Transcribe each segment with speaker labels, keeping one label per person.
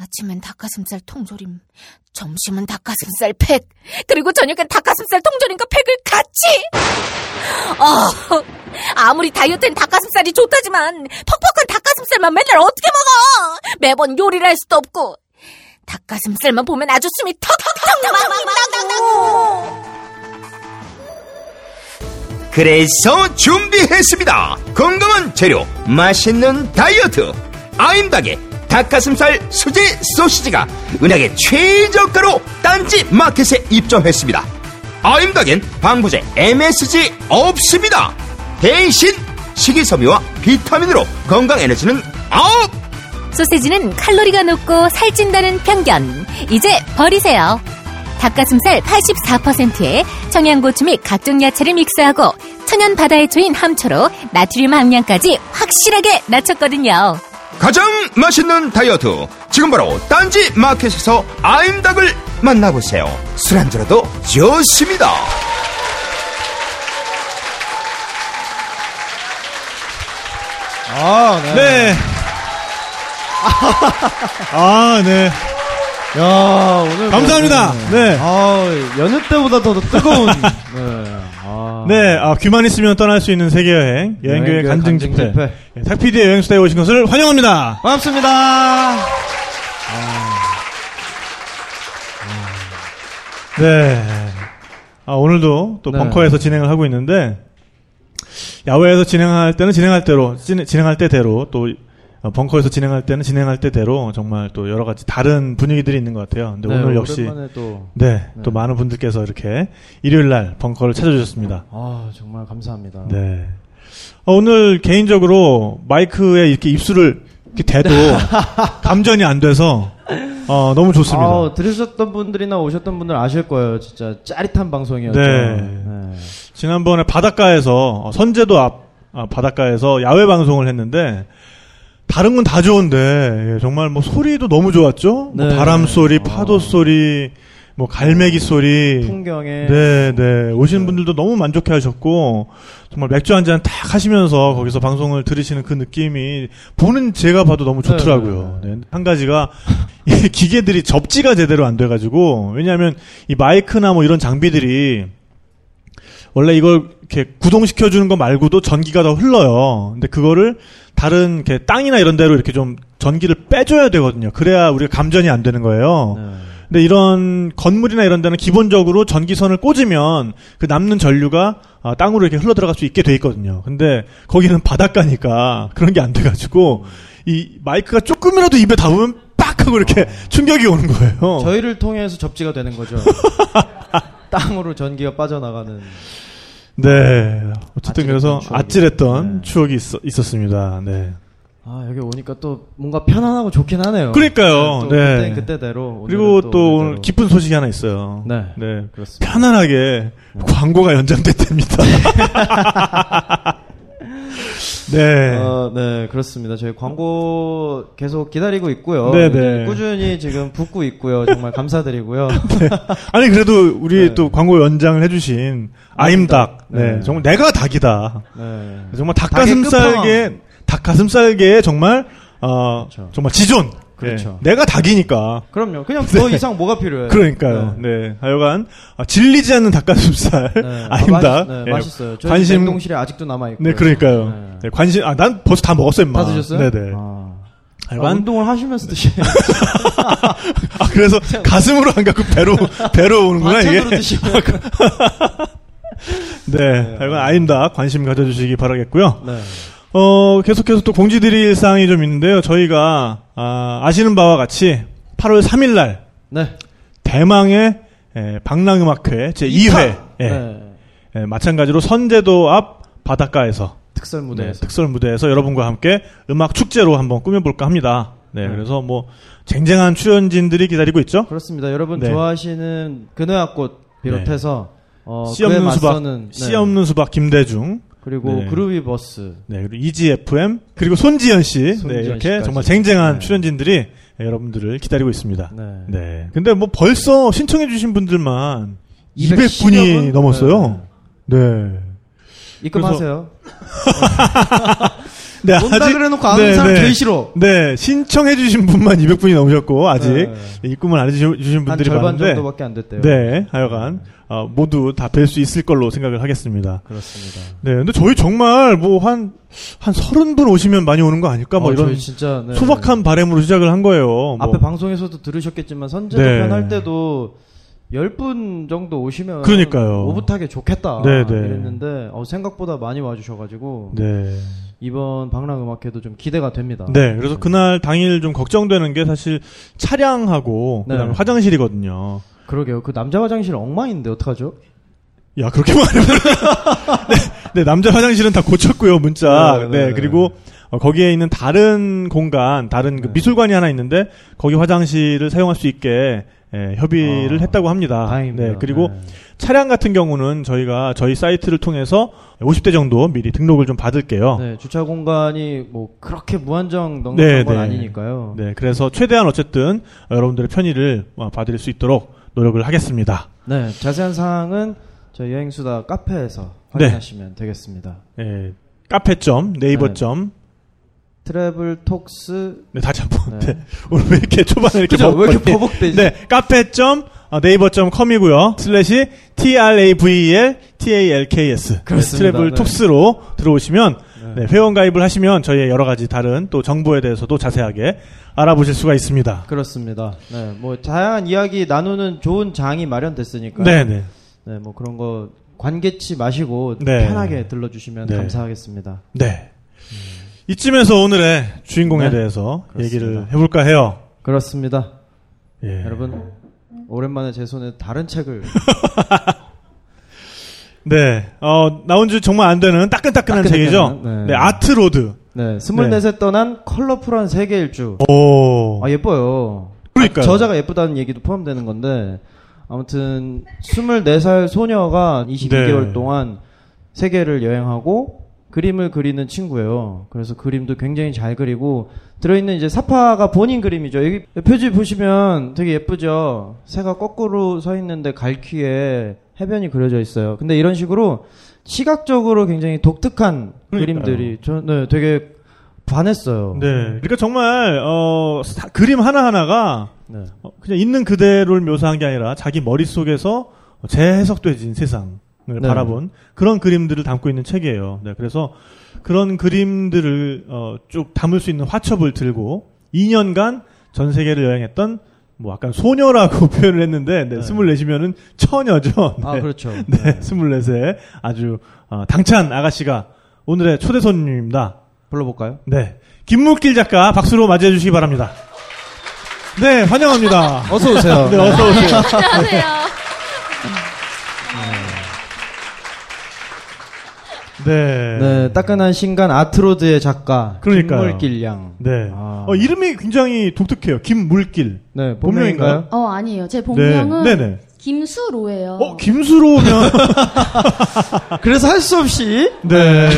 Speaker 1: 아침엔 닭가슴살 통조림, 점심은 닭가슴살 팩, 그리고 저녁엔 닭가슴살 통조림과 팩을 같이! 어, 아무리 다이어트엔 닭가슴살이 좋다지만 퍽퍽한 닭가슴살만 맨날 어떻게 먹어! 매번 요리를 할 수도 없고 닭가슴살만 보면 아주 숨이 턱턱턱 나고
Speaker 2: 그래서 준비했습니다. 건강한 재료, 맛있는 다이어트. 아임닭의 닭가슴살 수제 소시지가 은하계 최저가로 딴지 마켓에 입점했습니다. 아임닭엔 방부제 MSG 없습니다. 대신 식이섬유와 비타민으로 건강 에너지는 아홉!
Speaker 3: 소세지는 칼로리가 높고 살찐다는 편견. 이제 버리세요. 닭가슴살 84%에 청양고추 및 각종 야채를 믹스하고 천연 바다의 초인 함초로 나트륨 함량까지 확실하게 낮췄거든요.
Speaker 2: 가장 맛있는 다이어트 지금 바로 딴지 마켓에서 아임닭을 만나보세요 술 한잔도 좋습니다
Speaker 4: 아, 네.
Speaker 5: 네.
Speaker 4: 아, 네. 야, 오늘.
Speaker 5: 감사합니다.
Speaker 4: 뭐,
Speaker 5: 네.
Speaker 4: 아, 연휴 때보다 더 뜨거운. 네. 아.
Speaker 5: 네, 아, 귀만 있으면 떠날 수 있는 세계 여행 여행교회 간증 집회. 예, 탁피디의 여행 수다에 오신 것을 환영합니다.
Speaker 4: 반갑습니다. 아,
Speaker 5: 네. 아, 오늘도 또
Speaker 4: 네.
Speaker 5: 벙커에서 진행을 하고 있는데 야외에서 진행할 때는 진행할 대로 진- 진행할 때대로 또 어, 벙커에서 진행할 때는 진행할 때대로 정말 또 여러 가지 다른 분위기들이 있는 것 같아요. 근데
Speaker 4: 네,
Speaker 5: 오늘 역시
Speaker 4: 오랜만에 또.
Speaker 5: 네, 또
Speaker 4: 네.
Speaker 5: 많은 분들께서 이렇게 일요일 날 벙커를 찾아주셨습니다.
Speaker 4: 아, 정말 감사합니다.
Speaker 5: 네. 어, 오늘 개인적으로 마이크에 이렇게 입술을 이렇게 대도 감전이 안 돼서 어, 너무 좋습니다.
Speaker 4: 아, 들으셨던 분들이나 오셨던 분들 아실 거예요. 진짜 짜릿한 방송이었죠.
Speaker 5: 네. 지난번에 바닷가에서 어, 선제도 앞 아, 바닷가에서 야외 방송을 했는데 다른 건 다 좋은데 예, 정말 뭐 소리도 너무 좋았죠. 뭐
Speaker 4: 네.
Speaker 5: 바람 소리,
Speaker 4: 어.
Speaker 5: 파도 소리, 뭐 갈매기 소리,
Speaker 4: 풍경에
Speaker 5: 네, 네. 오신 분들도 너무 만족해 하셨고, 정말 맥주 한 잔 딱 하시면서 거기서 방송을 들으시는 그 느낌이 보는 제가 봐도 너무 좋더라고요. 네. 한 가지가 이 기계들이 접지가 제대로 안 돼가지고, 왜냐하면 이 마이크나 뭐 이런 장비들이 원래 이걸 이렇게 구동시켜주는 거 말고도 전기가 더 흘러요. 근데 그거를 다른 이렇게 땅이나 이런 데로 이렇게 좀 전기를 빼줘야 되거든요. 그래야 우리가 감전이 안 되는 거예요.
Speaker 4: 네.
Speaker 5: 근데 이런 건물이나 이런 데는 기본적으로 전기선을 꽂으면 그 남는 전류가 아, 땅으로 이렇게 흘러 들어갈 수 있게 돼 있거든요. 근데 거기는 바닷가니까 그런 게 안 돼가지고 이 마이크가 조금이라도 입에 닿으면 빡 하고 이렇게 충격이 오는 거예요.
Speaker 4: 어. 저희를 통해서 접지가 되는 거죠. 땅으로 전기가 빠져나가는.
Speaker 5: 네. 어쨌든
Speaker 4: 아찔했던
Speaker 5: 그래서
Speaker 4: 추억이.
Speaker 5: 아찔했던
Speaker 4: 네.
Speaker 5: 추억이 있, 었습니다 네.
Speaker 4: 아 여기 오니까 또 뭔가 편안하고 좋긴 하네요.
Speaker 5: 그러니까요.
Speaker 4: 또
Speaker 5: 네.
Speaker 4: 그때 그때대로.
Speaker 5: 그리고
Speaker 4: 오늘은
Speaker 5: 또 오늘
Speaker 4: 오늘대로.
Speaker 5: 기쁜 소식이 하나 있어요.
Speaker 4: 네.
Speaker 5: 네. 음.
Speaker 4: 그렇습니다.
Speaker 5: 편안하게 광고가 연장됐답니다. 네.
Speaker 4: 어, 네 그렇습니다. 저희 광고 계속 기다리고 있고요.
Speaker 5: 네, 네.
Speaker 4: 꾸준히 지금 붙고 있고요. 정말 감사드리고요.
Speaker 5: 아니 그래도 우리
Speaker 4: 네.
Speaker 5: 또 광고 연장을 해주신 아임닭. 네.
Speaker 4: 네.
Speaker 5: 정말 내가 닭이다.
Speaker 4: 네.
Speaker 5: 정말
Speaker 4: 닭의
Speaker 5: 닭가슴살계 닭가슴살계의 정말 어
Speaker 4: 그렇죠.
Speaker 5: 정말 지존.
Speaker 4: 그렇죠.
Speaker 5: 네. 내가 닭이니까.
Speaker 4: 그럼요. 그냥 더
Speaker 5: 네.
Speaker 4: 이상 뭐가 필요해요?
Speaker 5: 그러니까요.
Speaker 4: 네.
Speaker 5: 네. 하여간 아, 질리지 않는 닭가슴살
Speaker 4: 네.
Speaker 5: 아임닭.
Speaker 4: 아, 맛있, 네,
Speaker 5: 예.
Speaker 4: 맛있어요. 저희 관심
Speaker 5: 관심-
Speaker 4: 냉동실에 아직도 남아 있고.
Speaker 5: 네, 그러니까요. 네, 관심, 아, 난 벌써 다 먹었어요, 인마.
Speaker 4: 다 드셨어요?
Speaker 5: 네네.
Speaker 4: 아. 아,
Speaker 5: 하여간
Speaker 4: 운동을 하시면서 드시네요.
Speaker 5: 아, 그래서 가슴으로 안 갖고 배로 배로 오는구나 이게.
Speaker 4: 반찬으로
Speaker 5: 아,
Speaker 4: 드시네요.
Speaker 5: 그- 네, 하여간 아임다 관심 가져주시기 바라겠고요.
Speaker 4: 네.
Speaker 5: 어 계속해서 또 공지드릴 사항이 좀 있는데요. 저희가 아, 시는 바와 같이 8월 3일날
Speaker 4: 네.
Speaker 5: 대망의 에, 방랑음악회 제 2회
Speaker 4: 네.
Speaker 5: 마찬가지로 선제도 앞 바닷가에서
Speaker 4: 특설 무대에서.
Speaker 5: 네, 특설 무대에서 여러분과 함께 음악 축제로 한번 꾸며볼까 합니다. 네,
Speaker 4: 네.
Speaker 5: 그래서 뭐 쟁쟁한 출연진들이 기다리고 있죠.
Speaker 4: 그렇습니다. 여러분
Speaker 5: 네.
Speaker 4: 좋아하시는 근회화꽃 비롯해서 어,
Speaker 5: 씨
Speaker 4: 그에
Speaker 5: 없는 네. 수박,
Speaker 4: 맞서는,
Speaker 5: 씨
Speaker 4: 네.
Speaker 5: 없는 수박 김대중,
Speaker 4: 그리고
Speaker 5: 네.
Speaker 4: 그루비 버스.
Speaker 5: 네 그리고 이지 FM 그리고 손지연 씨,
Speaker 4: 손지연
Speaker 5: 네 이렇게
Speaker 4: 씨까지.
Speaker 5: 정말 쟁쟁한
Speaker 4: 네.
Speaker 5: 출연진들이 여러분들을 기다리고 있습니다.
Speaker 4: 네.
Speaker 5: 네. 근데 뭐 벌써 신청해주신 분들만
Speaker 4: 210 여
Speaker 5: 200분이
Speaker 4: 분?
Speaker 5: 넘었어요. 네.
Speaker 4: 입금하세요.
Speaker 5: 네,
Speaker 4: 온다 그래놓고 안 오는 사람 제일 싫어.
Speaker 5: 네, 신청해주신 분만 200분이 넘으셨고, 아직
Speaker 4: 네.
Speaker 5: 입금을 안 해주신
Speaker 4: 한
Speaker 5: 분들이
Speaker 4: 절반
Speaker 5: 많은데.
Speaker 4: 정도밖에 안 됐대요.
Speaker 5: 네, 하여간, 어, 모두 다 뵐 수 있을 걸로 생각을 하겠습니다.
Speaker 4: 그렇습니다.
Speaker 5: 네, 근데 저희 정말 뭐 한, 한 서른 분 오시면 많이 오는 거 아닐까? 뭐
Speaker 4: 어,
Speaker 5: 이런
Speaker 4: 저희 진짜 네.
Speaker 5: 소박한 바램으로 시작을 한 거예요. 뭐.
Speaker 4: 앞에 방송에서도 들으셨겠지만
Speaker 5: 네.
Speaker 4: 선제편 할 때도 10분 정도 오시면
Speaker 5: 그러니까요.
Speaker 4: 오붓하게 좋겠다
Speaker 5: 네, 네.
Speaker 4: 이랬는데 어, 생각보다 많이 와주셔가지고
Speaker 5: 네.
Speaker 4: 이번 방랑음악회도 좀 기대가 됩니다.
Speaker 5: 네, 그래서 그날 당일 좀 걱정되는 게 사실 차량하고,
Speaker 4: 네.
Speaker 5: 그 다음에 화장실이거든요.
Speaker 4: 그러게요. 그 남자 화장실 엉망인데 어떡하죠?
Speaker 5: 야 그렇게 말하면 네, 네 남자 화장실은 다 고쳤고요 문자
Speaker 4: 네,
Speaker 5: 네,
Speaker 4: 네, 네.
Speaker 5: 그리고 어, 거기에 있는 다른 공간 다른 그
Speaker 4: 네.
Speaker 5: 미술관이 하나 있는데 거기 화장실을 사용할 수 있게 예, 협의를
Speaker 4: 아,
Speaker 5: 했다고 합니다
Speaker 4: 다행입니다.
Speaker 5: 네 그리고
Speaker 4: 네.
Speaker 5: 차량 같은 경우는 저희가 저희 사이트를 통해서 50대 정도 미리 등록을 좀 받을게요
Speaker 4: 네, 주차 공간이 뭐 그렇게 무한정 넉넉한
Speaker 5: 네,
Speaker 4: 건
Speaker 5: 네.
Speaker 4: 아니니까요.
Speaker 5: 네 그래서 최대한 어쨌든 여러분들의 편의를 어, 봐드릴 수 있도록 노력을 하겠습니다
Speaker 4: 네, 자세한 사항은 저희 여행수다 카페에서
Speaker 5: 네.
Speaker 4: 확인하시면 되겠습니다.
Speaker 5: 예, 카페점 네이버점
Speaker 4: 트래블 톡스
Speaker 5: 네, 다시 한번
Speaker 4: 네.
Speaker 5: 네. 오늘 왜 이렇게 초반에 이렇게
Speaker 4: 그죠? 왜 이렇게
Speaker 5: 벅벅대?
Speaker 4: 버벅대지?
Speaker 5: 네, 카페 점 어, 네이버 점 컴이고요. 슬래시 T R A V E L T A L K S
Speaker 4: 그렇습니다.
Speaker 5: 트래블
Speaker 4: 네.
Speaker 5: 톡스로 들어오시면 네, 회원 가입을 하시면 저희의 여러 가지 다른 또 정보에 대해서도 자세하게 알아보실 수가 있습니다.
Speaker 4: 그렇습니다. 네, 뭐 다양한 이야기 나누는 좋은 장이 마련됐으니까.
Speaker 5: 네, 네.
Speaker 4: 네, 뭐 그런 거 관계치 마시고
Speaker 5: 네.
Speaker 4: 편하게 들러주시면
Speaker 5: 네.
Speaker 4: 감사하겠습니다.
Speaker 5: 네. 이쯤에서 오늘의 주인공에
Speaker 4: 음. 네.
Speaker 5: 대해서
Speaker 4: 그렇습니다.
Speaker 5: 얘기를 해 볼까 해요.
Speaker 4: 그렇습니다.
Speaker 5: 예.
Speaker 4: 여러분 오랜만에 제 손에 다른 책을
Speaker 5: 네. 어, 나온 지 정말 안 되는
Speaker 4: 따끈따끈한,
Speaker 5: 따끈따끈한 책이죠.
Speaker 4: 네.
Speaker 5: 네, 아트 로드.
Speaker 4: 네, 스물넷에 떠난 컬러풀한 세계 일주.
Speaker 5: 오.
Speaker 4: 아 예뻐요.
Speaker 5: 그러니까요.
Speaker 4: 저자가 예쁘다는 얘기도 포함되는 건데 아무튼 24살 소녀가 22개월
Speaker 5: 네.
Speaker 4: 동안 세계를 여행하고 그림을 그리는 친구예요. 그래서 그림도 굉장히 잘 그리고 들어있는 이제 사파가 본인 그림이죠. 여기 표지 보시면 되게 예쁘죠. 새가 거꾸로 서 있는데 갈퀴에 해변이 그려져 있어요. 근데 이런 식으로 시각적으로 굉장히 독특한 그림들이 저, 네, 되게 반했어요.
Speaker 5: 네. 그러니까 정말 어 사- 그림 하나 하나가 어,
Speaker 4: 네.
Speaker 5: 그냥 있는 그대로를 묘사한 게 아니라 자기 머릿 속에서 재해석돼진 세상을
Speaker 4: 네.
Speaker 5: 바라본 그런 그림들을 담고 있는 책이에요. 네. 그래서 그런 그림들을 어, 쭉 담을 수 있는 화첩을 들고 2년간 전 세계를 여행했던 뭐 아까 소녀라고 표현을 했는데 네,
Speaker 4: 네.
Speaker 5: 24시면은 처녀죠. 네.
Speaker 4: 아 그렇죠.
Speaker 5: 네, 24세 아주 어, 당찬 아가씨가 오늘의 초대 손님입니다.
Speaker 4: 불러볼까요?
Speaker 5: 네. 김묵길 작가 박수로 맞이해 주시기 바랍니다. 네, 환영합니다.
Speaker 4: 어서 오세요.
Speaker 5: 네, 어서 오세요.
Speaker 1: 안녕하세요.
Speaker 5: 네. 네.
Speaker 4: 네, 따끈한 신간 아트로드의 작가
Speaker 5: 그러니까요.
Speaker 4: 김물길 양. 아.
Speaker 5: 어, 이름이 굉장히 독특해요. 김물길.
Speaker 4: 네, 본명인가요?
Speaker 6: 어 아니에요. 제 본명은
Speaker 5: 네, 네네.
Speaker 6: 김수로예요.
Speaker 5: 어, 김수로면
Speaker 4: 그래서 할 수 없이
Speaker 5: 네.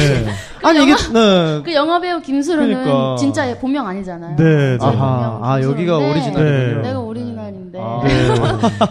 Speaker 4: 아니 이게 네.
Speaker 6: 그 영화 배우 김수로는
Speaker 5: 그러니까.
Speaker 6: 진짜 얘 본명 아니잖아요.
Speaker 5: 네, 네.
Speaker 6: 제
Speaker 4: 아하.
Speaker 6: 본명은
Speaker 4: 아, 여기가
Speaker 6: 김수로인데
Speaker 4: 오리지널이군요.
Speaker 5: 네.
Speaker 6: 내가 오리지널인데.
Speaker 4: 아.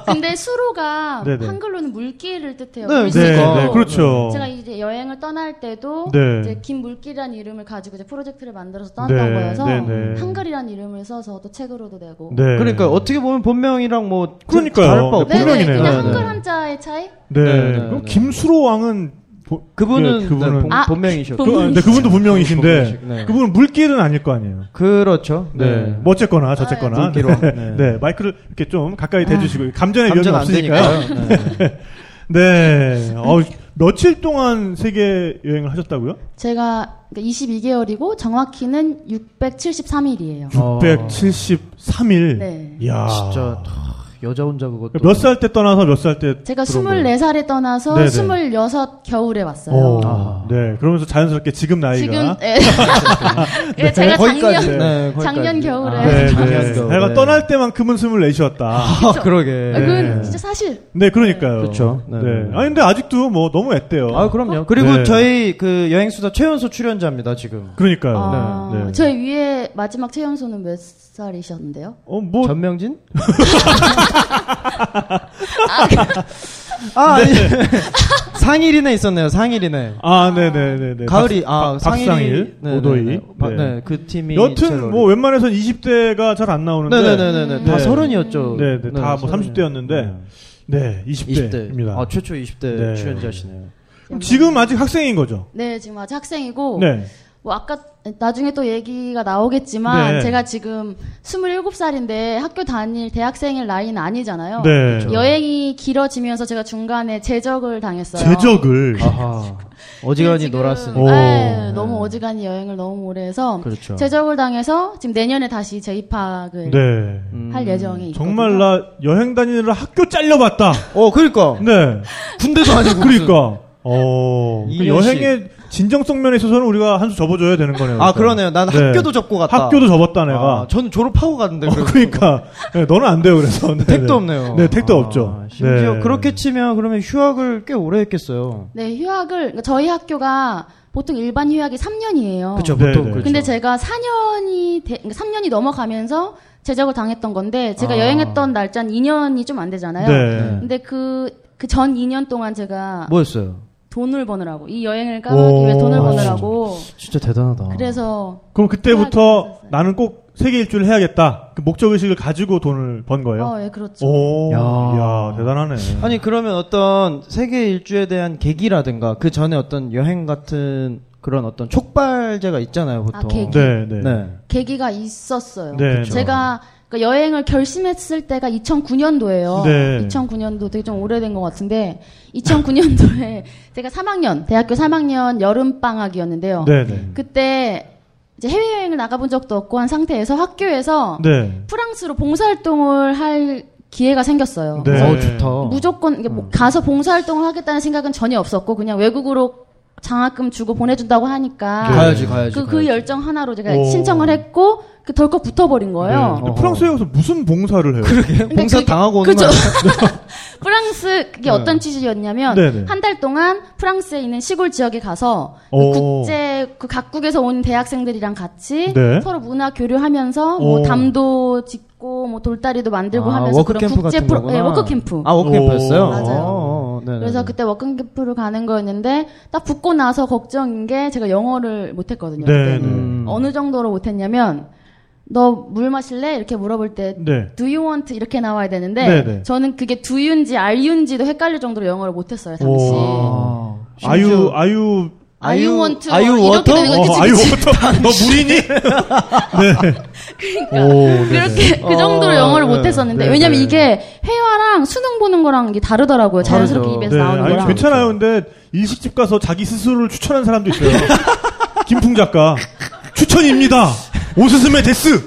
Speaker 6: 근데 수로가
Speaker 5: 네, 네.
Speaker 6: 한글로는 물길을 뜻해요.
Speaker 4: 네,
Speaker 6: 물길.
Speaker 5: 네,
Speaker 4: 그러니까.
Speaker 5: 네, 그렇죠.
Speaker 6: 제가 이제 여행을 떠날 때도
Speaker 5: 네.
Speaker 6: 이제 김물길이라는 이름을 가지고 이제 프로젝트를 만들어서 떠났던
Speaker 5: 네,
Speaker 6: 거여서
Speaker 5: 네, 네.
Speaker 6: 한글이라는 이름을 써서 또 책으로도 내고.
Speaker 5: 네.
Speaker 4: 그러니까 어떻게 보면 본명이랑 뭐
Speaker 5: 그러니까요.
Speaker 4: 다를 바 없고
Speaker 6: 네네,
Speaker 5: 본명이네요.
Speaker 6: 그냥
Speaker 4: 네, 네.
Speaker 6: 한글 한자의 차이?
Speaker 5: 네.
Speaker 4: 네, 네,
Speaker 5: 그럼
Speaker 4: 네.
Speaker 5: 김수로 왕은 보-
Speaker 4: 그분은,
Speaker 5: 네,
Speaker 4: 네,
Speaker 5: 그분은
Speaker 4: 본,
Speaker 6: 아,
Speaker 4: 본명이셨고
Speaker 6: 본-
Speaker 5: 그, 근데 그분도 본명이신데
Speaker 4: 본명이시- 네.
Speaker 5: 그분은 물길은 아닐 거 아니에요.
Speaker 4: 그렇죠. 네.
Speaker 5: 네. 뭐 어쨌거나 저쨌거나
Speaker 4: 아, 물기로.
Speaker 5: 네.
Speaker 4: 네.
Speaker 5: 네, 마이크를 이렇게 좀 가까이 대주시고 감전의 위험이
Speaker 4: 감정 안
Speaker 5: 없으니까요.
Speaker 4: 되니까요. 네.
Speaker 5: 네. 어, 며칠 동안 세계 여행을 하셨다고요?
Speaker 6: 제가 그러니까 22개월이고 정확히는 673일이에요.
Speaker 4: 어.
Speaker 5: 673일.
Speaker 6: 네.
Speaker 5: 이야.
Speaker 4: 진짜 여자 혼자 그것도
Speaker 5: 아. 몇 살 때 떠나서 몇 살 때
Speaker 6: 제가
Speaker 5: 들어온 거예요?
Speaker 6: 24살에 떠나서
Speaker 5: 네네.
Speaker 6: 26 겨울에 왔어요.
Speaker 5: 오,
Speaker 4: 아.
Speaker 5: 네. 그러면서 자연스럽게 지금 나이가
Speaker 6: 지금 예. 예, 제가
Speaker 4: 거기까지
Speaker 6: 작년
Speaker 4: 네, 거기까지.
Speaker 6: 작년 겨울에.
Speaker 4: 아,
Speaker 5: 네,
Speaker 4: 작년
Speaker 5: 네.
Speaker 4: 겨울에.
Speaker 5: 하여간 떠날 때만큼은 24이셨다.
Speaker 4: 아, 그러게
Speaker 6: 아, 그건 진짜 사실
Speaker 5: 네, 그러니까요.
Speaker 4: 그쵸. 네.
Speaker 5: 네. 아니, 근데 아직도 뭐 너무 앳돼요.
Speaker 4: 아 그럼요 그리고
Speaker 5: 네.
Speaker 4: 저희 그 여행수다 최연소 출연자입니다 지금
Speaker 5: 그러니까요.
Speaker 6: 아,
Speaker 5: 네. 네.
Speaker 6: 저희 위에 마지막 최연소는 몇 살이셨는데요?
Speaker 5: 어, 뭐,
Speaker 4: 전명진 아
Speaker 5: 네.
Speaker 4: 아니 상일이네 있었네요 상일이네
Speaker 5: 아, 네네네네.
Speaker 4: 가을이 아
Speaker 5: 박- 박상일, 오도희.
Speaker 4: 네그
Speaker 5: 네.
Speaker 4: 팀이
Speaker 5: 여튼 뭐 웬만해서는 20대가 잘 안 나오는데.
Speaker 4: 네네네네 다
Speaker 5: 네.
Speaker 4: 서른이었죠
Speaker 5: 네, 네, 다뭐
Speaker 4: 서른이었죠.
Speaker 5: 30대 였는데. 네, 20대입니다.
Speaker 4: 20대. 아, 최초 20대
Speaker 5: 네.
Speaker 4: 출연자시네요.
Speaker 5: 지금 아직 학생인 거죠?
Speaker 6: 네, 지금 아직 학생이고
Speaker 5: 네.
Speaker 6: 뭐 아까 나중에 또 얘기가 나오겠지만
Speaker 5: 네.
Speaker 6: 제가 지금 27살인데 학교 다닐 대학생일 나이는 아니잖아요.
Speaker 5: 네.
Speaker 6: 여행이 길어지면서 제가 중간에 제적을 당했어요.
Speaker 5: 제적을.
Speaker 4: 아하.
Speaker 6: 네,
Speaker 4: 어지간히
Speaker 6: 지금-
Speaker 4: 놀았으니까.
Speaker 5: 오.
Speaker 6: 네,
Speaker 4: 네.
Speaker 6: 너무 어지간히 여행을 너무 오래 해서
Speaker 4: 그렇죠.
Speaker 6: 제적을 당해서 지금 내년에 다시 재입학을
Speaker 5: 네.
Speaker 4: 음.
Speaker 6: 할 예정이 있거든요.
Speaker 5: 정말 나 여행 다니느라 학교 잘려봤다.
Speaker 4: 어, 그러니까.
Speaker 5: 네.
Speaker 4: 군대도 아니고.
Speaker 5: 그러니까. 어. 그
Speaker 4: 이현식.
Speaker 5: 여행의 진정성 면에 있어서는 우리가 한 수 접어줘야 되는 거네요.
Speaker 4: 무슨. 아, 그러네요. 난
Speaker 5: 네.
Speaker 4: 학교도 접고 갔다.
Speaker 5: 학교도 접었다 내가.
Speaker 4: 아, 저는 졸업하고 갔는데.
Speaker 5: 어,
Speaker 4: 그래도.
Speaker 5: 그러니까 네, 너는 안 돼요. 그래서 네,
Speaker 4: 택도
Speaker 5: 네.
Speaker 4: 없네요.
Speaker 5: 네, 택도
Speaker 4: 아,
Speaker 5: 없죠.
Speaker 4: 심지어
Speaker 5: 네.
Speaker 4: 그렇게 치면 그러면 휴학을 꽤 오래 했겠어요.
Speaker 6: 네, 휴학을 그러니까 저희 학교가 보통 일반 휴학이 3년이에요.
Speaker 4: 그렇죠.
Speaker 5: 네,
Speaker 4: 보통
Speaker 5: 네.
Speaker 4: 그렇죠.
Speaker 6: 어. 근데 제가 4년이 그러니까 3년이 넘어가면서 제적을 당했던 건데 제가
Speaker 4: 아.
Speaker 6: 여행했던 날짜는 2년이 좀 안 되잖아요.
Speaker 5: 네.
Speaker 6: 근데 그 그 전 2년 동안 제가
Speaker 4: 뭐였어요? 아,
Speaker 6: 돈을 버느라고 이 여행을 까먹기 위해 돈을
Speaker 5: 오.
Speaker 6: 버느라고
Speaker 4: 진짜 대단하다.
Speaker 6: 그래서
Speaker 5: 그럼 그때부터
Speaker 6: 생각했었어요.
Speaker 5: 나는 꼭 세계 일주를 해야겠다. 그 목적 의식을 가지고 돈을 번 거예요.
Speaker 6: 어, 예, 그렇죠.
Speaker 5: 오,
Speaker 4: 야.
Speaker 5: 야, 대단하네.
Speaker 4: 아니 그러면 어떤 세계 일주에 대한 계기라든가 그 전에 어떤 여행 같은 그런 어떤 촉발제가 있잖아요 보통.
Speaker 6: 아, 계기.
Speaker 5: 네, 네,
Speaker 4: 네.
Speaker 6: 계기가 있었어요.
Speaker 5: 네, 그렇죠.
Speaker 6: 제가 그 여행을 결심했을 때가 2009년도예요.
Speaker 5: 네.
Speaker 6: 2009년도 되게 좀 오래된 것 같은데 2009년도에 제가 3학년 대학교 3학년 여름 방학이었는데요.
Speaker 5: 네, 네,
Speaker 6: 그때 이제 해외 여행을 나가본 적도 없고 한 상태에서 학교에서
Speaker 5: 네.
Speaker 6: 프랑스로 봉사활동을 할 기회가 생겼어요.
Speaker 5: 네.
Speaker 4: 어 음. 좋다.
Speaker 6: 무조건 이게 뭐 가서 봉사활동을 하겠다는 생각은 전혀 없었고 그냥 외국으로 장학금 주고 보내준다고 하니까
Speaker 5: 네.
Speaker 4: 가야지 가야지.
Speaker 6: 그, 그
Speaker 4: 가야지.
Speaker 6: 열정 하나로 제가
Speaker 5: 오.
Speaker 6: 신청을 했고 그 덜컥 붙어버린
Speaker 5: 네.
Speaker 6: 거예요.
Speaker 5: 근데
Speaker 4: 어허.
Speaker 5: 프랑스에 가서 무슨 봉사를 해요?
Speaker 4: 그러게 봉사
Speaker 6: 그게-
Speaker 4: 당하고 오는
Speaker 6: 그죠.
Speaker 4: 거
Speaker 6: 프랑스 그게 어떤 취지였냐면
Speaker 5: 네. 네네.
Speaker 6: 한 달 동안 프랑스에 있는 시골 지역에 가서 그
Speaker 5: 오.
Speaker 6: 국제 그 각국에서 온 대학생들이랑 같이
Speaker 5: 네.
Speaker 6: 서로 문화 교류하면서 뭐
Speaker 5: 오.
Speaker 6: 담도 짓고 뭐 돌다리도 만들고
Speaker 4: 아,
Speaker 6: 하면서 그런
Speaker 4: 워크캠프
Speaker 6: 국제
Speaker 4: 같은
Speaker 6: 프로
Speaker 4: 거구나.
Speaker 6: 예, 워크캠프.
Speaker 4: 아 워크캠프였어요.
Speaker 5: 오.
Speaker 6: 맞아요.
Speaker 4: 어, 어, 네네네.
Speaker 6: 그래서 그때 워크캠프를 가는 거였는데 딱 붙고 나서 걱정인 게 제가 영어를 못했거든요.
Speaker 5: 네,
Speaker 6: 그때.
Speaker 4: 음.
Speaker 6: 어느 정도로 못했냐면 너 물 마실래 이렇게 물어볼 때
Speaker 5: 네.
Speaker 6: Do you want 이렇게 나와야 되는데
Speaker 5: 네네.
Speaker 6: 저는 그게 Do you인지 Are you인지도 헷갈릴 정도로 영어를 못했어요 당시. 그
Speaker 5: 오. 아유,
Speaker 4: 심지어-
Speaker 5: 아유,
Speaker 6: Are you want to
Speaker 4: Are you
Speaker 6: 뭐 이렇게
Speaker 4: water?
Speaker 6: 되는 거
Speaker 5: 어,
Speaker 6: 그치,
Speaker 5: 아유,
Speaker 6: 그치.
Speaker 5: 워터. 너 물이니? 네.
Speaker 6: 그러니까.
Speaker 5: 오, 네, 네.
Speaker 6: 그렇게 그 정도로
Speaker 4: 어,
Speaker 6: 영어를
Speaker 4: 네.
Speaker 6: 못했었는데
Speaker 5: 네,
Speaker 6: 왜냐면
Speaker 5: 네.
Speaker 6: 이게 회화랑 수능 보는 거랑 이게 다르더라고요 자연스럽게
Speaker 4: 다르죠.
Speaker 6: 입에서
Speaker 5: 네,
Speaker 6: 나오는
Speaker 5: 아니,
Speaker 6: 거랑.
Speaker 5: 괜찮아요. 근데 일식집 가서 자기 스스로를 추천한 사람도 있어요. 김풍 작가 추천입니다. 오스스메 데스.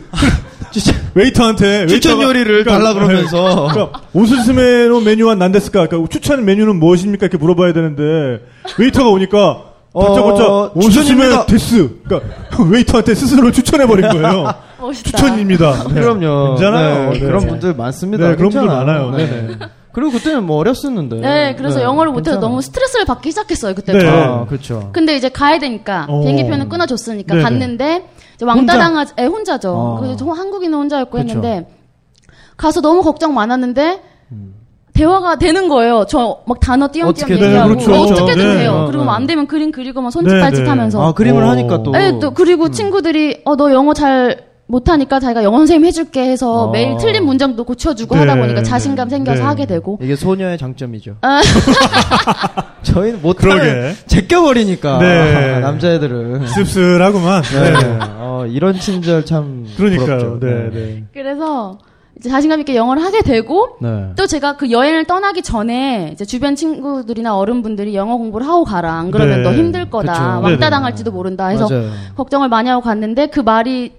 Speaker 4: 진짜
Speaker 5: 웨이터한테
Speaker 4: 추천
Speaker 5: 웨이터가-
Speaker 4: 요리를 달라 그러면서.
Speaker 5: 그러니까 오스스메로 메뉴한 난데스까 그러니까 추천 메뉴는 무엇입니까 이렇게 물어봐야 되는데 웨이터가 오니까 다짜고짜
Speaker 4: 어,
Speaker 5: 오스스메
Speaker 4: 추천입니다.
Speaker 5: 데스. 그러니까 웨이터한테 스스로 추천해 버린 거예요.
Speaker 6: 멋있다. 아,
Speaker 5: 추천입니다. 네.
Speaker 4: 그럼요.
Speaker 5: 괜찮아요.
Speaker 4: 네,
Speaker 5: 네.
Speaker 4: 그런 분들 많습니다.
Speaker 5: 네, 그런 분들
Speaker 4: 괜찮아요.
Speaker 5: 많아요.
Speaker 4: 네.
Speaker 5: 네네.
Speaker 4: 그리고 그때는 뭐 어렸었는데.
Speaker 6: 네, 그래서
Speaker 4: 네,
Speaker 6: 영어를 못해서
Speaker 4: 괜찮아요.
Speaker 6: 너무 스트레스를 받기 시작했어요 그때.
Speaker 5: 네.
Speaker 6: 부
Speaker 4: 아, 그렇죠.
Speaker 6: 근데 이제 가야 되니까
Speaker 5: 어.
Speaker 6: 비행기표는 끊어줬으니까
Speaker 5: 네네.
Speaker 6: 갔는데 이제
Speaker 4: 혼자?
Speaker 6: 왕따 당하지 예, 혼자죠
Speaker 4: 어.
Speaker 6: 그래서 저 한국인은 혼자였고
Speaker 4: 그쵸.
Speaker 6: 했는데 가서 너무 걱정 많았는데 대화가 되는 거예요 저 막 단어 띄엄띄엄
Speaker 4: 어떻게든,
Speaker 6: 얘기하고
Speaker 4: 네, 그렇죠.
Speaker 6: 어떻게든
Speaker 5: 네.
Speaker 6: 돼요
Speaker 4: 어,
Speaker 6: 그리고 뭐
Speaker 4: 네.
Speaker 6: 안 되면 그림 그리고 막
Speaker 5: 네, 네.
Speaker 6: 손짓발짓하면서
Speaker 4: 아 그림을
Speaker 5: 오.
Speaker 4: 하니까 또.
Speaker 6: 예, 또 그리고 친구들이 어 너 영어 잘 못하니까 자기가 영어 선생님 해줄게 해서
Speaker 4: 어.
Speaker 6: 매일 틀린 문장도 고쳐주고
Speaker 5: 네,
Speaker 6: 하다 보니까
Speaker 5: 네.
Speaker 6: 자신감 생겨서
Speaker 5: 네.
Speaker 6: 하게 되고
Speaker 4: 이게 소녀의 장점이죠.
Speaker 6: 아.
Speaker 4: 저희는 못하면
Speaker 5: 그러게.
Speaker 4: 제껴버리니까
Speaker 5: 네.
Speaker 4: 남자애들은.
Speaker 5: 씁쓸하구만.
Speaker 4: 네.
Speaker 5: 네.
Speaker 4: 어, 이런 친절 참.
Speaker 5: 그러니까요.
Speaker 4: 부럽죠.
Speaker 5: 네,
Speaker 4: 네.
Speaker 5: 네.
Speaker 6: 그래서 이제 자신감 있게 영어를 하게 되고
Speaker 4: 네.
Speaker 6: 또 제가 그 여행을 떠나기 전에 이제 주변 친구들이나 어른분들이 영어 공부를 하고 가라. 안 그러면
Speaker 5: 네.
Speaker 6: 너 힘들 거다.
Speaker 4: 그쵸.
Speaker 5: 네네.
Speaker 6: 왕따 당할지도 모른다 해서 음.
Speaker 4: 맞아요.
Speaker 6: 걱정을 많이 하고 갔는데 그 말이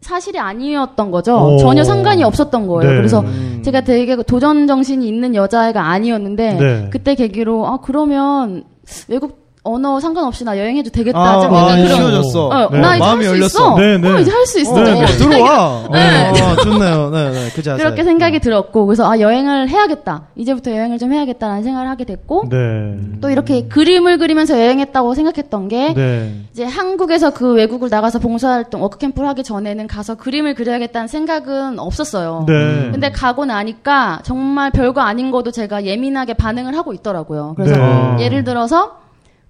Speaker 6: 사실이 아니었던 거죠.
Speaker 5: 오.
Speaker 6: 전혀 상관이 없었던 거예요.
Speaker 5: 네.
Speaker 4: 음.
Speaker 6: 그래서 제가 되게 도전 정신이 있는 여자애가 아니었는데
Speaker 5: 네.
Speaker 6: 그때 계기로 아 그러면 외국 언어 상관없이 나 여행해도 되겠다.
Speaker 4: 아,
Speaker 6: 좀
Speaker 4: 아,
Speaker 6: 약간 그런
Speaker 4: 쉬워졌어.
Speaker 6: 어,
Speaker 5: 네.
Speaker 6: 나 이제
Speaker 4: 마음이
Speaker 6: 할수
Speaker 4: 열렸어.
Speaker 6: 있어.
Speaker 5: 네, 네.
Speaker 6: 어, 이제 할 수 있어.
Speaker 4: 어,
Speaker 5: 네.
Speaker 4: 들어와.
Speaker 6: 네.
Speaker 4: 어, 좋네요. 네, 네. 그 자세.
Speaker 6: 그렇게
Speaker 5: 어.
Speaker 6: 생각이 들었고 그래서 아 여행을 해야겠다. 이제부터 여행을 좀 해야겠다라는 생각을 하게 됐고
Speaker 5: 네.
Speaker 6: 또 이렇게 그림을 그리면서 여행했다고 생각했던 게
Speaker 5: 네.
Speaker 6: 이제 한국에서 그 외국을 나가서 봉사활동 워크캠프를 하기 전에는 가서 그림을 그려야겠다는 생각은 없었어요.
Speaker 5: 네.
Speaker 6: 근데 가고 나니까 정말 별거 아닌 것도 제가 예민하게 반응을 하고 있더라고요. 그래서
Speaker 5: 네.
Speaker 6: 예를 들어서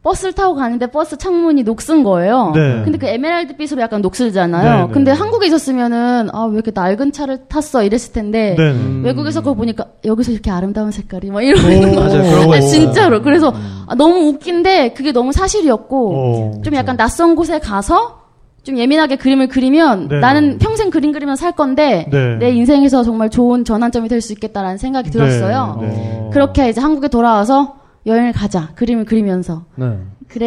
Speaker 6: 버스를 타고 가는데 버스 창문이 녹슨 거예요.
Speaker 5: 네.
Speaker 6: 근데 그 에메랄드 빛으로 약간
Speaker 5: 네,
Speaker 6: 녹슬잖아요.
Speaker 5: 네.
Speaker 6: 근데 한국에 있었으면은 아 왜 이렇게 낡은 차를 탔어 이랬을 텐데
Speaker 5: 네.
Speaker 4: 음.
Speaker 6: 외국에서 그걸 보니까 여기서 이렇게 아름다운 색깔이 막 이러는 거.
Speaker 4: 맞아요. 그런 거
Speaker 6: 아,
Speaker 4: 있어요.
Speaker 6: 진짜로. 그래서 아, 너무 웃긴데 그게 너무 사실이었고
Speaker 5: 음. 오,
Speaker 6: 좀 약간 낯선 곳에 가서 좀 예민하게 그림을 그리면
Speaker 5: 네.
Speaker 6: 나는 평생 그림 그리면 살 건데
Speaker 5: 네.
Speaker 6: 내 인생에서 정말 좋은 전환점이 될 수 있겠다라는 생각이 들었어요.
Speaker 5: 네. 네.
Speaker 6: 그렇게 이제 한국에 돌아와서 여행을 가자. 그림을 그리면서.
Speaker 4: 네.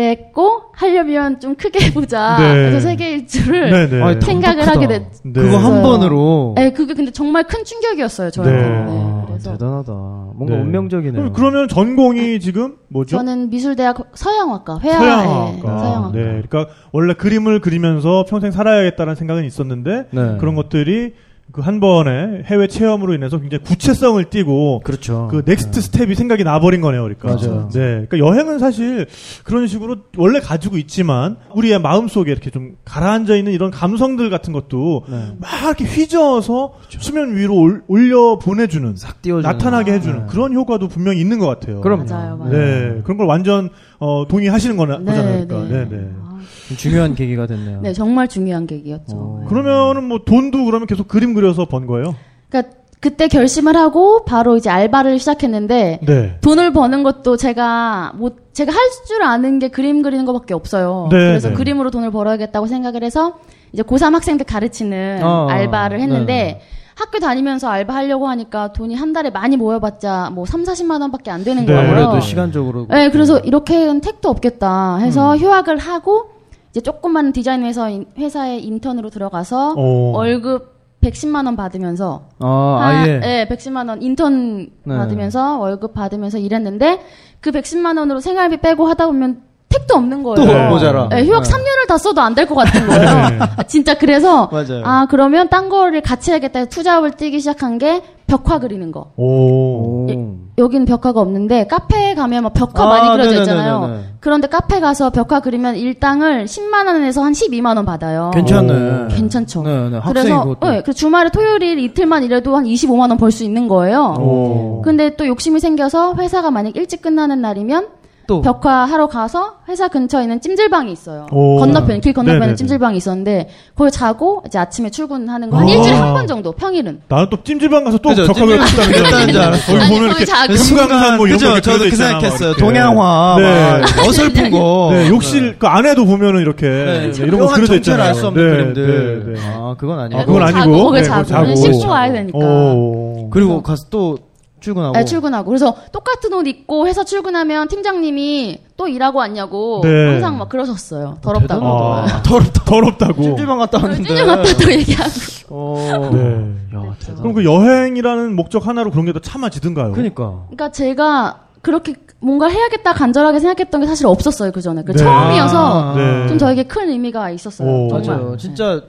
Speaker 6: 그랬고 하려면 좀 크게 해보자.
Speaker 5: 네.
Speaker 6: 그래서 세계 일주를
Speaker 5: 네, 네.
Speaker 4: 아니, 다-
Speaker 6: 생각을
Speaker 4: 크다.
Speaker 6: 하게 됐.
Speaker 5: 네.
Speaker 4: 그거 한
Speaker 6: 있어요.
Speaker 4: 번으로.
Speaker 6: 네, 그게 근데 정말 큰 충격이었어요 저한테.
Speaker 5: 네.
Speaker 6: 네.
Speaker 4: 아,
Speaker 6: 그래서
Speaker 4: 대단하다. 뭔가
Speaker 5: 네.
Speaker 4: 운명적이네요.
Speaker 5: 그럼 그러면 전공이 지금 뭐죠?
Speaker 6: 저는 미술대학 서양학과 회화
Speaker 5: 서양학과.
Speaker 6: 네, 서양학과.
Speaker 5: 네, 그러니까 원래 그림을 그리면서 평생 살아야겠다는 생각은 있었는데
Speaker 4: 네.
Speaker 5: 그런 것들이 그 한 번의 해외 체험으로 인해서 굉장히 구체성을 띠고
Speaker 4: 그렇죠.
Speaker 5: 그 넥스트 스텝이 생각이 나버린 거네요, 그러니까.
Speaker 4: 맞아요.
Speaker 5: 네, 그러니까 여행은 사실 그런 식으로 원래 가지고 있지만 우리의 마음 속에 이렇게 좀 가라앉아 있는 이런 감성들 같은 것도
Speaker 4: 네. 그렇죠.
Speaker 5: 막 이렇게 휘저어서 수면 위로 올, 올려 보내주는
Speaker 4: 싹 띄워주는.
Speaker 5: 나타나게 해주는
Speaker 4: 네.
Speaker 5: 그런 효과도 분명히 있는 것 같아요.
Speaker 4: 그럼요.
Speaker 6: 맞아요, 맞아요.
Speaker 5: 네, 그런 걸 완전 어, 동의하시는 거나,
Speaker 6: 네,
Speaker 5: 거잖아요.
Speaker 6: 네.
Speaker 5: 그러니까. 네, 네.
Speaker 6: 아,
Speaker 4: 중요한 계기가 됐네요.
Speaker 6: 네, 정말 중요한 계기였죠.
Speaker 4: 어.
Speaker 5: 그러면은 뭐 돈도 그러면 계속 그림 그려서 번 거예요?
Speaker 6: 그러니까 그때 결심을 하고 바로 이제 알바를 시작했는데
Speaker 5: 네.
Speaker 6: 돈을 버는 것도 제가 못 제가 할 줄 아는 게 그림 그리는 것밖에 없어요.
Speaker 5: 네,
Speaker 6: 그래서
Speaker 5: 네.
Speaker 6: 그림으로 돈을 벌어야겠다고 생각을 해서 이제 고3 학생들 가르치는
Speaker 5: 아,
Speaker 4: 어,
Speaker 6: 알바를 했는데
Speaker 4: 네.
Speaker 6: 학교 다니면서 알바 하려고 하니까 돈이 한 달에 많이 모여봤자 뭐 3, 40만 원밖에 안 되는
Speaker 5: 네.
Speaker 6: 거예요.
Speaker 4: 아무래도 시간적으로.
Speaker 6: 네, 그래서 이렇게는 택도 없겠다
Speaker 4: 음.
Speaker 6: 해서 휴학을 하고 이제 조그만 디자인 회사 회사에 인턴으로 들어가서
Speaker 5: 오.
Speaker 6: 월급 110만 원 받으면서
Speaker 4: 아,
Speaker 6: 하-
Speaker 4: 아예.
Speaker 6: 네, 110만 원 인턴
Speaker 4: 네.
Speaker 6: 받으면서 월급 받으면서 일했는데 그 110만 원으로 생활비 빼고 하다 보면 택도 없는 거예요.
Speaker 4: 또
Speaker 5: 네.
Speaker 4: 모자라. 네.
Speaker 6: 네, 휴학 3년을 다 써도 안 될 것 같은 거예요. 아, 진짜 그래서
Speaker 4: 맞아요.
Speaker 6: 아 그러면 딴 거를 같이 해야겠다 해서 투잡을 뛰기 시작한 게 벽화 그리는 거.
Speaker 5: 오.
Speaker 6: 예.
Speaker 4: 오.
Speaker 6: 여기는 벽화가 없는데 카페에 가면 막 벽화
Speaker 4: 아,
Speaker 6: 많이 그려져
Speaker 4: 네네네네네.
Speaker 6: 있잖아요. 그런데 카페 가서 벽화 그리면 일당을 10만 원에서 한 12만 원 받아요.
Speaker 4: 괜찮네.
Speaker 6: 오, 괜찮죠.
Speaker 4: 네, 네. 학생이
Speaker 6: 그래서
Speaker 4: 그것도.
Speaker 6: 네, 그래서 주말에 토요일 이틀만 일해도 한 25만 원 벌 수 있는 거예요.
Speaker 4: 오.
Speaker 6: 근데 또 욕심이 생겨서 회사가 만약 일찍 끝나는 날이면
Speaker 4: 또.
Speaker 6: 벽화 하러 가서 회사 근처에 있는 찜질방이 있어요.
Speaker 5: 오.
Speaker 6: 건너편 길 건너편에
Speaker 5: 네네네.
Speaker 6: 찜질방이 있었는데 거기 자고 이제 아침에 출근하는 거 한
Speaker 5: 아.
Speaker 6: 일주일에 한 번 정도 평일은
Speaker 5: 나는 또 찜질방 가서 또
Speaker 4: 그죠,
Speaker 5: 벽화를
Speaker 4: 찜질방
Speaker 5: 쳤다는 줄
Speaker 4: 그랬다는 줄 알았어요.
Speaker 5: 거기
Speaker 6: 아니,
Speaker 5: 보면
Speaker 6: 거기
Speaker 5: 이렇게
Speaker 6: 자고.
Speaker 5: 금강산 뭐 이런
Speaker 4: 그죠?
Speaker 5: 거 이렇게
Speaker 4: 저도
Speaker 5: 그려져
Speaker 4: 그
Speaker 5: 있잖아, 막
Speaker 4: 생각했어요.
Speaker 5: 이렇게.
Speaker 4: 동양화.
Speaker 5: 네.
Speaker 4: 막 어설픈 거.
Speaker 5: 네, 욕실 그 안에도 보면은 이렇게
Speaker 4: 네,
Speaker 5: 이런 거
Speaker 4: 묘한
Speaker 5: 그려져
Speaker 4: 정체를
Speaker 5: 있잖아요.
Speaker 4: 알수 없는
Speaker 5: 네,
Speaker 4: 그림들.
Speaker 5: 네, 네.
Speaker 4: 아, 그건 아니고.
Speaker 5: 아, 그건 아니- 아니고.
Speaker 6: 자고 거기
Speaker 5: 네,
Speaker 6: 자고,
Speaker 5: 거기 자고.
Speaker 6: 씻고 와야 되니까
Speaker 5: 오.
Speaker 4: 그리고 가서 또 출근하고.
Speaker 6: 네, 출근하고 그래서 똑같은 옷 입고 회사 출근하면 팀장님이 또 일하고 왔냐고
Speaker 5: 네.
Speaker 6: 항상 막 그러셨어요 더럽다고
Speaker 5: 아,
Speaker 4: 뭐, 더럽다.
Speaker 5: 더럽다고.
Speaker 4: 찜질방 갔다 왔는데.
Speaker 6: 찔려 맞다고 얘기하고
Speaker 4: 어.
Speaker 5: 네.
Speaker 4: 야, 대단.
Speaker 5: 그럼 그 여행이라는 목적 하나로 그런 게 더 참아지든가요?
Speaker 4: 그니까.
Speaker 6: 그러니까 제가 그렇게 뭔가 해야겠다 간절하게 생각했던 게 사실 없었어요 그 전에 그
Speaker 5: 네.
Speaker 6: 처음이어서
Speaker 4: 아,
Speaker 5: 네.
Speaker 6: 좀 저에게 큰 의미가 있었어요
Speaker 5: 오.
Speaker 6: 정말. 네.
Speaker 4: 맞아요. 진짜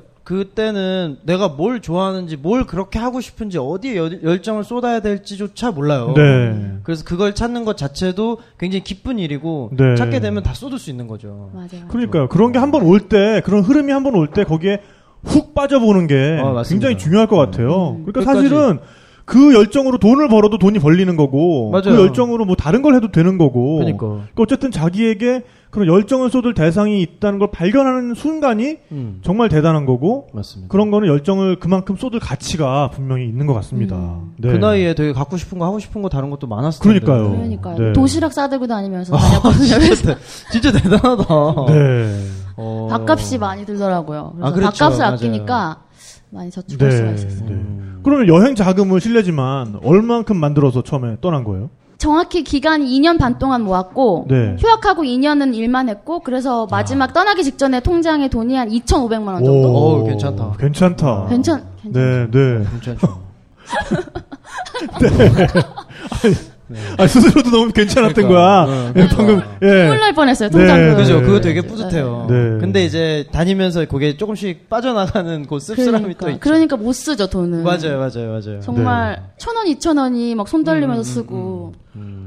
Speaker 4: 그때는 내가 뭘 좋아하는지, 뭘 그렇게 하고 싶은지, 어디에 열- 열정을 쏟아야 될지조차 몰라요.
Speaker 5: 네.
Speaker 4: 그래서 그걸 찾는 것 자체도 굉장히 기쁜 일이고
Speaker 5: 네.
Speaker 4: 찾게 되면 다 쏟을 수 있는 거죠.
Speaker 6: 맞아요
Speaker 5: 그러니까요. 그런 게 한 번 올 때, 그런 흐름이 한 번 올 때 거기에 훅 빠져보는 게
Speaker 4: 아, 맞습니다. 음,
Speaker 5: 굉장히 중요할 것 같아요. 그러니까
Speaker 4: 끝까지.
Speaker 5: 사실은 그 열정으로 돈을 벌어도 돈이 벌리는 거고,
Speaker 4: 맞아요.
Speaker 5: 그 열정으로 뭐 다른 걸 해도 되는 거고,
Speaker 4: 그러니까.
Speaker 5: 그러니까 어쨌든 자기에게 그런 열정을 쏟을 대상이 있다는 걸 발견하는 순간이
Speaker 4: 음,
Speaker 5: 정말 대단한 거고,
Speaker 4: 맞습니다.
Speaker 5: 그런 거는 열정을 그만큼 쏟을 가치가 분명히 있는 것 같습니다. 네.
Speaker 4: 그 나이에 되게 갖고 싶은 거 하고 싶은 거 다른 것도 많았을
Speaker 5: 그러니까요.
Speaker 4: 텐데. 아,
Speaker 6: 그러니까요
Speaker 5: 네.
Speaker 6: 도시락 싸들고 다니면서 다녔거든요
Speaker 4: 어. 진짜, 대- 진짜 대단하다.
Speaker 5: 네.
Speaker 4: 어.
Speaker 6: 밥값이 많이 들더라고요 그래서
Speaker 4: 아, 그렇죠.
Speaker 6: 밥값을
Speaker 4: 맞아요.
Speaker 6: 아끼니까 많이 저축할 수가
Speaker 5: 네.
Speaker 6: 있었어요
Speaker 5: 네.
Speaker 4: 음.
Speaker 5: 그러면 여행 자금을 실례지만 얼만큼 만들어서 처음에 떠난 거예요?
Speaker 6: 정확히 기간 2년 반 동안 모았고
Speaker 5: 네. 아.
Speaker 6: 휴학하고 2년은 일만 했고 그래서 마지막 떠나기 직전에 통장에 돈이 한 2,500만 원 정도.
Speaker 4: 어우, 괜찮다.
Speaker 5: 괜찮다.
Speaker 6: 괜찮 괜찮.
Speaker 5: 네, 네.
Speaker 4: 괜찮죠.
Speaker 5: 아, 스스로도 너무 괜찮았던
Speaker 4: 그러니까,
Speaker 5: 거야.
Speaker 4: 어,
Speaker 5: 예, 방금,
Speaker 6: 눈물
Speaker 5: 예.
Speaker 6: 날 뻔했어요.
Speaker 5: 네.
Speaker 6: 통장 그
Speaker 4: 그렇죠. 그죠? 그거
Speaker 5: 네.
Speaker 4: 되게 뿌듯해요.
Speaker 5: 네.
Speaker 4: 근데 이제 다니면서 그게 조금씩 빠져나가는 그 씁쓸함이 또
Speaker 6: 그러니까,
Speaker 4: 있죠.
Speaker 6: 그러니까 못 쓰죠 돈은.
Speaker 4: 맞아요, 맞아요, 맞아요.
Speaker 6: 정말
Speaker 5: 네.
Speaker 6: 천 원, 이천 원이 막 손 떨리면서
Speaker 4: 음,
Speaker 6: 쓰고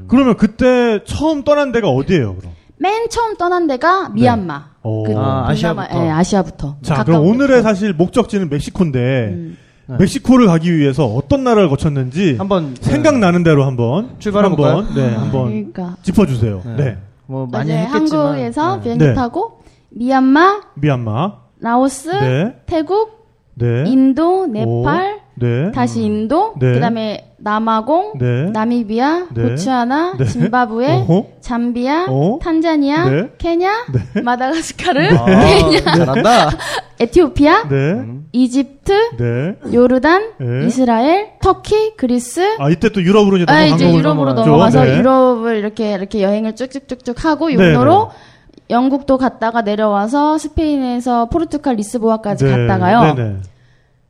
Speaker 5: 그러면 그때 처음 떠난 데가 어디예요, 그럼?
Speaker 6: 맨 처음 떠난 데가 미얀마.
Speaker 5: 네. 오.
Speaker 6: 그
Speaker 4: 아, 아시아부터.
Speaker 6: 예, 아시아부터.
Speaker 5: 자,
Speaker 6: 가까운
Speaker 5: 그럼 오늘의
Speaker 6: 데부터.
Speaker 5: 사실 목적지는 멕시코인데,
Speaker 6: 음.
Speaker 4: 네.
Speaker 5: 멕시코를 가기 위해서 어떤 나라를 거쳤는지
Speaker 4: 한번
Speaker 5: 네. 생각나는 대로 한번
Speaker 4: 출발해볼까요?
Speaker 5: 한번, 네, 한번
Speaker 6: 그러니까
Speaker 5: 짚어주세요.
Speaker 4: 네.
Speaker 5: 네.
Speaker 4: 뭐 많이
Speaker 6: 이제
Speaker 4: 했겠지만
Speaker 6: 한국에서
Speaker 4: 네.
Speaker 6: 비행기
Speaker 5: 네.
Speaker 6: 타고 미얀마,
Speaker 5: 미얀마,
Speaker 6: 라오스,
Speaker 5: 네,
Speaker 6: 태국,
Speaker 5: 네,
Speaker 6: 인도,
Speaker 5: 오,
Speaker 6: 네팔,
Speaker 5: 네,
Speaker 6: 다시 인도,
Speaker 5: 네.
Speaker 6: 그다음에 남아공,
Speaker 5: 네,
Speaker 6: 나미비아,
Speaker 5: 네.
Speaker 6: 보츠아나,
Speaker 5: 네.
Speaker 6: 짐바브웨,
Speaker 5: 어허.
Speaker 6: 잠비아,
Speaker 5: 어?
Speaker 6: 탄자니아,
Speaker 5: 네.
Speaker 6: 케냐, 마다가스카르,
Speaker 4: 아, 잘한다.
Speaker 6: 에티오피아,
Speaker 4: 음.
Speaker 5: 네,
Speaker 6: 이집트,
Speaker 5: 네.
Speaker 6: 요르단,
Speaker 5: 네.
Speaker 6: 이스라엘, 터키, 그리스,
Speaker 5: 아 이때 또 유럽으로 이제
Speaker 6: 아,
Speaker 5: 넘어간
Speaker 6: 이제
Speaker 5: 거군요.
Speaker 6: 유럽으로
Speaker 4: 넘어가죠.
Speaker 6: 넘어가서
Speaker 5: 네.
Speaker 6: 유럽을 이렇게 이렇게 여행을 쭉쭉쭉쭉 하고
Speaker 5: 네,
Speaker 6: 육로로 영국도 갔다가 내려와서 스페인에서 포르투갈 리스보아까지
Speaker 5: 네.
Speaker 6: 갔다가요.
Speaker 5: 네, 네.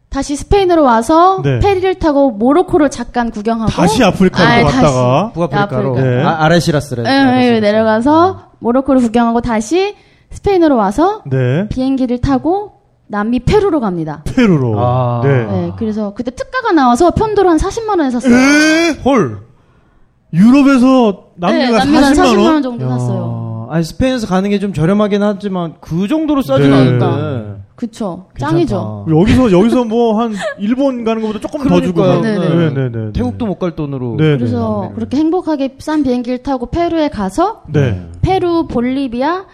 Speaker 6: 다시 스페인으로 와서
Speaker 5: 네.
Speaker 6: 페리를 타고 모로코를 잠깐 구경하고
Speaker 5: 다시 아프리카로
Speaker 6: 아,
Speaker 5: 갔다가
Speaker 4: 북아프리카로
Speaker 6: 아프리카.
Speaker 5: 네.
Speaker 4: 아, 아레시라스를
Speaker 6: 예, 예, 내려가서 모로코를 구경하고 다시 스페인으로 와서
Speaker 5: 네
Speaker 6: 비행기를 타고 남미 페루로 갑니다.
Speaker 5: 페루로
Speaker 4: 아.
Speaker 5: 네.
Speaker 6: 네, 그래서 그때 특가가 나와서 편도로 한 40만 원에 샀어요.
Speaker 5: 에? 헐 유럽에서 남미가
Speaker 6: 네, 남미가 한
Speaker 5: 40만 원?
Speaker 6: 정도 샀어요.
Speaker 4: 아니 스페인에서 가는 게 좀 저렴하긴 하지만 그 정도로 싸진
Speaker 5: 네.
Speaker 4: 않은데
Speaker 6: 그쵸. 짱이죠.
Speaker 4: 괜찮다.
Speaker 5: 여기서 여기서 뭐 한 일본 가는 것보다 조금 더 주고
Speaker 4: 그러니까요.
Speaker 6: 네,
Speaker 4: 네.
Speaker 5: 네네네.
Speaker 4: 태국도 못 갈 돈으로
Speaker 5: 네,
Speaker 6: 그래서 그렇게 행복하게 싼 비행기를 타고 페루에 가서
Speaker 5: 네.
Speaker 6: 페루, 볼리비아,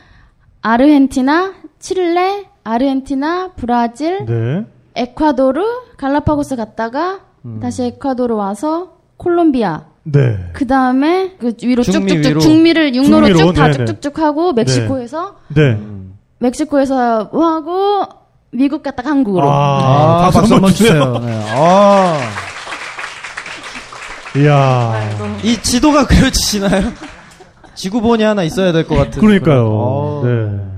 Speaker 6: 아르헨티나, 칠레, 아르헨티나, 브라질,
Speaker 5: 네.
Speaker 6: 에콰도르, 갈라파고스 갔다가 다시 에콰도르 와서 콜롬비아.
Speaker 5: 네.
Speaker 6: 그 다음에 그 위로
Speaker 4: 중미
Speaker 6: 쭉쭉쭉
Speaker 4: 위로.
Speaker 6: 중미를 육로로
Speaker 5: 중미로,
Speaker 6: 쭉 다
Speaker 5: 네네.
Speaker 6: 쭉쭉쭉 하고 멕시코에서
Speaker 5: 네.
Speaker 6: 멕시코에서 뭐 하고 미국 갔다가 한국으로.
Speaker 5: 아, 박수 한번 주세요.
Speaker 4: 네. 아.
Speaker 5: 이야.
Speaker 4: 이 지도가 그려지시나요? 지구본이 하나 있어야 될 것 같은
Speaker 5: 그러니까요.
Speaker 4: 그런- 아,
Speaker 5: 네.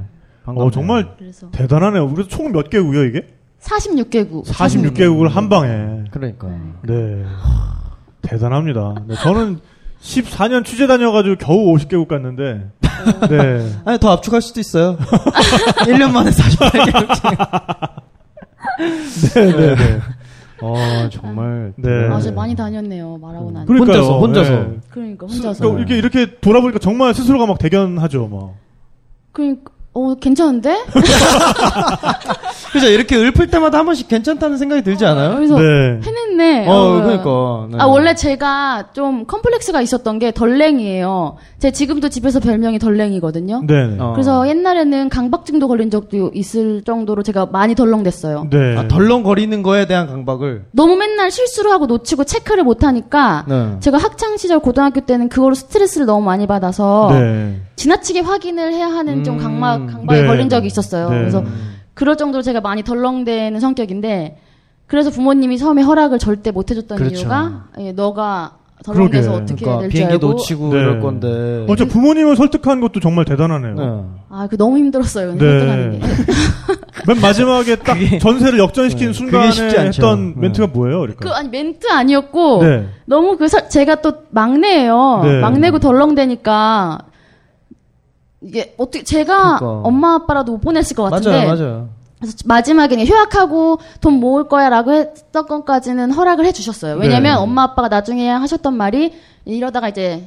Speaker 4: 반갑네요.
Speaker 5: 어, 정말
Speaker 6: 그래서
Speaker 5: 대단하네요. 우리 총몇 개국이요, 이게?
Speaker 6: 46개국.
Speaker 5: 46개국을 한 방에.
Speaker 4: 그러니까
Speaker 5: 네. 대단합니다. 네, 저는 14년 취재 다녀가지고 겨우 50개국 갔는데. 네.
Speaker 4: 아니 더 압축할 수도 있어요 1년 만에 48개월
Speaker 5: 네, 네.
Speaker 4: 아 정말
Speaker 5: 네.
Speaker 6: 아,
Speaker 4: 대단하네.
Speaker 6: 진짜 많이 다녔네요. 말하고 나니.
Speaker 5: 그러니까요.
Speaker 4: 혼자서, 혼자서.
Speaker 5: 네.
Speaker 6: 그러니까
Speaker 5: 스-
Speaker 6: 혼자서.
Speaker 5: 그러니까 이렇게 이렇게 돌아보니까 정말 스스로가 막 대견하죠, 막.
Speaker 6: 그러니까 어 괜찮은데?
Speaker 4: 그죠 이렇게 읊을 때마다 한 번씩 괜찮다는 생각이 들지 않아요?
Speaker 6: 그래서
Speaker 5: 네.
Speaker 6: 해냈네.
Speaker 4: 어 그러니까 네.
Speaker 6: 아 원래 제가 좀 컴플렉스가 있었던 게 덜랭이에요. 제 지금도 집에서 별명이 덜랭이거든요.
Speaker 5: 네. 네.
Speaker 4: 어.
Speaker 6: 그래서 옛날에는 강박증도 걸린 적도 있을 정도로 제가 많이 덜렁댔어요.
Speaker 5: 네.
Speaker 4: 아, 덜렁거리는 거에 대한 강박을
Speaker 6: 너무 맨날 실수를 하고 놓치고 체크를 못 하니까
Speaker 4: 네.
Speaker 6: 제가 학창 시절 고등학교 때는 그걸로 스트레스를 너무 많이 받아서
Speaker 5: 네.
Speaker 6: 지나치게 확인을 해야 하는 좀
Speaker 4: 음,
Speaker 6: 강막 강박에
Speaker 5: 네.
Speaker 6: 걸린 적이 있었어요.
Speaker 5: 네.
Speaker 6: 그래서 그럴 정도로 제가 많이 덜렁대는 성격인데 그래서 부모님이 처음에 허락을 절대 못 해줬던
Speaker 4: 그렇죠.
Speaker 6: 이유가 예, 너가 덜렁대서
Speaker 5: 그러게.
Speaker 6: 어떻게
Speaker 4: 그러니까
Speaker 6: 될지
Speaker 4: 비행기
Speaker 6: 알고
Speaker 4: 놓치고
Speaker 5: 네.
Speaker 4: 이럴 건데
Speaker 5: 어째 부모님을 설득한 것도 정말 대단하네요.
Speaker 4: 네.
Speaker 6: 아 그 너무 힘들었어요.
Speaker 5: 네.
Speaker 6: 설득하는 게.
Speaker 5: 맨 마지막에 딱
Speaker 4: 그게-
Speaker 5: 전세를 역전시킨
Speaker 4: 네,
Speaker 5: 순간에
Speaker 4: 그게 쉽지 않죠.
Speaker 5: 했던
Speaker 4: 네.
Speaker 5: 멘트가 뭐예요? 그러니까.
Speaker 6: 그 아니 멘트 아니었고
Speaker 5: 네.
Speaker 6: 너무 그 서- 제가 또 막내예요.
Speaker 5: 네.
Speaker 6: 막내고 덜렁대니까 이게 어떻게 제가
Speaker 4: 그러니까.
Speaker 6: 엄마 아빠라도 못 보냈을 것 같은데
Speaker 4: 맞아요 맞아요
Speaker 6: 그래서 마지막에는 휴학하고 돈 모을 거야라고 했던 것까지는 허락을 해주셨어요. 왜냐면
Speaker 5: 네.
Speaker 6: 엄마 아빠가 나중에 하셨던 말이 이러다가 이제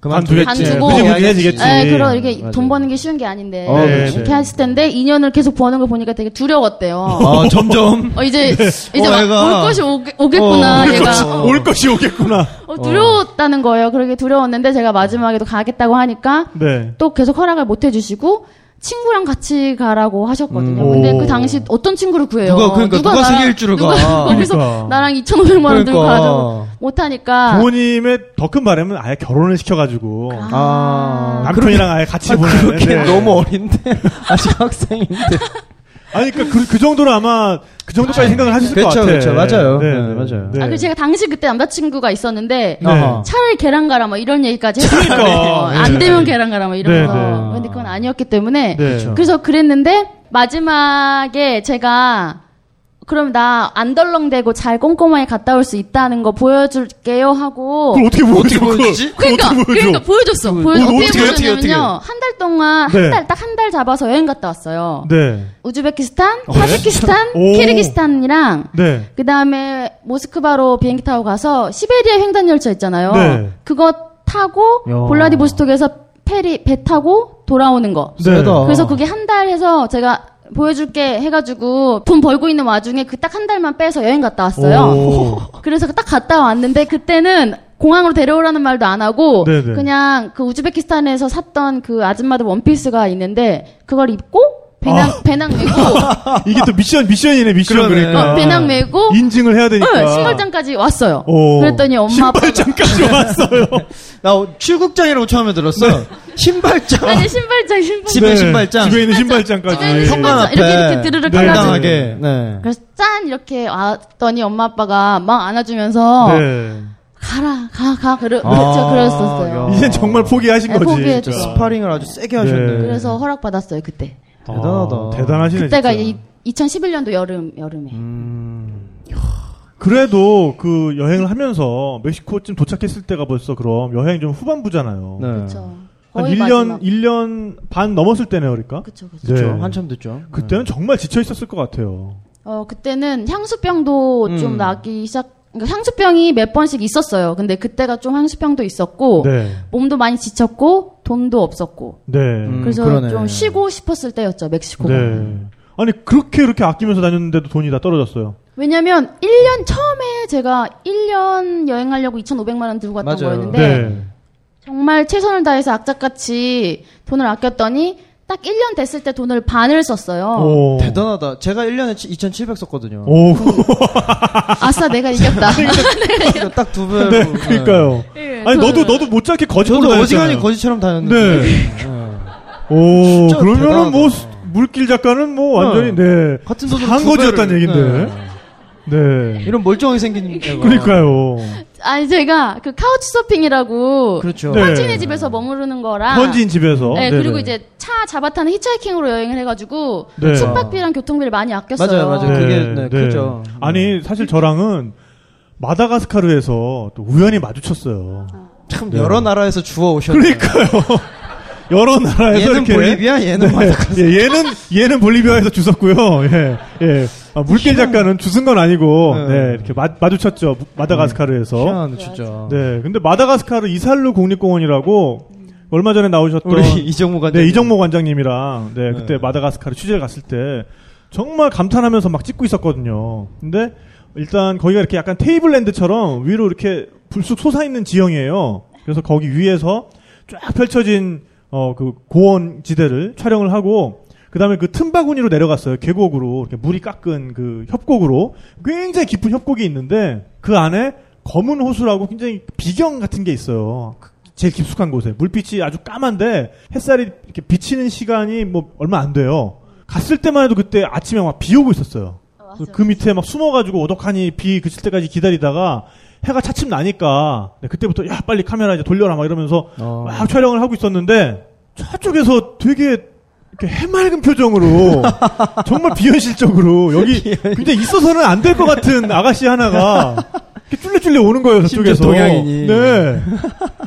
Speaker 4: 그만두겠지.
Speaker 6: 반두고. 네.
Speaker 5: 흐지부지해지겠지.
Speaker 6: 에 그런 이렇게
Speaker 4: 맞아요.
Speaker 6: 돈 버는 게 쉬운 게 아닌데
Speaker 4: 어,
Speaker 5: 그렇지.
Speaker 6: 이렇게 했을 텐데 2년을 계속 버는 걸 보니까 되게 두려웠대요.
Speaker 4: 아 점점
Speaker 6: 어, 이제 이제
Speaker 4: 어,
Speaker 6: 막
Speaker 4: 애가.
Speaker 6: 올 것이 오겠, 오겠구나
Speaker 4: 어, 올
Speaker 6: 얘가
Speaker 4: 것이-
Speaker 5: 어. 올 것이 오겠구나.
Speaker 6: 어, 두려웠다는 거예요. 그러게 두려웠는데 제가 마지막에도 가겠다고 하니까
Speaker 5: 네.
Speaker 6: 또 계속 허락을 못 해주시고 친구랑 같이 가라고 하셨거든요.
Speaker 5: 음.
Speaker 6: 근데
Speaker 5: 오.
Speaker 6: 그 당시 어떤 친구를 구해요?
Speaker 4: 누가 그러니까 누가
Speaker 6: 나랑-
Speaker 4: 생일 줄을
Speaker 6: 누가
Speaker 4: 가.
Speaker 6: 거기서
Speaker 5: 그러니까.
Speaker 6: 나랑 2,500만 원 들고
Speaker 4: 그러니까.
Speaker 6: 가서 못하니까
Speaker 5: 부모님의 더 큰 바람은 아예 결혼을 시켜가지고
Speaker 4: 아
Speaker 5: 남편이랑 아예 같이 보내는.
Speaker 4: 그렇게
Speaker 5: 네.
Speaker 4: 너무 어린데 아직 학생인데
Speaker 5: 아니 그러니까 그, 그 정도로 아마 그 정도까지 생각을 하셨을 것
Speaker 4: 그렇죠,
Speaker 5: 같아요.
Speaker 4: 그렇죠. 맞아요. 네, 맞아요.
Speaker 6: 아, 그 제가 당시 그때 남자친구가 있었는데
Speaker 5: 네.
Speaker 4: 아하.
Speaker 6: 차라리 계란 가라 막 이런 얘기까지 했어요.
Speaker 5: 그러니까.
Speaker 6: 어, 안
Speaker 5: 네.
Speaker 6: 되면 계란 가라 막 이러면서
Speaker 5: 네, 네.
Speaker 6: 근데 그건 아니었기 때문에
Speaker 5: 네.
Speaker 4: 그렇죠.
Speaker 6: 그래서 그랬는데 마지막에 제가 그럼 나 안 덜렁대고 잘 꼼꼼하게 갔다 올 수 있다는 거 보여줄게요 하고
Speaker 5: 그걸 어떻게 보여줘? 그걸
Speaker 2: 보여주지?
Speaker 5: 그걸
Speaker 6: 그러니까
Speaker 5: 어떻게 보여줘?
Speaker 6: 그러니까 보여줬어. 보여
Speaker 5: 어떻게,
Speaker 6: 어떻게
Speaker 5: 어떻게,
Speaker 2: 어떻게, 어떻게?
Speaker 6: 보여줬냐면요. 한 달 동안
Speaker 5: 네.
Speaker 6: 한 달 딱 한 달 잡아서 여행 갔다 왔어요.
Speaker 5: 네.
Speaker 6: 우즈베키스탄,
Speaker 5: 네?
Speaker 6: 타지키스탄,
Speaker 5: 오.
Speaker 6: 키르기스탄이랑
Speaker 5: 네.
Speaker 6: 그 다음에 모스크바로 비행기 타고 가서 시베리아 횡단열차 있잖아요.
Speaker 5: 네.
Speaker 6: 그거 타고
Speaker 4: 야.
Speaker 6: 볼라디보스톡에서 페리 배 타고 돌아오는 거.
Speaker 5: 네.
Speaker 4: 세다.
Speaker 6: 그래서 그게 한 달 해서 제가 보여줄게 해가지고 돈 벌고 있는 와중에 그 딱 한 달만 빼서 여행 갔다 왔어요.
Speaker 5: 오.
Speaker 6: 그래서 딱 갔다 왔는데 그때는 공항으로 데려오라는 말도 안 하고
Speaker 5: 네네.
Speaker 6: 그냥 그 우즈베키스탄에서 샀던 그 아줌마들 원피스가 있는데 그걸 입고 배낭 배낭 메고
Speaker 5: 이게 또 미션 아. 미션이네 미션
Speaker 2: 그러네.
Speaker 5: 그러니까.
Speaker 6: 어, 배낭 메고
Speaker 5: 인증을 해야 되니까.
Speaker 6: 응, 신발장까지 왔어요.
Speaker 5: 오.
Speaker 6: 그랬더니 엄마 아빠가
Speaker 5: 신발장까지 왔어요.
Speaker 7: 나 오- 출국장이라고 처음에 들었어. 신발장.
Speaker 6: 아니 신발장 신발장
Speaker 7: 집에 신발장.
Speaker 5: 네. 집에 있는 신발장까지.
Speaker 6: 집에 있는
Speaker 7: 현관
Speaker 6: 신발장 이렇게
Speaker 7: 앞에
Speaker 6: 이렇게 드르륵
Speaker 5: 네.
Speaker 6: 해가지고
Speaker 5: 당당하게.
Speaker 7: 당당하게.
Speaker 4: 네.
Speaker 6: 그래서 짠 이렇게 왔더니 엄마 아빠가 막 안아주면서
Speaker 5: 네.
Speaker 6: 가라 가가 그러
Speaker 4: 아,
Speaker 6: 저 그랬었어요.
Speaker 4: 야.
Speaker 5: 이젠 정말 포기하신
Speaker 6: 네,
Speaker 5: 거지. 그러니까.
Speaker 6: 포기했죠.
Speaker 5: 진짜.
Speaker 4: 스파링을 아주 세게 하셨네.
Speaker 5: 네.
Speaker 6: 그래서 허락 받았어요 그때.
Speaker 5: 아,
Speaker 4: 대단하다.
Speaker 5: 대단하시네.
Speaker 6: 그때가
Speaker 5: 진짜. 음.
Speaker 6: 이 2011년도 여름 여름에.
Speaker 5: 그래도 그 여행을 하면서 멕시코쯤 도착했을 때가 벌써 그럼 여행 좀 후반부잖아요.
Speaker 4: 네.
Speaker 6: 그렇죠.
Speaker 5: 한
Speaker 6: 거의
Speaker 5: 1년,
Speaker 6: 마지막.
Speaker 5: 1년 반 넘었을 때네요, 그러니까?
Speaker 6: 그쵸 그쵸.
Speaker 4: 그렇죠.
Speaker 5: 네.
Speaker 4: 한참 됐죠.
Speaker 5: 그때는 정말 지쳐 있었을 것 같아요.
Speaker 6: 어 그때는 향수병도
Speaker 4: 음.
Speaker 6: 좀 나기 시작. 그러니까 향수병이 몇 번씩 있었어요. 근데 그때가 좀 향수병도 있었고
Speaker 5: 네.
Speaker 6: 몸도 많이 지쳤고 돈도 없었고
Speaker 5: 네.
Speaker 4: 음,
Speaker 6: 그래서
Speaker 4: 그러네.
Speaker 6: 좀 쉬고 싶었을 때였죠 멕시코가.
Speaker 5: 네. 아니, 그렇게 이렇게 아끼면서 다녔는데도 돈이 다 떨어졌어요.
Speaker 6: 왜냐면 1년 처음에 제가 1년 여행하려고 2,500만 원 들고 갔던
Speaker 4: 맞아요. 네.
Speaker 6: 거였는데
Speaker 5: 네.
Speaker 6: 정말 최선을 다해서 악착같이 돈을 아꼈더니 딱 1년 됐을 때 돈을 반을 썼어요.
Speaker 5: 오.
Speaker 4: 대단하다. 제가 1년에 2,700 썼거든요.
Speaker 5: 오.
Speaker 6: 아싸 내가 이겼다.
Speaker 4: 딱 두 배.
Speaker 5: 네, 그니까요.
Speaker 6: 예,
Speaker 5: 아니, 너도, 너도 못 잡게 거짓말
Speaker 4: 저도
Speaker 5: 다녔잖아요.
Speaker 4: 어지간히 거지처럼 다녔는데.
Speaker 5: 네.
Speaker 4: 네.
Speaker 5: 오,
Speaker 4: 진짜
Speaker 5: 그러면은 뭐,
Speaker 4: 대단하다.
Speaker 5: 수- 물길 작가는 뭐,
Speaker 6: 어.
Speaker 5: 완전히, 네.
Speaker 4: 같은 돈으로
Speaker 5: 한
Speaker 4: 두
Speaker 5: 거지였다는
Speaker 4: 배를.
Speaker 5: 얘긴데. 네.
Speaker 4: 네. 이런 멀쩡하게 생긴 애가.
Speaker 5: 그러니까요.
Speaker 6: 아니 제가 그 카우치 서핑이라고
Speaker 4: 그렇죠.
Speaker 5: 네.
Speaker 6: 현지인의 집에서 머무르는 거랑
Speaker 5: 현지인 집에서.
Speaker 6: 네,
Speaker 5: 어? 네네.
Speaker 6: 그리고 이제 차 잡아타는 히치하이킹으로 여행을 해가지고
Speaker 5: 네.
Speaker 6: 숙박비랑 교통비를 많이 아꼈어요.
Speaker 4: 맞아요, 맞아요. 그게 네, 크죠. 네.
Speaker 5: 아니 사실 저랑은 마다가스카르에서 또 우연히 마주쳤어요.
Speaker 4: 참 여러 나라에서 주워 오셨네.
Speaker 5: 네. 그러니까요. 여러 나라에서
Speaker 4: 얘는
Speaker 5: 이렇게
Speaker 4: 볼리비아, 얘는
Speaker 5: 네.
Speaker 4: 마다가스카르.
Speaker 5: 예, 얘는 얘는 볼리비아에서 주웠고요. 예, 예. 아, 물개 작가는 주순 건 아니고
Speaker 4: 뭐 네.
Speaker 5: 네, 이렇게 마, 마주쳤죠 마다가스카르에서.
Speaker 4: 희한하네, 아, 진짜.
Speaker 5: 네, 근데 마다가스카르 이살루 국립공원이라고 얼마 전에 나오셨던
Speaker 4: 우리 이정모 관장.
Speaker 5: 네, 이정모 관장님이랑 네, 그때 마다가스카르 취재를 갔을 때 정말 감탄하면서 막 찍고 있었거든요. 근데 일단 거기가 이렇게 약간 테이블랜드처럼 위로 이렇게 불쑥 솟아있는 지형이에요. 그래서 거기 위에서 쫙 펼쳐진 어, 그 고원 지대를 촬영을 하고 그다음에 그 틈바구니로 내려갔어요. 계곡으로 이렇게 물이 깎은 그 협곡으로 굉장히 깊은 협곡이 있는데 그 안에 검은 호수라고 굉장히 비경 같은 게 있어요. 그 제일 깊숙한 곳에 물빛이 아주 까만데 햇살이 이렇게 비치는 시간이 뭐 얼마 안 돼요. 갔을 때만 해도 그때 아침에 막 비 오고 있었어요. 그래서 그 밑에 막 숨어가지고 오독하니 비 그칠 때까지 기다리다가 해가 차츰 나니까 네, 그때부터 야 빨리 카메라 이제 돌려라 막 이러면서
Speaker 4: 어.
Speaker 5: 막 촬영을 하고 있었는데 저쪽에서 되게 이렇게 해맑은 표정으로 정말 비현실적으로 여기 굉장히 있어서는 안 될 것 같은 아가씨 하나가 이렇게 쫄래쫄래 오는 거예요
Speaker 4: 심지어
Speaker 5: 저쪽에서
Speaker 4: 동양인이.
Speaker 5: 네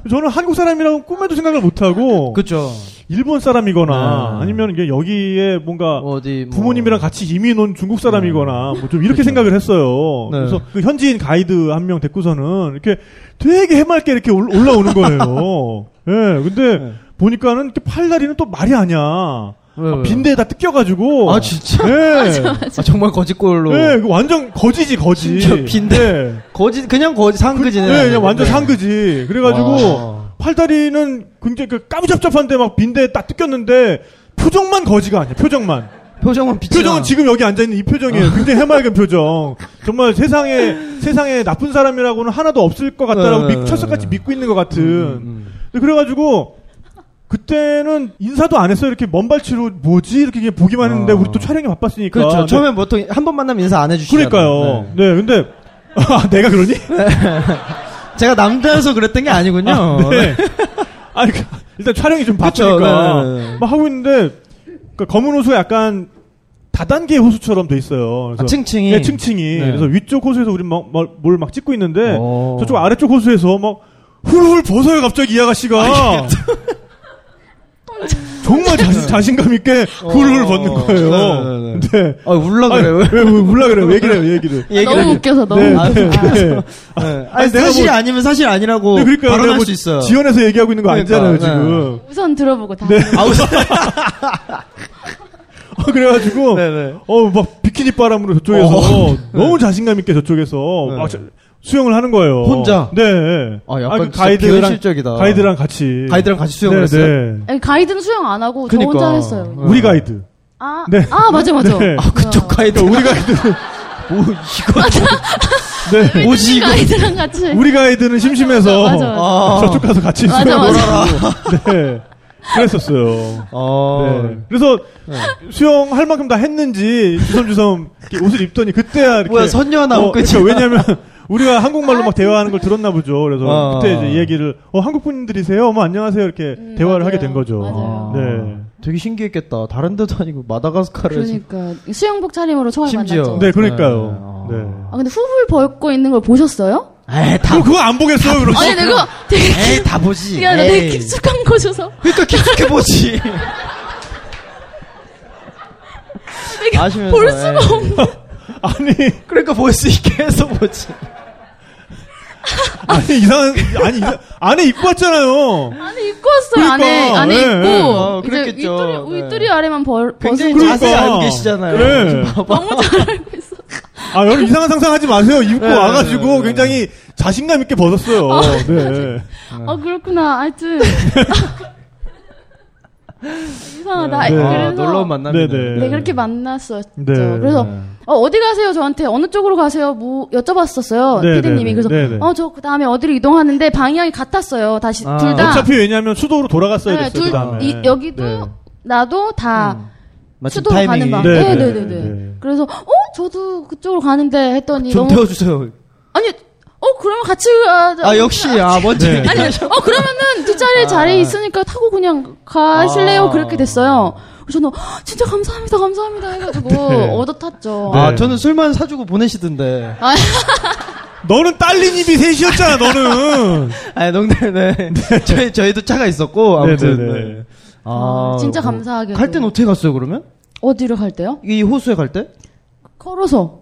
Speaker 5: 저는 한국 사람이라고 꿈에도 생각을 못 하고
Speaker 4: 그쵸.
Speaker 5: 일본 사람이거나
Speaker 4: 아.
Speaker 5: 아니면 이게 여기에 뭔가
Speaker 4: 어디. 뭐.
Speaker 5: 부모님이랑 같이 이민 온 중국 사람이거나 뭐 좀 이렇게 생각을 했어요.
Speaker 4: 네.
Speaker 5: 그래서 그 현지인 가이드 한 명 데리고서는 이렇게 되게 해맑게 이렇게 올- 올라오는 거예요. 예, 근데
Speaker 4: 네.
Speaker 5: 보니까는 이렇게 팔다리는 또 말이 아니야.
Speaker 4: 왜, 왜?
Speaker 5: 빈대에다 뜯겨가지고.
Speaker 4: 네, 아, 진짜?
Speaker 5: 예.
Speaker 4: 아, 정말 거짓골로.
Speaker 5: 예, 이거 완전 거지지, 거지.
Speaker 4: 진짜 빈대.
Speaker 5: 예.
Speaker 4: 거짓, 그냥 거짓, 상그지네. 아.
Speaker 5: 예, 그냥 완전 상그지. 그래가지고
Speaker 4: 와.
Speaker 5: 팔다리는 굉장히 그 까무잡잡한데 막 빈대에 딱 뜯겼는데 표정만 거지가 아니야, 표정만.
Speaker 4: 표정은 빛이.
Speaker 5: 표정은 지금 여기 앉아 있는 이 표정이에요. 굉장히 해맑은 표정. 정말 세상에 세상에 나쁜 사람이라고는 하나도 없을 것 같다라고
Speaker 4: 네.
Speaker 5: 미- 철석같이 믿고 있는 것 같은.
Speaker 4: 음.
Speaker 5: 근데 그래가지고 그때는 인사도 안 했어요. 이렇게 먼발치로 뭐지 이렇게 그냥 보기만 했는데
Speaker 4: 아.
Speaker 5: 우리 또 촬영이 바빴으니까.
Speaker 4: 그렇죠.
Speaker 5: 근데-
Speaker 4: 처음에 보통 한 번 만나면 인사 안 해주시잖아요.
Speaker 5: 그러니까 그러니까요.
Speaker 4: 네.
Speaker 5: 네. 근데 아, 내가 그러니?
Speaker 4: 제가 남자여서 그랬던 게 아니군요.
Speaker 5: 아, 네. 아니 그- 일단 촬영이 좀
Speaker 4: 어, 그쵸, 네,
Speaker 5: 바쁘니까
Speaker 4: 네, 네.
Speaker 5: 막 하고 있는데 그 검은 호수가 그러니까 약간 다단계 호수처럼 돼 있어요.
Speaker 4: 아,
Speaker 5: 그래서
Speaker 4: 층층이.
Speaker 5: 예, 층층이.
Speaker 4: 네.
Speaker 5: 그래서 위쪽 호수에서 우리 막, 막, 뭘 막 찍고 있는데,
Speaker 4: 어.
Speaker 5: 저쪽 아래쪽 호수에서 막, 훌훌 벗어요, 갑자기 이 아가씨가. 정말 자신, 자신감 있게 훌훌 벗는 거예요.
Speaker 4: 어. 네, 네, 네.
Speaker 5: 근데,
Speaker 4: 아, 울라
Speaker 5: 아니,
Speaker 4: 그래요.
Speaker 5: 왜, 왜 울라 그래요? 왜 그래요? 얘기를.
Speaker 4: 얘기를
Speaker 6: 너무
Speaker 4: 하죠.
Speaker 6: 웃겨서 너무
Speaker 5: 네,
Speaker 6: 웃겨서.
Speaker 4: 웃겨.
Speaker 5: 네.
Speaker 4: 네.
Speaker 5: 아니,
Speaker 4: 아니,
Speaker 5: 내가
Speaker 4: 사실이
Speaker 5: 뭐-
Speaker 4: 아니면 사실 아니라고
Speaker 5: 네, 그러니까
Speaker 4: 발언할 수 있어요.
Speaker 5: 지연해서 얘기하고 있는 거
Speaker 4: 그러니까,
Speaker 5: 아니잖아요,
Speaker 4: 네.
Speaker 5: 지금.
Speaker 6: 우선 들어보고 다.
Speaker 5: 네.
Speaker 4: 아우,
Speaker 5: 어, 그래가지고,
Speaker 4: 네네.
Speaker 5: 어, 막 비키니 바람으로 저쪽에서 어, 너무 자신감 있게 저쪽에서
Speaker 4: 어. 네.
Speaker 5: 막 자- 수영을 하는 거예요.
Speaker 4: 혼자?
Speaker 5: 네.
Speaker 4: 아, 약간
Speaker 5: 그
Speaker 4: 진짜 비현실적이다.
Speaker 5: 가이드랑 같이.
Speaker 4: 가이드랑 같이 수영을
Speaker 5: 네,
Speaker 4: 했어요?
Speaker 5: 네.
Speaker 6: 아니, 가이드는 수영 안 하고
Speaker 4: 그니까.
Speaker 6: 저 혼자 했어요.
Speaker 4: 네.
Speaker 5: 우리 가이드.
Speaker 6: 아,
Speaker 5: 네.
Speaker 6: 아 맞아 맞아.
Speaker 5: 네.
Speaker 4: 아, 그쪽 가이드. 우리 가이드. 뭐, 이거. 좀-
Speaker 5: 네.
Speaker 4: 뭐지, 이거.
Speaker 6: 가이드랑 같이.
Speaker 5: 우리 가이드는 심심해서
Speaker 6: 맞아, 맞아.
Speaker 4: 아.
Speaker 5: 저쪽 가서 같이
Speaker 6: 맞아,
Speaker 5: 수영을
Speaker 6: 맞아.
Speaker 5: 하고. 네. 그랬었어요.
Speaker 4: 어.
Speaker 5: 네. 그래서 수영할 만큼 다 했는지 주섬주섬 이렇게 옷을 입더니 그때야 이렇게
Speaker 4: 뭐야, 선녀 하나
Speaker 5: 어,
Speaker 4: 옷 끝이.
Speaker 5: 그러니까 왜냐면 우리가 한국말로 막 대화하는 걸 들었나 보죠. 그래서
Speaker 4: 아.
Speaker 5: 그때 이제 이야기를 어 한국 분들이세요? 어머 안녕하세요 이렇게
Speaker 6: 음,
Speaker 5: 대화를
Speaker 6: 맞아요.
Speaker 5: 하게 된 거죠.
Speaker 6: 맞아요.
Speaker 5: 네.
Speaker 4: 되게 신기했겠다. 다른 데도 아니고 마다가스카르에서.
Speaker 6: 그러니까 수영복 차림으로 처음
Speaker 4: 심지어.
Speaker 6: 만났죠.
Speaker 5: 네, 그러니까요.
Speaker 4: 네.
Speaker 5: 네.
Speaker 6: 아 근데 후불 벗고 있는 걸 보셨어요?
Speaker 4: 에이, 다,
Speaker 5: 그럼 그거 안 보겠어요, 그러지?
Speaker 6: 아니 내가 되게
Speaker 4: 에이, 다 보지.
Speaker 6: 야, 나 되게
Speaker 4: 에이.
Speaker 6: 깊숙한 곳에서
Speaker 4: 그러니까 깊숙해 보지.
Speaker 6: 되게
Speaker 4: 아시면서, 예.
Speaker 6: 볼 수가
Speaker 4: 에이.
Speaker 6: 없는.
Speaker 5: 아니,
Speaker 4: 그러니까 볼 수 있게 해서 보지.
Speaker 5: 아니 이상한 아니 이상- 안에 입고 왔잖아요.
Speaker 6: 안에 입고 왔어요.
Speaker 5: 그러니까,
Speaker 6: 안에 안에
Speaker 5: 예,
Speaker 6: 입고
Speaker 5: 예.
Speaker 4: 어,
Speaker 6: 이제
Speaker 4: 그랬겠죠.
Speaker 6: 윗두리
Speaker 4: 네.
Speaker 6: 윗두리 아래만 벌
Speaker 4: 굉장히
Speaker 6: 벗은
Speaker 5: 그러니까.
Speaker 4: 자세히 알고 계시잖아요.
Speaker 5: 네.
Speaker 6: 너무 잘 알고 있어.
Speaker 5: 아 여러분 이상한 상상하지 마세요. 입고
Speaker 4: 네,
Speaker 5: 와가지고
Speaker 4: 네, 네.
Speaker 5: 굉장히 자신감 있게 벗었어요. 네.
Speaker 6: 아 그렇구나. 하여튼 이상하다.
Speaker 4: 네. 아,
Speaker 6: 그래서
Speaker 4: 놀라운 만남이네.
Speaker 5: 네네.
Speaker 6: 네 그렇게 만났었죠.
Speaker 5: 네.
Speaker 6: 그래서 어, 어디 가세요? 저한테 어느 쪽으로 가세요? 뭐 여쭤봤었어요.
Speaker 5: 네, 네, 네,
Speaker 6: 피디님이 그래서
Speaker 5: 네, 네.
Speaker 6: 어 저 그다음에 어디로 이동하는데 방향이 같았어요. 다시
Speaker 4: 아.
Speaker 6: 둘 다.
Speaker 5: 어차피 왜냐하면 수도로 돌아갔어야
Speaker 6: 네,
Speaker 5: 됐어요.
Speaker 6: 둘,
Speaker 5: 그다음에.
Speaker 6: 이- 여기도
Speaker 5: 네.
Speaker 6: 나도 다
Speaker 4: 음, 마침
Speaker 6: 수도로 가는 방.
Speaker 5: 네, 네,
Speaker 6: 네, 네,
Speaker 5: 네,
Speaker 6: 네,
Speaker 5: 네.
Speaker 6: 네. 그래서 어 저도 그쪽으로 가는데 했더니
Speaker 4: 좀
Speaker 6: 너무
Speaker 4: 태워주세요.
Speaker 6: 아니 어 그러면 같이 가.
Speaker 4: 아, 역시, 아, 먼저.
Speaker 5: 네.
Speaker 4: 얘기해.
Speaker 6: 아니, 어, 그러면은 뒷자리에 자리 있으니까 타고 그냥 가실래요?
Speaker 4: 아.
Speaker 6: 그렇게 됐어요. 그래서 저는 헉, 진짜 감사합니다, 감사합니다 해가지고
Speaker 5: 네.
Speaker 6: 얻어 탔죠.
Speaker 5: 네.
Speaker 4: 아, 저는 술만 사주고 보내시던데.
Speaker 6: 아,
Speaker 5: 너는 딸린 입이 셋이었잖아, 너는.
Speaker 4: 아니, 농담이네. 저희, 저희도 차가 있었고, 아무튼.
Speaker 5: 네네네.
Speaker 4: 네.
Speaker 6: 아, 진짜
Speaker 4: 뭐,
Speaker 6: 감사하게도.
Speaker 4: 갈 땐 어떻게 갔어요, 그러면?
Speaker 6: 어디로 갈 때요?
Speaker 4: 이 호수에 갈 때?
Speaker 6: 걸어서.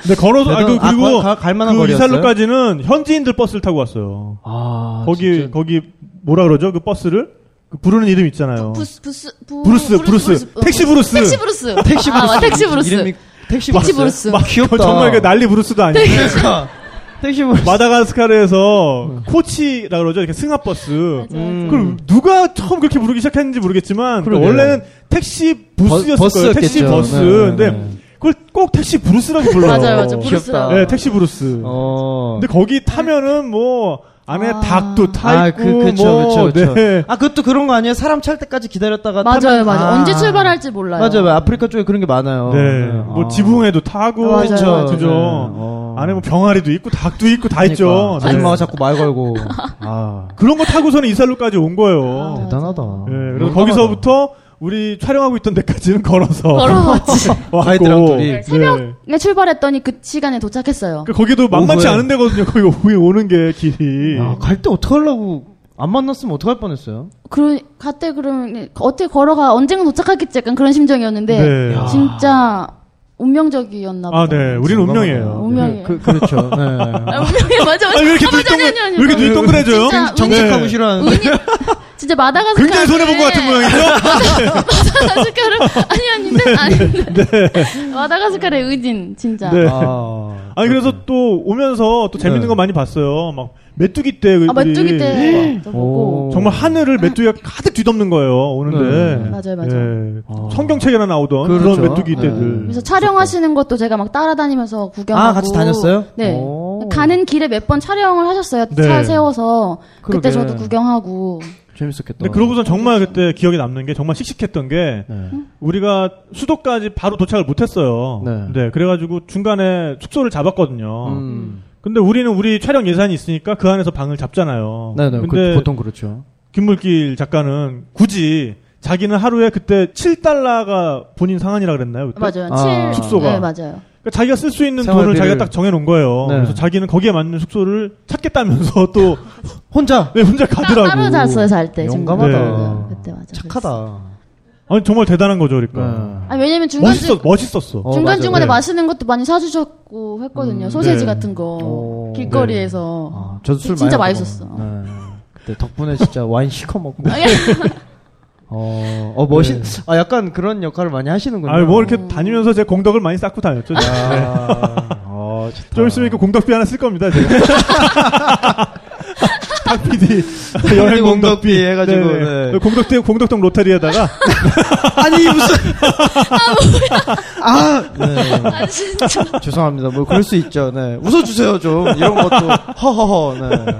Speaker 5: 근데 걸어서, 아, 그,
Speaker 4: 아,
Speaker 5: 그리고
Speaker 4: 가- 가- 갈 만한
Speaker 5: 그
Speaker 4: 거리였어요?
Speaker 5: 이사로까지는 현지인들 버스를 타고 왔어요.
Speaker 4: 아,
Speaker 5: 거기, 거기, 뭐라 그러죠? 그 버스를? 그 부르는 이름 있잖아요.
Speaker 6: 부스, 부스, 부,
Speaker 5: 브루스, 브루스, 택시 브루스.
Speaker 6: 택시 브루스.
Speaker 4: 택시
Speaker 6: 아,
Speaker 4: 브루스.
Speaker 6: 맞아, 택시 브루스.
Speaker 4: 이름이 택시
Speaker 6: 택시
Speaker 4: 브루스요?
Speaker 6: 브루스.
Speaker 4: 막 귀엽다.
Speaker 5: 정말 그 난리 브루스도 아니고.
Speaker 4: 그러니까. 택시 브루스.
Speaker 5: 마다가스카르에서 코치라 그러죠. 이렇게 승합버스.
Speaker 4: 음.
Speaker 5: 그걸 누가 처음 그렇게 부르기 시작했는지 모르겠지만
Speaker 4: 그러게요.
Speaker 5: 원래는 택시 부스였을
Speaker 4: 버-
Speaker 5: 거예요. 택시
Speaker 4: 버스였겠죠.
Speaker 5: 버스.
Speaker 4: 네, 네,
Speaker 5: 근데
Speaker 4: 네.
Speaker 5: 그걸 꼭 택시 브루스라고 불러요.
Speaker 6: 맞아요, 맞아요.
Speaker 4: 귀엽다.
Speaker 6: 브루스라고.
Speaker 5: 네, 택시 브루스.
Speaker 4: 어.
Speaker 5: 근데 거기 타면은 뭐 안에
Speaker 6: 아.
Speaker 5: 닭도 타
Speaker 4: 아,
Speaker 5: 있고
Speaker 4: 그, 그쵸,
Speaker 5: 뭐
Speaker 4: 그쵸, 그쵸.
Speaker 5: 네.
Speaker 4: 아, 그것도 그런 거 아니에요? 사람 찰 때까지 기다렸다가.
Speaker 6: 맞아요,
Speaker 4: 타면-
Speaker 6: 맞아요.
Speaker 4: 아.
Speaker 6: 언제 출발할지 몰라요.
Speaker 4: 맞아요. 맞아요. 아프리카 쪽에 그런 게 많아요.
Speaker 5: 네. 뭐
Speaker 4: 아.
Speaker 5: 지붕에도 타고
Speaker 6: 맞아요,
Speaker 5: 그쵸,
Speaker 6: 맞아요.
Speaker 5: 그죠.
Speaker 4: 네. 어.
Speaker 5: 안에 뭐 병아리도 있고 닭도 있고 다 있죠.
Speaker 4: 그러니까. 아줌마가
Speaker 5: 네.
Speaker 4: 자꾸 말 걸고. 아.
Speaker 5: 그런 거 타고서는 이살로까지 온 거예요.
Speaker 4: 대단하다.
Speaker 5: 예, 그래서 거기서부터 우리 촬영하고 있던 데까지는 걸어서
Speaker 6: 걸어왔지.
Speaker 5: 왔고.
Speaker 4: 가이드랑 둘이.
Speaker 5: 네.
Speaker 6: 새벽- 네, 출발했더니 그 시간에 도착했어요.
Speaker 5: 그 거기도
Speaker 4: 오후에.
Speaker 5: 만만치
Speaker 4: 아,
Speaker 5: 않은 데거든요. 거기 오후에 오는 게 길이.
Speaker 4: 갈때 어떡하려고. 안 만났으면 어떡할 뻔했어요.
Speaker 6: 그, 갔대 그러면 어떻게 걸어가 언젠가 도착하겠지 약간 그런 심정이었는데
Speaker 5: 네. 야.
Speaker 6: 진짜 운명적이었나 보다.
Speaker 5: 아, 네. 우리는 운명이에요.
Speaker 6: 운명이에요.
Speaker 4: 그, 그, 그렇죠.
Speaker 6: 아,
Speaker 4: 네.
Speaker 6: 운명이에요. 맞아. 맞아.
Speaker 5: 아니, 왜 이렇게
Speaker 6: 아,
Speaker 5: 눈이
Speaker 6: 맞아,
Speaker 5: 동그래-
Speaker 6: 아니, 아니,
Speaker 5: 왜 이렇게
Speaker 6: 아니.
Speaker 5: 눈이 동그래져요?
Speaker 6: 진짜
Speaker 5: 정- 정직하고
Speaker 6: 운이-
Speaker 4: 싫어하는데.
Speaker 6: 운이- 진짜 마다가스카르
Speaker 5: 네. 굉장히 손해본 것
Speaker 4: 네.
Speaker 5: 같은 모양이죠?
Speaker 6: 마다가스카르 아니 네, 아닌데 아닌데 마다가스카르의 의진 진짜
Speaker 5: 네.
Speaker 4: 아.
Speaker 5: 아니 그래서 또 오면서 또 재밌는
Speaker 4: 네.
Speaker 5: 거 많이 봤어요. 막 메뚜기 때 우리
Speaker 6: 아 메뚜기 때 보고
Speaker 4: 네. 오.
Speaker 5: 정말 하늘을 메뚜기가 가득 뒤덮는 거예요. 오는데
Speaker 4: 네.
Speaker 6: 맞아요, 맞아요.
Speaker 5: 예. 성경책에나 나오던 그런
Speaker 4: 그렇죠.
Speaker 5: 메뚜기
Speaker 4: 네.
Speaker 5: 때들.
Speaker 6: 그래서 촬영하시는 것도 제가 막 따라다니면서 구경하고
Speaker 4: 아, 같이 다녔어요?
Speaker 6: 네
Speaker 4: 오.
Speaker 6: 가는 길에 몇 번 촬영을 하셨어요
Speaker 5: 네.
Speaker 6: 차 세워서 그때
Speaker 4: 그러게.
Speaker 6: 저도 구경하고
Speaker 4: 재밌었겠다.
Speaker 5: 근데 그러고선 정말 그때 기억에 남는 게 정말 씩씩했던 게
Speaker 4: 네.
Speaker 5: 우리가 수도까지 바로 도착을 못했어요.
Speaker 4: 네.
Speaker 5: 그래가지고 중간에 숙소를 잡았거든요.
Speaker 4: 음.
Speaker 5: 근데 우리는 우리 촬영 예산이 있으니까
Speaker 4: 네,
Speaker 5: 그 안에서 방을 잡잖아요.
Speaker 4: 네네. 그-
Speaker 5: 근데
Speaker 4: 보통 그렇죠.
Speaker 5: 김물길 작가는 굳이 자기는 하루에 그때 7달러가 본인 상한이라 그랬나요? 그때?
Speaker 6: 맞아요.
Speaker 4: 아.
Speaker 6: 칠-
Speaker 5: 숙소가.
Speaker 6: 네, 맞아요.
Speaker 5: 그러니까 자기가 쓸 수 있는 돈을
Speaker 4: 생활비를-
Speaker 5: 자기가 딱 정해놓은 거예요.
Speaker 4: 네.
Speaker 5: 그래서 자기는 거기에 맞는 숙소를 찾겠다면서 또
Speaker 4: 혼자
Speaker 5: 네, 혼자
Speaker 6: 따,
Speaker 5: 가더라고.
Speaker 6: 따로 잤어요, 잘 때. 지금.
Speaker 4: 용감하다.
Speaker 6: 네, 네, 그때 맞아. 그랬어요.
Speaker 4: 착하다.
Speaker 5: 아니 정말 대단한 거죠, 그러니까.
Speaker 4: 네.
Speaker 6: 아니, 왜냐면 중간
Speaker 5: 멋있었, 멋있었어.
Speaker 4: 어,
Speaker 6: 중간 중간에
Speaker 4: 맞아.
Speaker 6: 맛있는 것도 많이 사주셨고 했거든요.
Speaker 4: 음,
Speaker 6: 소세지
Speaker 5: 네.
Speaker 6: 같은 거
Speaker 4: 오,
Speaker 6: 어, 길거리에서.
Speaker 4: 아, 저도 술
Speaker 6: 진짜
Speaker 4: 많이
Speaker 6: 맛있었어. 네.
Speaker 4: 먹었어요. 네. 그때 덕분에 진짜 와인 시커 먹고.
Speaker 6: 아니,
Speaker 4: 어, 어 멋있. 아 약간 그런 역할을 많이 하시는군요.
Speaker 5: 네. 아니 뭐 이렇게 다니면서 제 공덕을 많이 쌓고 다녔죠. 제가. 네.
Speaker 4: 아, 어, 좋다.
Speaker 5: 좀 있으면 그 공덕비 하나 쓸 겁니다. 제가. 탁 PD 여행
Speaker 4: 아, 공덕비 해가지고,
Speaker 5: 네네. 그
Speaker 4: 네.
Speaker 5: 공덕대 공덕동 로타리에다가
Speaker 4: 아니 무슨 아, 네. 죄송합니다. 뭐 그럴 수 있죠. 네. 웃어주세요 좀 이런 것도 허허허. 네.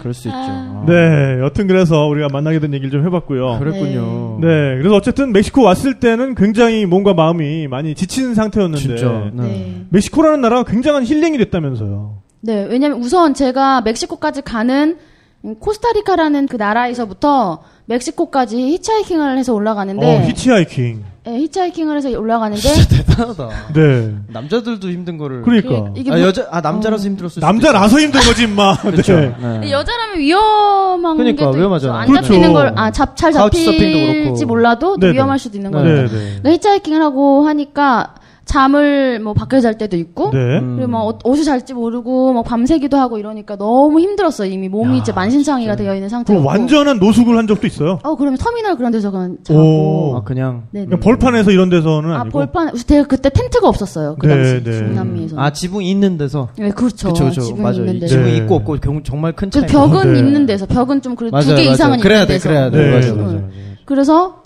Speaker 4: 그럴 수 있죠. 아,
Speaker 5: 네 여튼 그래서 우리가 만나게 된 얘기를 좀 해봤고요.
Speaker 4: 그랬군요.
Speaker 5: 네 그래서 어쨌든 멕시코 왔을 때는 굉장히 몸과 마음이 많이 지친 상태였는데
Speaker 4: 진짜. 네.
Speaker 6: 네.
Speaker 5: 멕시코라는 나라가 굉장한 힐링이 됐다면서요.
Speaker 6: 네, 왜냐면 우선 제가 멕시코까지 가는 음, 코스타리카라는 그 나라에서부터 멕시코까지 히치하이킹을 해서 올라가는데
Speaker 5: 어 히치하이킹.
Speaker 6: 네, 히치하이킹을 해서 올라가는데
Speaker 4: 대단하다.
Speaker 5: 네
Speaker 4: 남자들도 힘든 거를.
Speaker 5: 그러니까
Speaker 6: 이게
Speaker 4: 아,
Speaker 6: 뭐-
Speaker 4: 여자 아 남자라서 힘들었을 수도
Speaker 5: 남자라서 힘든 거지 임마.
Speaker 4: 그렇죠.
Speaker 5: 네.
Speaker 6: 근데 여자라면 위험한
Speaker 4: 그러니까,
Speaker 6: 게또
Speaker 4: 위험하잖아요.
Speaker 6: 있죠. 안 잡히는
Speaker 5: 그렇죠.
Speaker 6: 걸아잘
Speaker 4: 카우치서핑도
Speaker 6: 잡힐지
Speaker 4: 그렇고.
Speaker 6: 몰라도 또
Speaker 5: 네네.
Speaker 6: 위험할 수도 있는 거예요.
Speaker 5: 네네.
Speaker 6: 그러니까 히치하이킹을 하고 하니까 잠을 뭐 밖에서 잘 때도 있고
Speaker 5: 네.
Speaker 4: 음.
Speaker 6: 그리고 막 어- 어디서 잘지 모르고 막 밤새기도 하고 이러니까 너무 힘들었어요. 이미 몸이 이제 만신창이가 되어 있는 상태고.
Speaker 5: 그럼 완전한 노숙을 한 적도 있어요.
Speaker 6: 어 그러면 터미널 그런 데서 그냥
Speaker 5: 오.
Speaker 6: 자고.
Speaker 4: 아 그냥.
Speaker 6: 네. 네.
Speaker 5: 그러니까 벌판에서 이런 데서는
Speaker 6: 아
Speaker 5: 아니고.
Speaker 6: 벌판. 제가 그때 텐트가 없었어요. 그
Speaker 5: 네,
Speaker 6: 당시
Speaker 5: 네.
Speaker 6: 중남미에서.
Speaker 4: 아 지붕 있는 데서.
Speaker 6: 네 그렇죠.
Speaker 4: 그쵸 그쵸
Speaker 6: 지붕
Speaker 4: 맞아요.
Speaker 6: 있는데.
Speaker 4: 지붕
Speaker 5: 네.
Speaker 4: 있고 없고 경- 정말 큰
Speaker 6: 그
Speaker 4: 차이.
Speaker 6: 벽은
Speaker 5: 네.
Speaker 6: 있는 데서 벽은 좀 그래
Speaker 4: 맞아요,
Speaker 6: 두개
Speaker 4: 맞아요.
Speaker 6: 이상은
Speaker 4: 그래야
Speaker 6: 있는
Speaker 4: 돼,
Speaker 6: 데서.
Speaker 4: 그래야 돼.
Speaker 5: 네,
Speaker 4: 맞아요,
Speaker 5: 맞아요.
Speaker 4: 맞아요.
Speaker 6: 그래서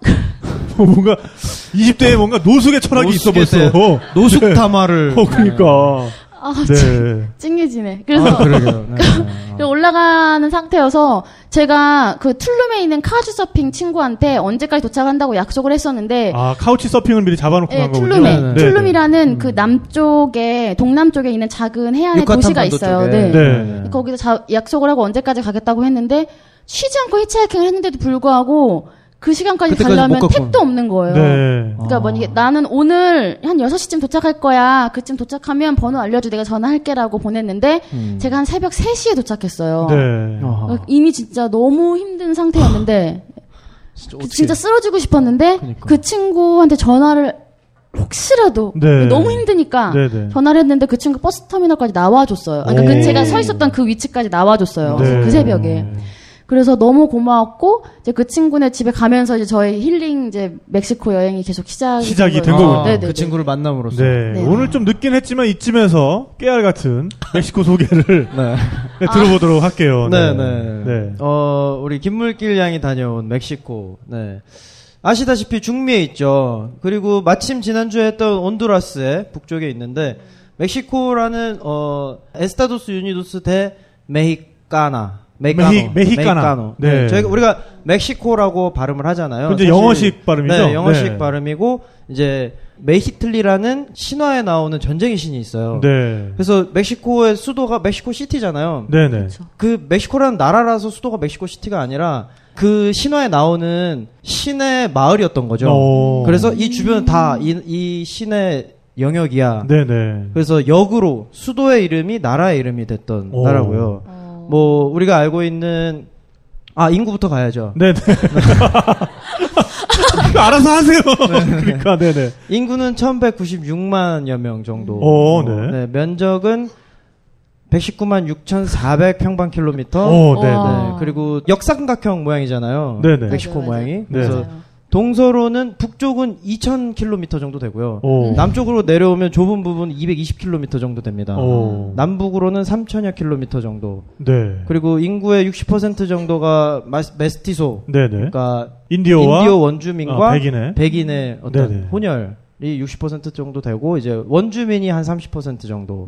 Speaker 5: 뭔가 20대에 뭔가 노숙의 철학이 있어 벌써.
Speaker 7: 노숙에 대해-
Speaker 5: 어,
Speaker 7: 노숙
Speaker 5: 네.
Speaker 7: 담화를
Speaker 5: 어, 그러니까.
Speaker 6: 아
Speaker 5: 네.
Speaker 6: 찡해지네. 그래서
Speaker 4: 아, 그러게요. 네.
Speaker 6: 그래서 올라가는 상태여서 제가 그 툴룸에 있는 카주 서핑 친구한테 언제까지 도착한다고 약속을 했었는데
Speaker 5: 아, 카우치 서핑을 미리 잡아놓고
Speaker 6: 예,
Speaker 5: 간 거군요.
Speaker 6: 툴룸에
Speaker 4: 네, 네.
Speaker 6: 툴룸이라는 그 남쪽에 동남쪽에 있는 작은 해안의
Speaker 4: 유카탄
Speaker 6: 도시가
Speaker 4: 반도
Speaker 6: 있어요.
Speaker 4: 쪽에.
Speaker 6: 네.
Speaker 5: 네.
Speaker 6: 거기서 자- 약속을 하고 언제까지 가겠다고 했는데 쉬지 않고 히치하이킹을 했는데도 불구하고 그 시간까지
Speaker 4: 그때까지 못
Speaker 6: 가려면
Speaker 4: 갔구나. 아.
Speaker 6: 택도 없는 거예요.
Speaker 5: 네.
Speaker 6: 그러니까 뭐 이게 나는 오늘 한 6시쯤 도착할 거야. 그쯤 도착하면 번호 알려줘. 내가 전화할게라고 보냈는데
Speaker 4: 음.
Speaker 6: 제가 한 새벽 3시에 도착했어요.
Speaker 5: 네.
Speaker 4: 아하.
Speaker 6: 그러니까 이미 진짜 너무 힘든 상태였는데
Speaker 4: 진짜
Speaker 6: 그
Speaker 4: 어떻게-
Speaker 6: 진짜 쓰러지고 싶었는데
Speaker 4: 그러니까.
Speaker 6: 그 친구한테 전화를 혹시라도
Speaker 5: 네.
Speaker 6: 너무 힘드니까
Speaker 5: 네네.
Speaker 6: 전화를 했는데 그 친구 버스 터미널까지 나와줬어요. 그러니까 그
Speaker 5: 오.
Speaker 6: 제가 서 있었던 그 위치까지 나와줬어요.
Speaker 5: 네.
Speaker 6: 그 새벽에. 그래서 너무 고마웠고 이제 그 친구네 집에 가면서 이제 저의 힐링 이제 멕시코 여행이 계속 시작이,
Speaker 5: 시작이 된
Speaker 4: 아,
Speaker 5: 거군요.
Speaker 6: 네, 네,
Speaker 4: 그
Speaker 6: 네.
Speaker 4: 친구를 만남으로써.
Speaker 5: 네.
Speaker 6: 네.
Speaker 5: 오늘 좀 늦긴 했지만 이쯤에서 깨알 같은 멕시코 소개를
Speaker 4: 네.
Speaker 5: 네, 들어보도록 할게요.
Speaker 4: 네,
Speaker 5: 네.
Speaker 4: 네.
Speaker 5: 네.
Speaker 4: 어, 우리 김물길 양이 다녀온 멕시코. 네. 아시다시피 중미에 있죠. 그리고 마침 지난주에 했던 온두라스의 북쪽에 있는데 멕시코라는 어 에스타도스 유니도스 대 메히카나 메히카노,
Speaker 5: 메히- 메히카나.
Speaker 4: 네.
Speaker 5: 네.
Speaker 4: 저희가 우리가 멕시코라고 발음을 하잖아요.
Speaker 5: 근데
Speaker 4: 사실-
Speaker 5: 영어식 발음이죠?
Speaker 4: 네, 영어식
Speaker 5: 네.
Speaker 4: 발음이고 이제 메히틀리라는 신화에 나오는 전쟁의 신이 있어요.
Speaker 5: 네.
Speaker 4: 그래서 멕시코의 수도가 멕시코 시티잖아요.
Speaker 5: 네. 네.
Speaker 4: 그 멕시코라는 나라라서 수도가 멕시코 시티가 아니라 그 신화에 나오는 신의 마을이었던 거죠.
Speaker 5: 오.
Speaker 4: 그래서 이 주변은 다이 이 신의 영역이야.
Speaker 5: 네, 네.
Speaker 4: 그래서 역으로 수도의 이름이 나라의 이름이 됐던
Speaker 5: 오.
Speaker 4: 나라고요. 뭐 우리가 알고 있는 아 인구부터 가야죠.
Speaker 5: 네, 네. 알아서 하세요. 그러니까, 네, 네.
Speaker 4: 인구는 1196만여 명 정도.
Speaker 5: 오,
Speaker 4: 어,
Speaker 5: 네.
Speaker 4: 면적은 119만 6,400 평방킬로미터.
Speaker 5: 오, 네,
Speaker 6: 와.
Speaker 5: 네.
Speaker 4: 네, 그리고 역삼각형 모양이잖아요.
Speaker 5: 네네.
Speaker 4: 멕시코
Speaker 6: 맞아요,
Speaker 4: 모양이.
Speaker 6: 맞아요.
Speaker 4: 그래서
Speaker 6: 맞아요.
Speaker 4: 동서로는 북쪽은 2,000km 정도 되고요.
Speaker 5: 오.
Speaker 4: 남쪽으로 내려오면 좁은 부분 220km 정도 됩니다.
Speaker 5: 오.
Speaker 4: 남북으로는 3,000여 km 정도.
Speaker 5: 네.
Speaker 4: 그리고 인구의 60% 정도가 마스- 메스티소.
Speaker 5: 네, 네.
Speaker 4: 그러니까
Speaker 5: 인디오와
Speaker 4: 인디오 원주민과
Speaker 5: 아, 백인의.
Speaker 4: 백인의 어떤
Speaker 5: 네네.
Speaker 4: 혼혈이 60% 정도 되고 이제 원주민이 한 30% 정도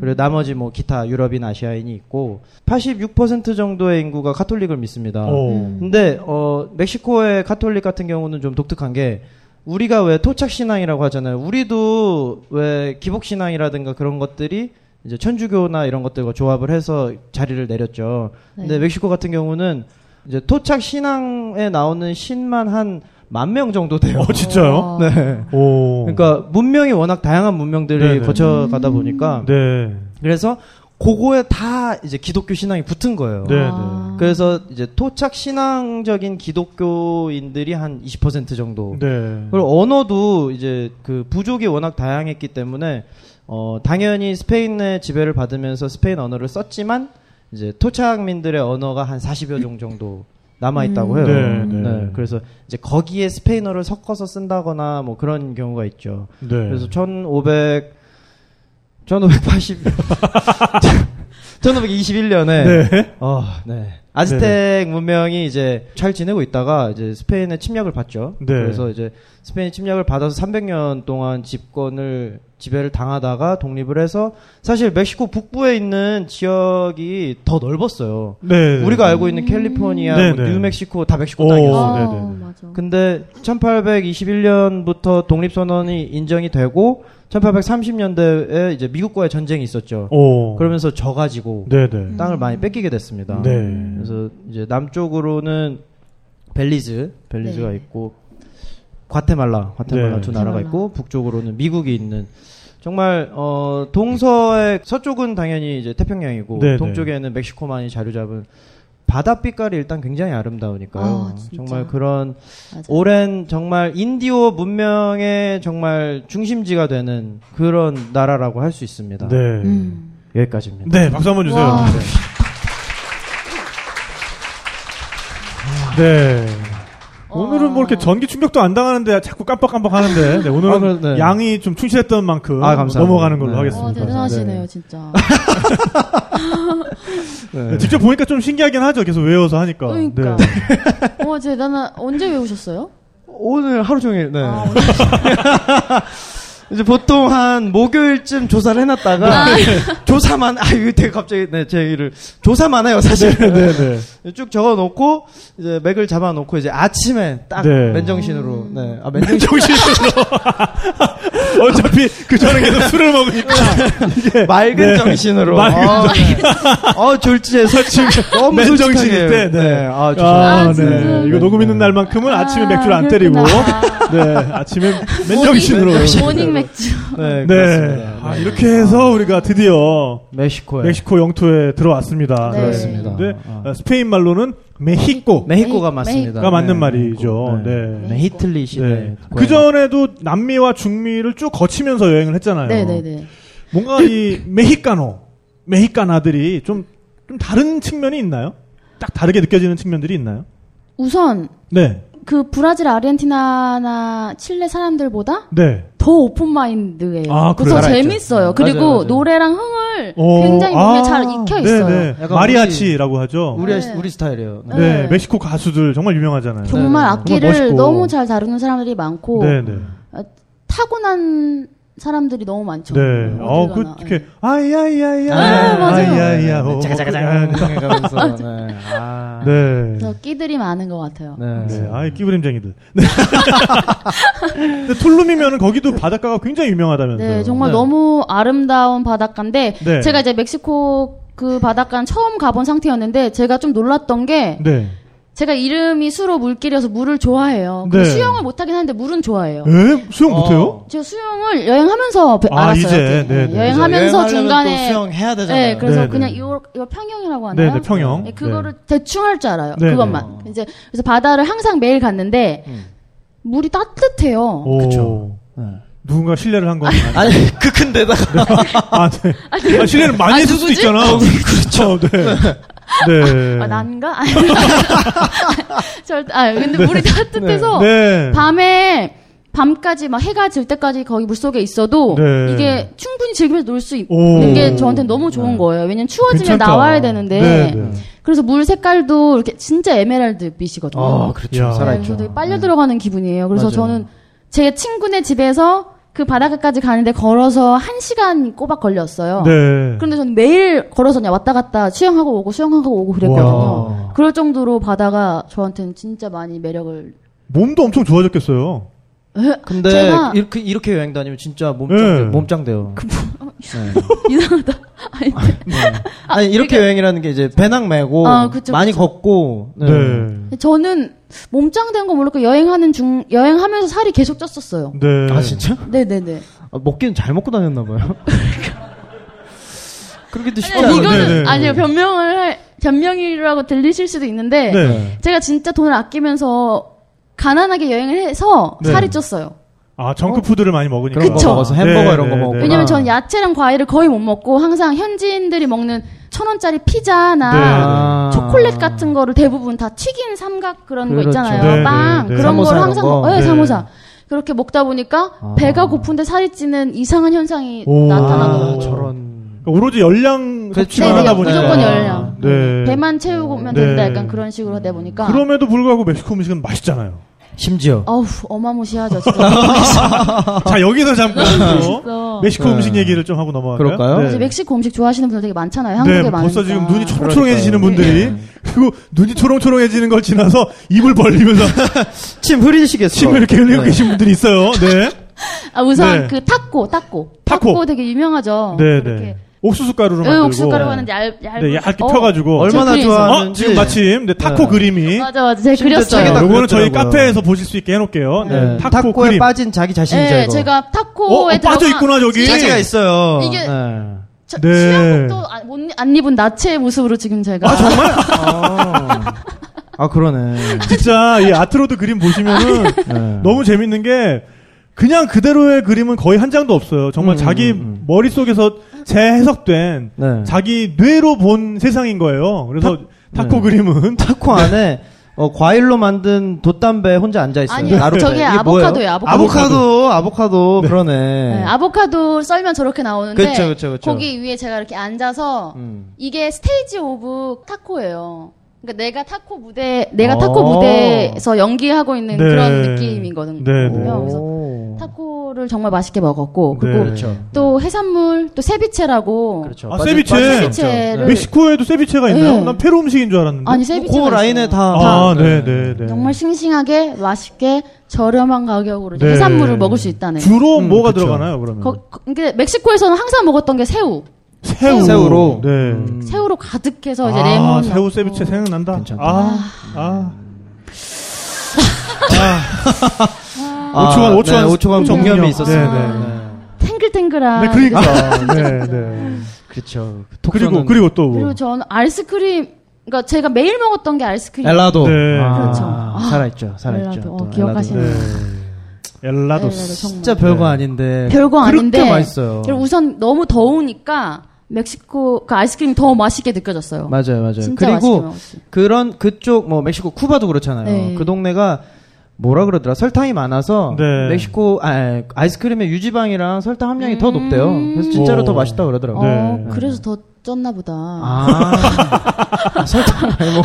Speaker 4: 그리고 나머지 뭐 기타 유럽인 아시아인이 있고 86% 정도의 인구가 카톨릭을 믿습니다.
Speaker 5: 오.
Speaker 4: 근데 어 멕시코의 카톨릭 같은 경우는 좀 독특한 게 우리가 왜 토착 신앙이라고 하잖아요. 우리도 왜 기복 신앙이라든가 그런 것들이 이제 천주교나 이런 것들과 조합을 해서 자리를 내렸죠. 근데 멕시코 같은 경우는 이제 토착 신앙에 나오는 신만 한 만 명 정도 돼요.
Speaker 5: 어,
Speaker 6: 아.
Speaker 5: 진짜요?
Speaker 4: 네.
Speaker 5: 오.
Speaker 4: 그러니까 문명이 워낙 다양한 문명들이
Speaker 5: 네네.
Speaker 4: 거쳐가다 보니까
Speaker 5: 네.
Speaker 4: 그래서 그거에 다 이제 기독교 신앙이 붙은 거예요.
Speaker 5: 네, 네.
Speaker 6: 아.
Speaker 4: 그래서 이제 토착 신앙적인 기독교인들이 한 20% 정도.
Speaker 5: 네.
Speaker 4: 그리고 언어도 이제 그 부족이 워낙 다양했기 때문에 어 당연히 스페인의 지배를 받으면서 스페인 언어를 썼지만 이제 토착민들의 언어가 한 40여 종 정도 남아 있다고 해요.
Speaker 5: 네, 네.
Speaker 4: 그래서 이제 거기에 스페인어를 섞어서 쓴다거나 뭐 그런 경우가 있죠.
Speaker 5: 네.
Speaker 4: 그래서 1500 1580 1521년에
Speaker 5: 네.
Speaker 4: 어, 네. 아즈텍 문명이 이제 잘 지내고 있다가 이제 스페인의 침략을 받죠.
Speaker 5: 네.
Speaker 4: 그래서 이제 스페인 침략을 받아서 300년 동안 집권을 지배를 당하다가 독립을 해서 사실 멕시코 북부에 있는 지역이 더 넓었어요.
Speaker 5: 네.
Speaker 4: 우리가 알고 있는 캘리포니아,
Speaker 5: 네,
Speaker 4: 뭐
Speaker 5: 네.
Speaker 4: 뉴멕시코 다 멕시코
Speaker 5: 오.
Speaker 4: 땅이었어요.
Speaker 6: 아,
Speaker 5: 네, 네, 네.
Speaker 6: 맞아.
Speaker 4: 근데 1821년부터 독립선언이 인정이 되고 1830년대에 이제 미국과의 전쟁이 있었죠.
Speaker 5: 오.
Speaker 4: 그러면서 져가지고
Speaker 5: 네, 네.
Speaker 4: 땅을 많이 뺏기게 됐습니다.
Speaker 5: 네.
Speaker 4: 그래서 이제 남쪽으로는 벨리즈, 벨리즈가
Speaker 6: 네.
Speaker 4: 있고 과테말라, 과테말라
Speaker 5: 네.
Speaker 4: 두 나라가
Speaker 6: 과테말라.
Speaker 4: 있고 북쪽으로는 미국이 있는 정말 어 동서의 서쪽은 당연히 이제 태평양이고
Speaker 5: 네,
Speaker 4: 동쪽에는 멕시코만이 자리 잡은 바다 빛깔이 일단 굉장히 아름다우니까요.
Speaker 6: 아, 진짜.
Speaker 4: 정말 그런
Speaker 6: 맞아.
Speaker 4: 오랜 정말 인디오 문명의 정말 중심지가 되는 그런 나라라고 할 수 있습니다.
Speaker 5: 네.
Speaker 6: 음.
Speaker 4: 여기까지입니다.
Speaker 5: 네, 박수 한번 주세요.
Speaker 6: 와.
Speaker 5: 네.
Speaker 6: 어.
Speaker 5: 오늘은 뭐 이렇게 전기 충격도 안 당하는데 자꾸 깜빡깜빡 하는데 네, 오늘은
Speaker 4: 아, 그래, 네.
Speaker 5: 양이 좀 충실했던 만큼
Speaker 4: 아, 감사합니다.
Speaker 5: 넘어가는 걸로
Speaker 4: 네.
Speaker 6: 어,
Speaker 5: 하겠습니다.
Speaker 6: 대단하시네요, 진짜.
Speaker 4: 네.
Speaker 5: 네. 직접 보니까 좀 신기하긴 하죠. 계속 외워서 하니까.
Speaker 6: 그러니까.
Speaker 5: 네.
Speaker 6: 어, 대단한, 언제 외우셨어요?
Speaker 4: 오늘 하루 종일 네.
Speaker 6: 아, 오늘
Speaker 4: 이제 보통 한 목요일쯤 조사를 해놨다가 조사만 아 이거 되게 갑자기 네, 제 얘기를 조사만 해요 사실
Speaker 5: 네, 네.
Speaker 4: 쭉 적어놓고 이제 맥을 잡아놓고 이제 아침에 딱
Speaker 5: 네.
Speaker 4: 맨정신으로 네아 맨정신
Speaker 5: 정신으로. 어차피 그 전에 계속 술을 먹으니까.
Speaker 4: 맑은
Speaker 5: 네.
Speaker 4: 정신으로
Speaker 5: 맑은
Speaker 4: 어, 네. 어 졸지에 설치 너무
Speaker 5: 맨정신일
Speaker 4: 솔직하게.
Speaker 5: 때, 네.
Speaker 4: 아,
Speaker 5: 아,
Speaker 4: 죄송합니다.
Speaker 5: 네. 이거 녹음 있는 날만큼은 아, 침에 맥주를 안 때리고.
Speaker 6: 그렇구나. 어,
Speaker 5: 네, 아침에 맨정신으로.
Speaker 4: 모닝-
Speaker 6: 아, 모닝 맥주.
Speaker 4: 네,
Speaker 5: 네.
Speaker 4: 그렇습니다.
Speaker 5: 아, 이렇게 해서 우리가 드디어
Speaker 4: 멕시코에
Speaker 5: 멕시코 영토에 들어왔습니다.
Speaker 6: 네.
Speaker 4: 그렇습니다.
Speaker 5: 근데
Speaker 4: 아.
Speaker 5: 어, 스페인 말로는 메히코가
Speaker 4: 메히코가
Speaker 6: 메히-
Speaker 4: 맞습니다.
Speaker 5: 맞는
Speaker 4: 네,
Speaker 5: 말이죠.
Speaker 4: 메히코.
Speaker 5: 네.
Speaker 4: 네. 히틀리 시대.
Speaker 5: 네. 그
Speaker 4: 고향.
Speaker 5: 전에도 남미와 중미를 쭉 거치면서 여행을 했잖아요.
Speaker 6: 네네네.
Speaker 5: 뭔가 이 메히카노, 메히카나들이 좀, 좀 다른 측면이 있나요? 딱 다르게 느껴지는 측면들이 있나요?
Speaker 6: 우선,
Speaker 5: 네.
Speaker 6: 그 브라질, 아르헨티나나 칠레 사람들보다
Speaker 5: 네.
Speaker 6: 더 오픈 마인드예요.
Speaker 5: 아, 그래요?
Speaker 6: 그래서
Speaker 4: 살아있죠.
Speaker 6: 재밌어요. 그리고
Speaker 4: 맞아요, 맞아요.
Speaker 6: 노래랑 흥을
Speaker 5: 어,
Speaker 6: 네. 굉장히 몸에
Speaker 5: 아,
Speaker 6: 잘 익혀 있어요.
Speaker 5: 네, 네.
Speaker 4: 약간
Speaker 5: 마리아치라고 하죠.
Speaker 4: 우리
Speaker 6: 네.
Speaker 4: 우리 스타일이에요. 네.
Speaker 5: 네.
Speaker 6: 네.
Speaker 5: 멕시코 가수들 정말 유명하잖아요.
Speaker 4: 조-
Speaker 6: 정말
Speaker 4: 네, 네.
Speaker 6: 악기를
Speaker 5: 정말 멋있고.
Speaker 6: 너무 잘 다루는 사람들이 많고
Speaker 5: 네, 네.
Speaker 6: 타고난 사람들이 너무 많죠.
Speaker 5: 네.
Speaker 6: 어딜
Speaker 5: 어, 그,
Speaker 6: 가나. 네.
Speaker 5: 이렇게, 아이야이야이야.
Speaker 4: 아,
Speaker 6: 맞아요.
Speaker 5: 아이야이야. 어,
Speaker 4: 자가자가자가 가면서 네. 아.
Speaker 5: 네.
Speaker 6: 그래서 끼들이 많은 것 같아요.
Speaker 4: 네.
Speaker 5: 네, 아이 끼부림쟁이들. 네. 근데 툴룸이면 거기도 바닷가가 굉장히 유명하다면서요.
Speaker 6: 네, 정말
Speaker 4: 네.
Speaker 6: 너무 아름다운 바닷가인데
Speaker 5: 네.
Speaker 6: 제가 이제 멕시코 그 바닷가는 처음 가본 상태였는데 제가 좀 놀랐던 게
Speaker 5: 네.
Speaker 6: 제가 이름이 수로 물길이어서 물을 좋아해요. 근데
Speaker 5: 네.
Speaker 6: 수영을 못하긴 하는데 물은 좋아해요.
Speaker 5: 에? 수영
Speaker 4: 어.
Speaker 5: 못해요?
Speaker 6: 제가 수영을 여행하면서 배-
Speaker 5: 아,
Speaker 6: 알았어요.
Speaker 5: 이제.
Speaker 6: 이렇게.
Speaker 5: 네, 네.
Speaker 6: 여행하면서
Speaker 4: 그래서 여행하려면
Speaker 6: 중간에
Speaker 4: 또 수영해야 되잖아요.
Speaker 6: 네, 그래서
Speaker 5: 네, 네.
Speaker 6: 그냥 이거, 이거 평영이라고 하나요?
Speaker 5: 네, 네, 평영.
Speaker 6: 네, 그거를 대충 할 줄 알아요.
Speaker 5: 네,
Speaker 6: 그것만. 이제 그래서 바다를 항상 매일 갔는데 물이 따뜻해요.
Speaker 5: 오.
Speaker 4: 그쵸. 네.
Speaker 5: 누군가 실례를 한 건. 아니.
Speaker 4: 아니 그 큰 데다가
Speaker 5: 아, 네. 아, 실례를 많이 했을 수도 있잖아. 그렇죠. 네. 네.
Speaker 6: 아, 난가? 아니, 절대. 아, 근데 물이 따뜻해서
Speaker 5: 네.
Speaker 6: 밤에 밤까지 막 해가 질 때까지 거기 물 속에 있어도
Speaker 5: 네.
Speaker 6: 이게 충분히 즐기면서 놀 수
Speaker 5: 오. 네.
Speaker 6: 있는 게 저한테 너무 좋은 거예요. 왜냐면 추워지면
Speaker 5: 괜찮다.
Speaker 6: 나와야 되는데
Speaker 5: 네, 네.
Speaker 6: 그래서 물 색깔도 이렇게 진짜 에메랄드 빛이거든요.
Speaker 4: 아 그렇죠
Speaker 5: 야.
Speaker 4: 살아있죠.
Speaker 6: 되게 네, 빨려 들어가는 기분이에요. 그래서
Speaker 4: 맞아요.
Speaker 6: 저는 제 친구네 집에서 그 바닷가까지 가는데 걸어서 한 시간 꼬박 걸렸어요.
Speaker 5: 네.
Speaker 6: 그런데 저는 매일 걸어서 그냥 왔다 갔다 수영하고 오고 수영하고 오고 그랬거든요.
Speaker 4: 와.
Speaker 6: 그럴 정도로 바다가 저한테는 진짜 많이 매력을.
Speaker 5: 몸도 엄청 좋아졌겠어요.
Speaker 4: 근데
Speaker 6: 제가-
Speaker 4: 이렇게 이렇게 여행 다니면 진짜 몸짱
Speaker 5: 네.
Speaker 4: 그 돼요. 몸짱 돼요.
Speaker 6: 이상하다. 아니, 그러니까-
Speaker 4: 아니 이렇게 여행이라는 게 이제 배낭 메고
Speaker 6: 아, 그쵸,
Speaker 4: 많이
Speaker 6: 그쵸.
Speaker 4: 걷고 네.
Speaker 5: 네.
Speaker 6: 저는 몸짱된 거 모르고 여행하는 중 여행하면서 살이 계속 쪘었어요.
Speaker 5: 네.
Speaker 4: 아 진짜?
Speaker 6: 네네네.
Speaker 4: 아, 먹기는 잘 먹고 다녔나 봐요. 그렇게도 쉽지
Speaker 6: 아니,
Speaker 4: 않은데.
Speaker 6: 이거는
Speaker 5: 네, 네.
Speaker 6: 아니요 변명을 할 변명이라고 들리실 수도 있는데
Speaker 5: 네.
Speaker 6: 제가 진짜 돈을 아끼면서 가난하게 여행을 해서
Speaker 5: 네.
Speaker 6: 살이 쪘어요.
Speaker 5: 아, 정크푸드를 많이 먹으니까.
Speaker 4: 그렇죠. 그런 거 먹어서
Speaker 6: 그쵸.
Speaker 4: 햄버거
Speaker 5: 네,
Speaker 4: 이런 거
Speaker 5: 네,
Speaker 4: 먹고.
Speaker 5: 네.
Speaker 6: 왜냐면 저는 야채랑 과일을 거의 못 먹고 항상 현지인들이 먹는 천 원짜리 피자나
Speaker 5: 네.
Speaker 4: 아.
Speaker 6: 초콜릿 같은 거를 대부분 다 튀긴 삼각 그런
Speaker 4: 그렇죠.
Speaker 6: 거 있잖아요.
Speaker 5: 네,
Speaker 6: 빵
Speaker 5: 네, 네.
Speaker 6: 그런
Speaker 4: 사모사
Speaker 6: 걸
Speaker 4: 이런
Speaker 6: 항상
Speaker 4: 거.
Speaker 6: 먹. 네,
Speaker 5: 네.
Speaker 6: 사모사. 그렇게 먹다 보니까
Speaker 4: 아.
Speaker 6: 배가 고픈데 살이 찌는 이상한 현상이
Speaker 5: 오.
Speaker 6: 나타나더라고요.
Speaker 4: 아, 저런.
Speaker 5: 그러니까 오로지 열량 섭취만
Speaker 6: 네, 네,
Speaker 5: 하다 보니까.
Speaker 6: 무조건 열량.
Speaker 5: 네.
Speaker 6: 배만 채우면
Speaker 5: 네.
Speaker 6: 된다 약간 그런 식으로 하다 보니까
Speaker 5: 그럼에도 불구하고 멕시코 음식은 맛있잖아요.
Speaker 4: 심지어.
Speaker 6: 어우 어마무시하죠 진짜.
Speaker 5: 자, 여기서 잠깐
Speaker 6: 진짜.
Speaker 5: 또 멕시코
Speaker 4: 네.
Speaker 5: 음식 얘기를 좀 하고 넘어갈까요?
Speaker 4: 그럴까요?
Speaker 6: 그래서 멕시코 음식 좋아하시는 분들 되게 많잖아요 한국에
Speaker 5: 네,
Speaker 6: 많으니까
Speaker 5: 벌써 지금 눈이 초롱초롱해지시는 분들이 그리고 눈이 초롱초롱해지는 걸 지나서 입을 벌리면서
Speaker 4: 침 흐리시겠어.
Speaker 5: 침을 이렇게 흘리고
Speaker 4: 네.
Speaker 5: 계신 분들이 있어요. 네,
Speaker 6: 아
Speaker 5: 네.
Speaker 6: 우선 그 타코 타코
Speaker 5: 타코.
Speaker 6: 되게 유명하죠
Speaker 5: 네, 네.
Speaker 6: 어, 이렇게
Speaker 5: 옥수수 가루로
Speaker 6: 응,
Speaker 5: 만들고
Speaker 6: 옥수수 가루 하는데 얇, 얇
Speaker 5: 네, 얇게 펴가지고
Speaker 4: 얼마나
Speaker 6: 그래서-
Speaker 5: 어,
Speaker 4: 좋아하는지.
Speaker 5: 지금 마침 네, 타코
Speaker 4: 네.
Speaker 5: 그림이
Speaker 6: 맞아 맞아 제가
Speaker 4: 심지어
Speaker 6: 그렸어요
Speaker 4: 책에다-
Speaker 5: 요거는 저희
Speaker 4: 그렇더라고요.
Speaker 5: 카페에서 보실 수 있게 해놓을게요. 네,
Speaker 4: 네.
Speaker 5: 타코,
Speaker 4: 타코에
Speaker 5: 그림.
Speaker 4: 빠진 자기 자신이죠.
Speaker 6: 예
Speaker 4: 이거.
Speaker 6: 제가
Speaker 5: 어,
Speaker 6: 타코에
Speaker 5: 어,
Speaker 6: 들어간
Speaker 5: 빠져 있구나 저기.
Speaker 4: 자체가 있어요.
Speaker 6: 이게-
Speaker 4: 네.
Speaker 6: 저-
Speaker 5: 네.
Speaker 6: 수영복도 안, 못, 안 입은 나체의 모습으로 지금 제가
Speaker 4: 아, 아 그러네.
Speaker 5: 진짜 이 아트로드 그림 보시면은
Speaker 4: 네.
Speaker 5: 너무 재밌는 게 그냥 그대로의 그림은 거의 한 장도 없어요. 정말
Speaker 4: 음,
Speaker 5: 자기
Speaker 4: 음, 음.
Speaker 5: 머릿속에서 재해석된
Speaker 4: 네.
Speaker 5: 자기 뇌로 본 세상인 거예요. 그래서
Speaker 4: 타-
Speaker 5: 타코
Speaker 4: 네.
Speaker 5: 그림은
Speaker 4: 타코 안에 어, 과일로 만든 돛담배 혼자 앉아 있어요.
Speaker 6: 아니요, 저게 아보카도예요, 아보카도.
Speaker 4: 아보카도, 아보카도, 그러네.
Speaker 6: 네, 아보카도 썰면 저렇게 나오는데
Speaker 4: 그쵸, 그쵸, 그쵸.
Speaker 6: 거기 위에 제가 이렇게 앉아서
Speaker 4: 음.
Speaker 6: 이게 스테이지 오브 타코예요. 그러니까 내가 타코 무대, 내가
Speaker 4: 어.
Speaker 6: 타코 무대에서 연기하고 있는
Speaker 5: 아. 네.
Speaker 6: 그런 느낌이거든요.
Speaker 5: 네, 네.
Speaker 6: 그래서
Speaker 4: 오.
Speaker 6: 타코를 정말 맛있게 먹었고 그리고
Speaker 5: 네.
Speaker 4: 그렇죠.
Speaker 6: 또 해산물 또 세비체라고
Speaker 4: 그렇죠.
Speaker 5: 아,
Speaker 4: 빠질-
Speaker 5: 세비체.
Speaker 4: 빠질 수 없죠.
Speaker 6: 세비체를
Speaker 5: 네. 멕시코에도 세비체가 있나요?
Speaker 6: 네.
Speaker 5: 난 페루 음식인 줄 알았는데.
Speaker 6: 아니 세비체가
Speaker 4: 그 라인에
Speaker 6: 있어요.
Speaker 4: 다.
Speaker 5: 아,
Speaker 4: 다-
Speaker 5: 네, 네, 네.
Speaker 6: 정말 싱싱하게 맛있게 저렴한 가격으로 이제
Speaker 5: 네.
Speaker 6: 해산물을 먹을 수 있다는.
Speaker 5: 주로
Speaker 4: 음,
Speaker 5: 뭐가
Speaker 4: 그쵸.
Speaker 5: 들어가나요, 그러면?
Speaker 6: 거, 거- 근데 멕시코에서는 항상 먹었던 게 새우.
Speaker 5: 새우.
Speaker 4: 새우로.
Speaker 5: 네.
Speaker 4: 음.
Speaker 6: 새우로 가득해서 이제 레몬.
Speaker 5: 아,
Speaker 6: 넣고.
Speaker 5: 새우 세비체 생각난다.
Speaker 4: 괜찮다.
Speaker 5: 아, 아.
Speaker 4: 아,
Speaker 5: 5초간, 5초간
Speaker 4: 네, 5초간 공염이
Speaker 5: 공염.
Speaker 4: 있었어요.
Speaker 5: 네, 네.
Speaker 6: 탱글탱글한.
Speaker 5: 네, 그러니까. 네, 네.
Speaker 4: 그렇죠.
Speaker 5: 그리고
Speaker 4: 독서는-
Speaker 5: 그리고 또 뭐.
Speaker 6: 그리고 저는 아이스크림, 그러니까 제가 매일 먹었던 게 아이스크림.
Speaker 4: 엘라도.
Speaker 5: 네.
Speaker 4: 아,
Speaker 6: 그렇죠.
Speaker 4: 살아있죠, 살아있죠.
Speaker 6: 엘라도. 어,
Speaker 4: 또 엘라도.
Speaker 6: 기억하시네.
Speaker 4: 네.
Speaker 6: 네,
Speaker 5: 엘라도스.
Speaker 4: 진짜 별거
Speaker 5: 네.
Speaker 4: 아닌데.
Speaker 6: 별거
Speaker 4: 그렇게
Speaker 6: 아닌데.
Speaker 4: 맛있어요.
Speaker 6: 그리고 우선 너무 더우니까 멕시코 그 아이스크림이 더 맛있게 느껴졌어요.
Speaker 4: 맞아요, 맞아요.
Speaker 6: 진짜 맛있게
Speaker 4: 그리고
Speaker 6: 먹었어요.
Speaker 4: 그런 그쪽 뭐 멕시코 쿠바도 그렇잖아요.
Speaker 6: 네.
Speaker 4: 그 동네가 뭐라 그러더라 설탕이 많아서
Speaker 5: 네.
Speaker 4: 멕시코 아, 아이스크림의 유지방이랑 설탕 함량이 더 높대요. 그래서 진짜로
Speaker 5: 오.
Speaker 4: 더 맛있다 그러더라고요.
Speaker 5: 네.
Speaker 6: 음. 어, 그래서 더 쪘나 보다.
Speaker 4: 아 설탕 많이 먹.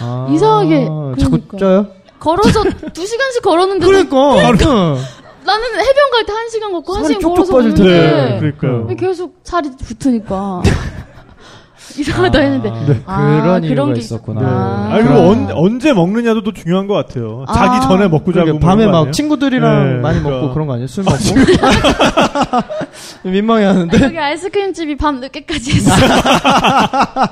Speaker 4: 아,
Speaker 6: 이상하게,
Speaker 4: 자꾸
Speaker 6: 그러니까.
Speaker 4: 쪄요.
Speaker 6: 걸어서 두 시간씩 걸었는데
Speaker 4: 그러니까
Speaker 6: 나는 해변 갈 때 한 시간 걷고 한
Speaker 4: 살이
Speaker 6: 시간
Speaker 4: 쪽쪽
Speaker 6: 걸어서
Speaker 4: 빠질
Speaker 6: 걷는데
Speaker 4: 텐데.
Speaker 5: 네, 그러니까요.
Speaker 6: 왜 계속 살이 붙으니까 이상하다 했는데 아,
Speaker 4: 네, 그런 이유가
Speaker 6: 게
Speaker 4: 있었구나.
Speaker 5: 네.
Speaker 6: 아.
Speaker 5: 아, 그리고 언, 언제 먹느냐도 또 중요한 것 같아요. 자기
Speaker 6: 아.
Speaker 5: 전에 먹고 자고.
Speaker 4: 그러니까 밤에
Speaker 5: 먹는 거
Speaker 4: 막
Speaker 5: 아니에요?
Speaker 4: 친구들이랑
Speaker 5: 네,
Speaker 4: 많이
Speaker 5: 그러니까.
Speaker 4: 먹고 그런 거 아니에요? 술 먹고 민망해하는데
Speaker 6: 거기 아이스크림집이 밤 늦게까지 했어.
Speaker 4: 아,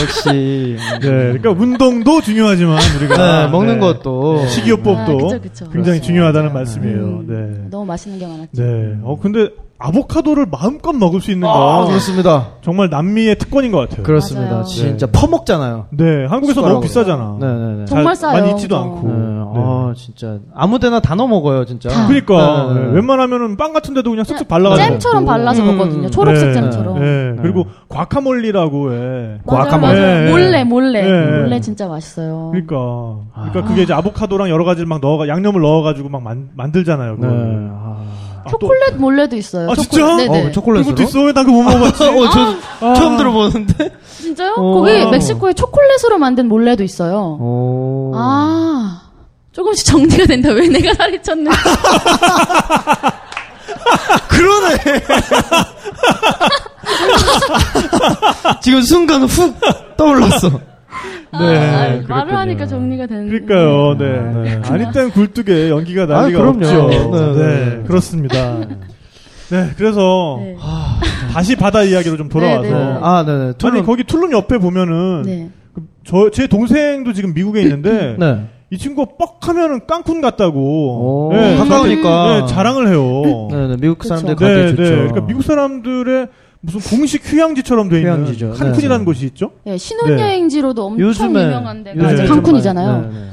Speaker 4: 역시
Speaker 5: 네, 그러니까 운동도 중요하지만 우리가
Speaker 4: 네, 먹는
Speaker 5: 네.
Speaker 4: 것도
Speaker 5: 식이요법도
Speaker 6: 아, 그쵸, 그쵸.
Speaker 5: 굉장히
Speaker 6: 그렇습니다.
Speaker 5: 중요하다는 말씀이에요.
Speaker 6: 음,
Speaker 5: 네.
Speaker 6: 너무 맛있는 게 많았죠.
Speaker 5: 네. 어 근데 아보카도를 마음껏 먹을 수 있는
Speaker 4: 아,
Speaker 5: 거
Speaker 4: 그렇습니다.
Speaker 5: 정말 남미의 특권인 것 같아요.
Speaker 4: 그렇습니다.
Speaker 6: 맞아요.
Speaker 4: 진짜 퍼먹잖아요.
Speaker 5: 네, 한국에서
Speaker 4: 숟가락으로.
Speaker 5: 너무 비싸잖아.
Speaker 4: 네네네.
Speaker 6: 저- 정말
Speaker 5: 잘-
Speaker 6: 싸요,
Speaker 5: 많이 있지도
Speaker 6: 그거.
Speaker 5: 않고.
Speaker 4: 네, 아 진짜 아무데나 다 넣어 먹어요 진짜.
Speaker 5: 그러니까
Speaker 4: 네, 네, 네.
Speaker 5: 네, 웬만하면은 빵 같은 데도 그냥 쓱쓱 발라 가지고
Speaker 6: 잼처럼 발라서
Speaker 4: 음,
Speaker 6: 먹거든요. 초록색 잼처럼.
Speaker 5: 네. 그리고 과카몰리라고 해.
Speaker 6: 맞아요,
Speaker 4: 과카몰리.
Speaker 6: 맞아요.
Speaker 5: 네.
Speaker 6: 몰래 몰래
Speaker 5: 네.
Speaker 6: 몰래 진짜 맛있어요.
Speaker 5: 그러니까 그러니까 그게 이제 아보카도랑 여러 가지를 막 넣어 양념을 넣어 가지고 막 만, 만들잖아요,
Speaker 4: 네.
Speaker 5: 그거. 를
Speaker 4: 아.
Speaker 6: 초콜릿 몰레도 있어요.
Speaker 5: 아,
Speaker 6: 초콜릿.
Speaker 5: 진짜?
Speaker 6: 네네.
Speaker 4: 어, 초콜릿으로?
Speaker 5: 그것도 있어. 나 그거 못 먹어봤지.
Speaker 4: 어, 저 처음 들어보는데.
Speaker 6: 진짜요?
Speaker 4: 어.
Speaker 6: 거기 멕시코에 초콜릿으로 만든 몰레도 있어요.
Speaker 4: 오.
Speaker 6: 아 조금씩 정리가 된다. 왜 내가 살이 쪘는지.
Speaker 4: 그러네. 지금 순간 훅 떠올랐어.
Speaker 6: 아,
Speaker 5: 네.
Speaker 6: 말을 하니까 정리가 되는.
Speaker 5: 그러니까요,
Speaker 6: 아,
Speaker 5: 네. 아니 땐 굴뚝에 연기가
Speaker 4: 음. 아,
Speaker 5: 난리가
Speaker 4: 그럼요.
Speaker 5: 없죠.
Speaker 4: 네,
Speaker 5: 네,
Speaker 4: 네.
Speaker 5: 그렇습니다. 네, 그래서
Speaker 6: 네.
Speaker 5: 다시 바다 이야기로 좀 돌아와서
Speaker 6: 네, 네.
Speaker 4: 아, 네네. 툴
Speaker 5: 아니 거기 툴룸 옆에 보면은
Speaker 6: 네.
Speaker 5: 저 제 동생도 지금 미국에 있는데
Speaker 4: 네.
Speaker 5: 이 친구가 뻑 하면은 깡쿤 같다고
Speaker 4: 오, 가까우니까.
Speaker 5: 네, 자랑을 해요.
Speaker 4: 어. 네네. 미국 사람들
Speaker 5: 네,
Speaker 4: 가기에
Speaker 5: 네.
Speaker 4: 좋죠.
Speaker 5: 그러니까 미국 사람들의 무슨 공식 휴양지처럼 돼 있는
Speaker 4: 휴양지죠.
Speaker 5: 칸쿤이라는
Speaker 4: 네.
Speaker 5: 곳이 있죠.
Speaker 6: 네, 신혼여행지로도 엄청
Speaker 4: 요즘에
Speaker 6: 유명한 데가
Speaker 4: 요즘에
Speaker 5: 맞아요.
Speaker 6: 칸쿤이잖아요.
Speaker 4: 정말, 네, 네.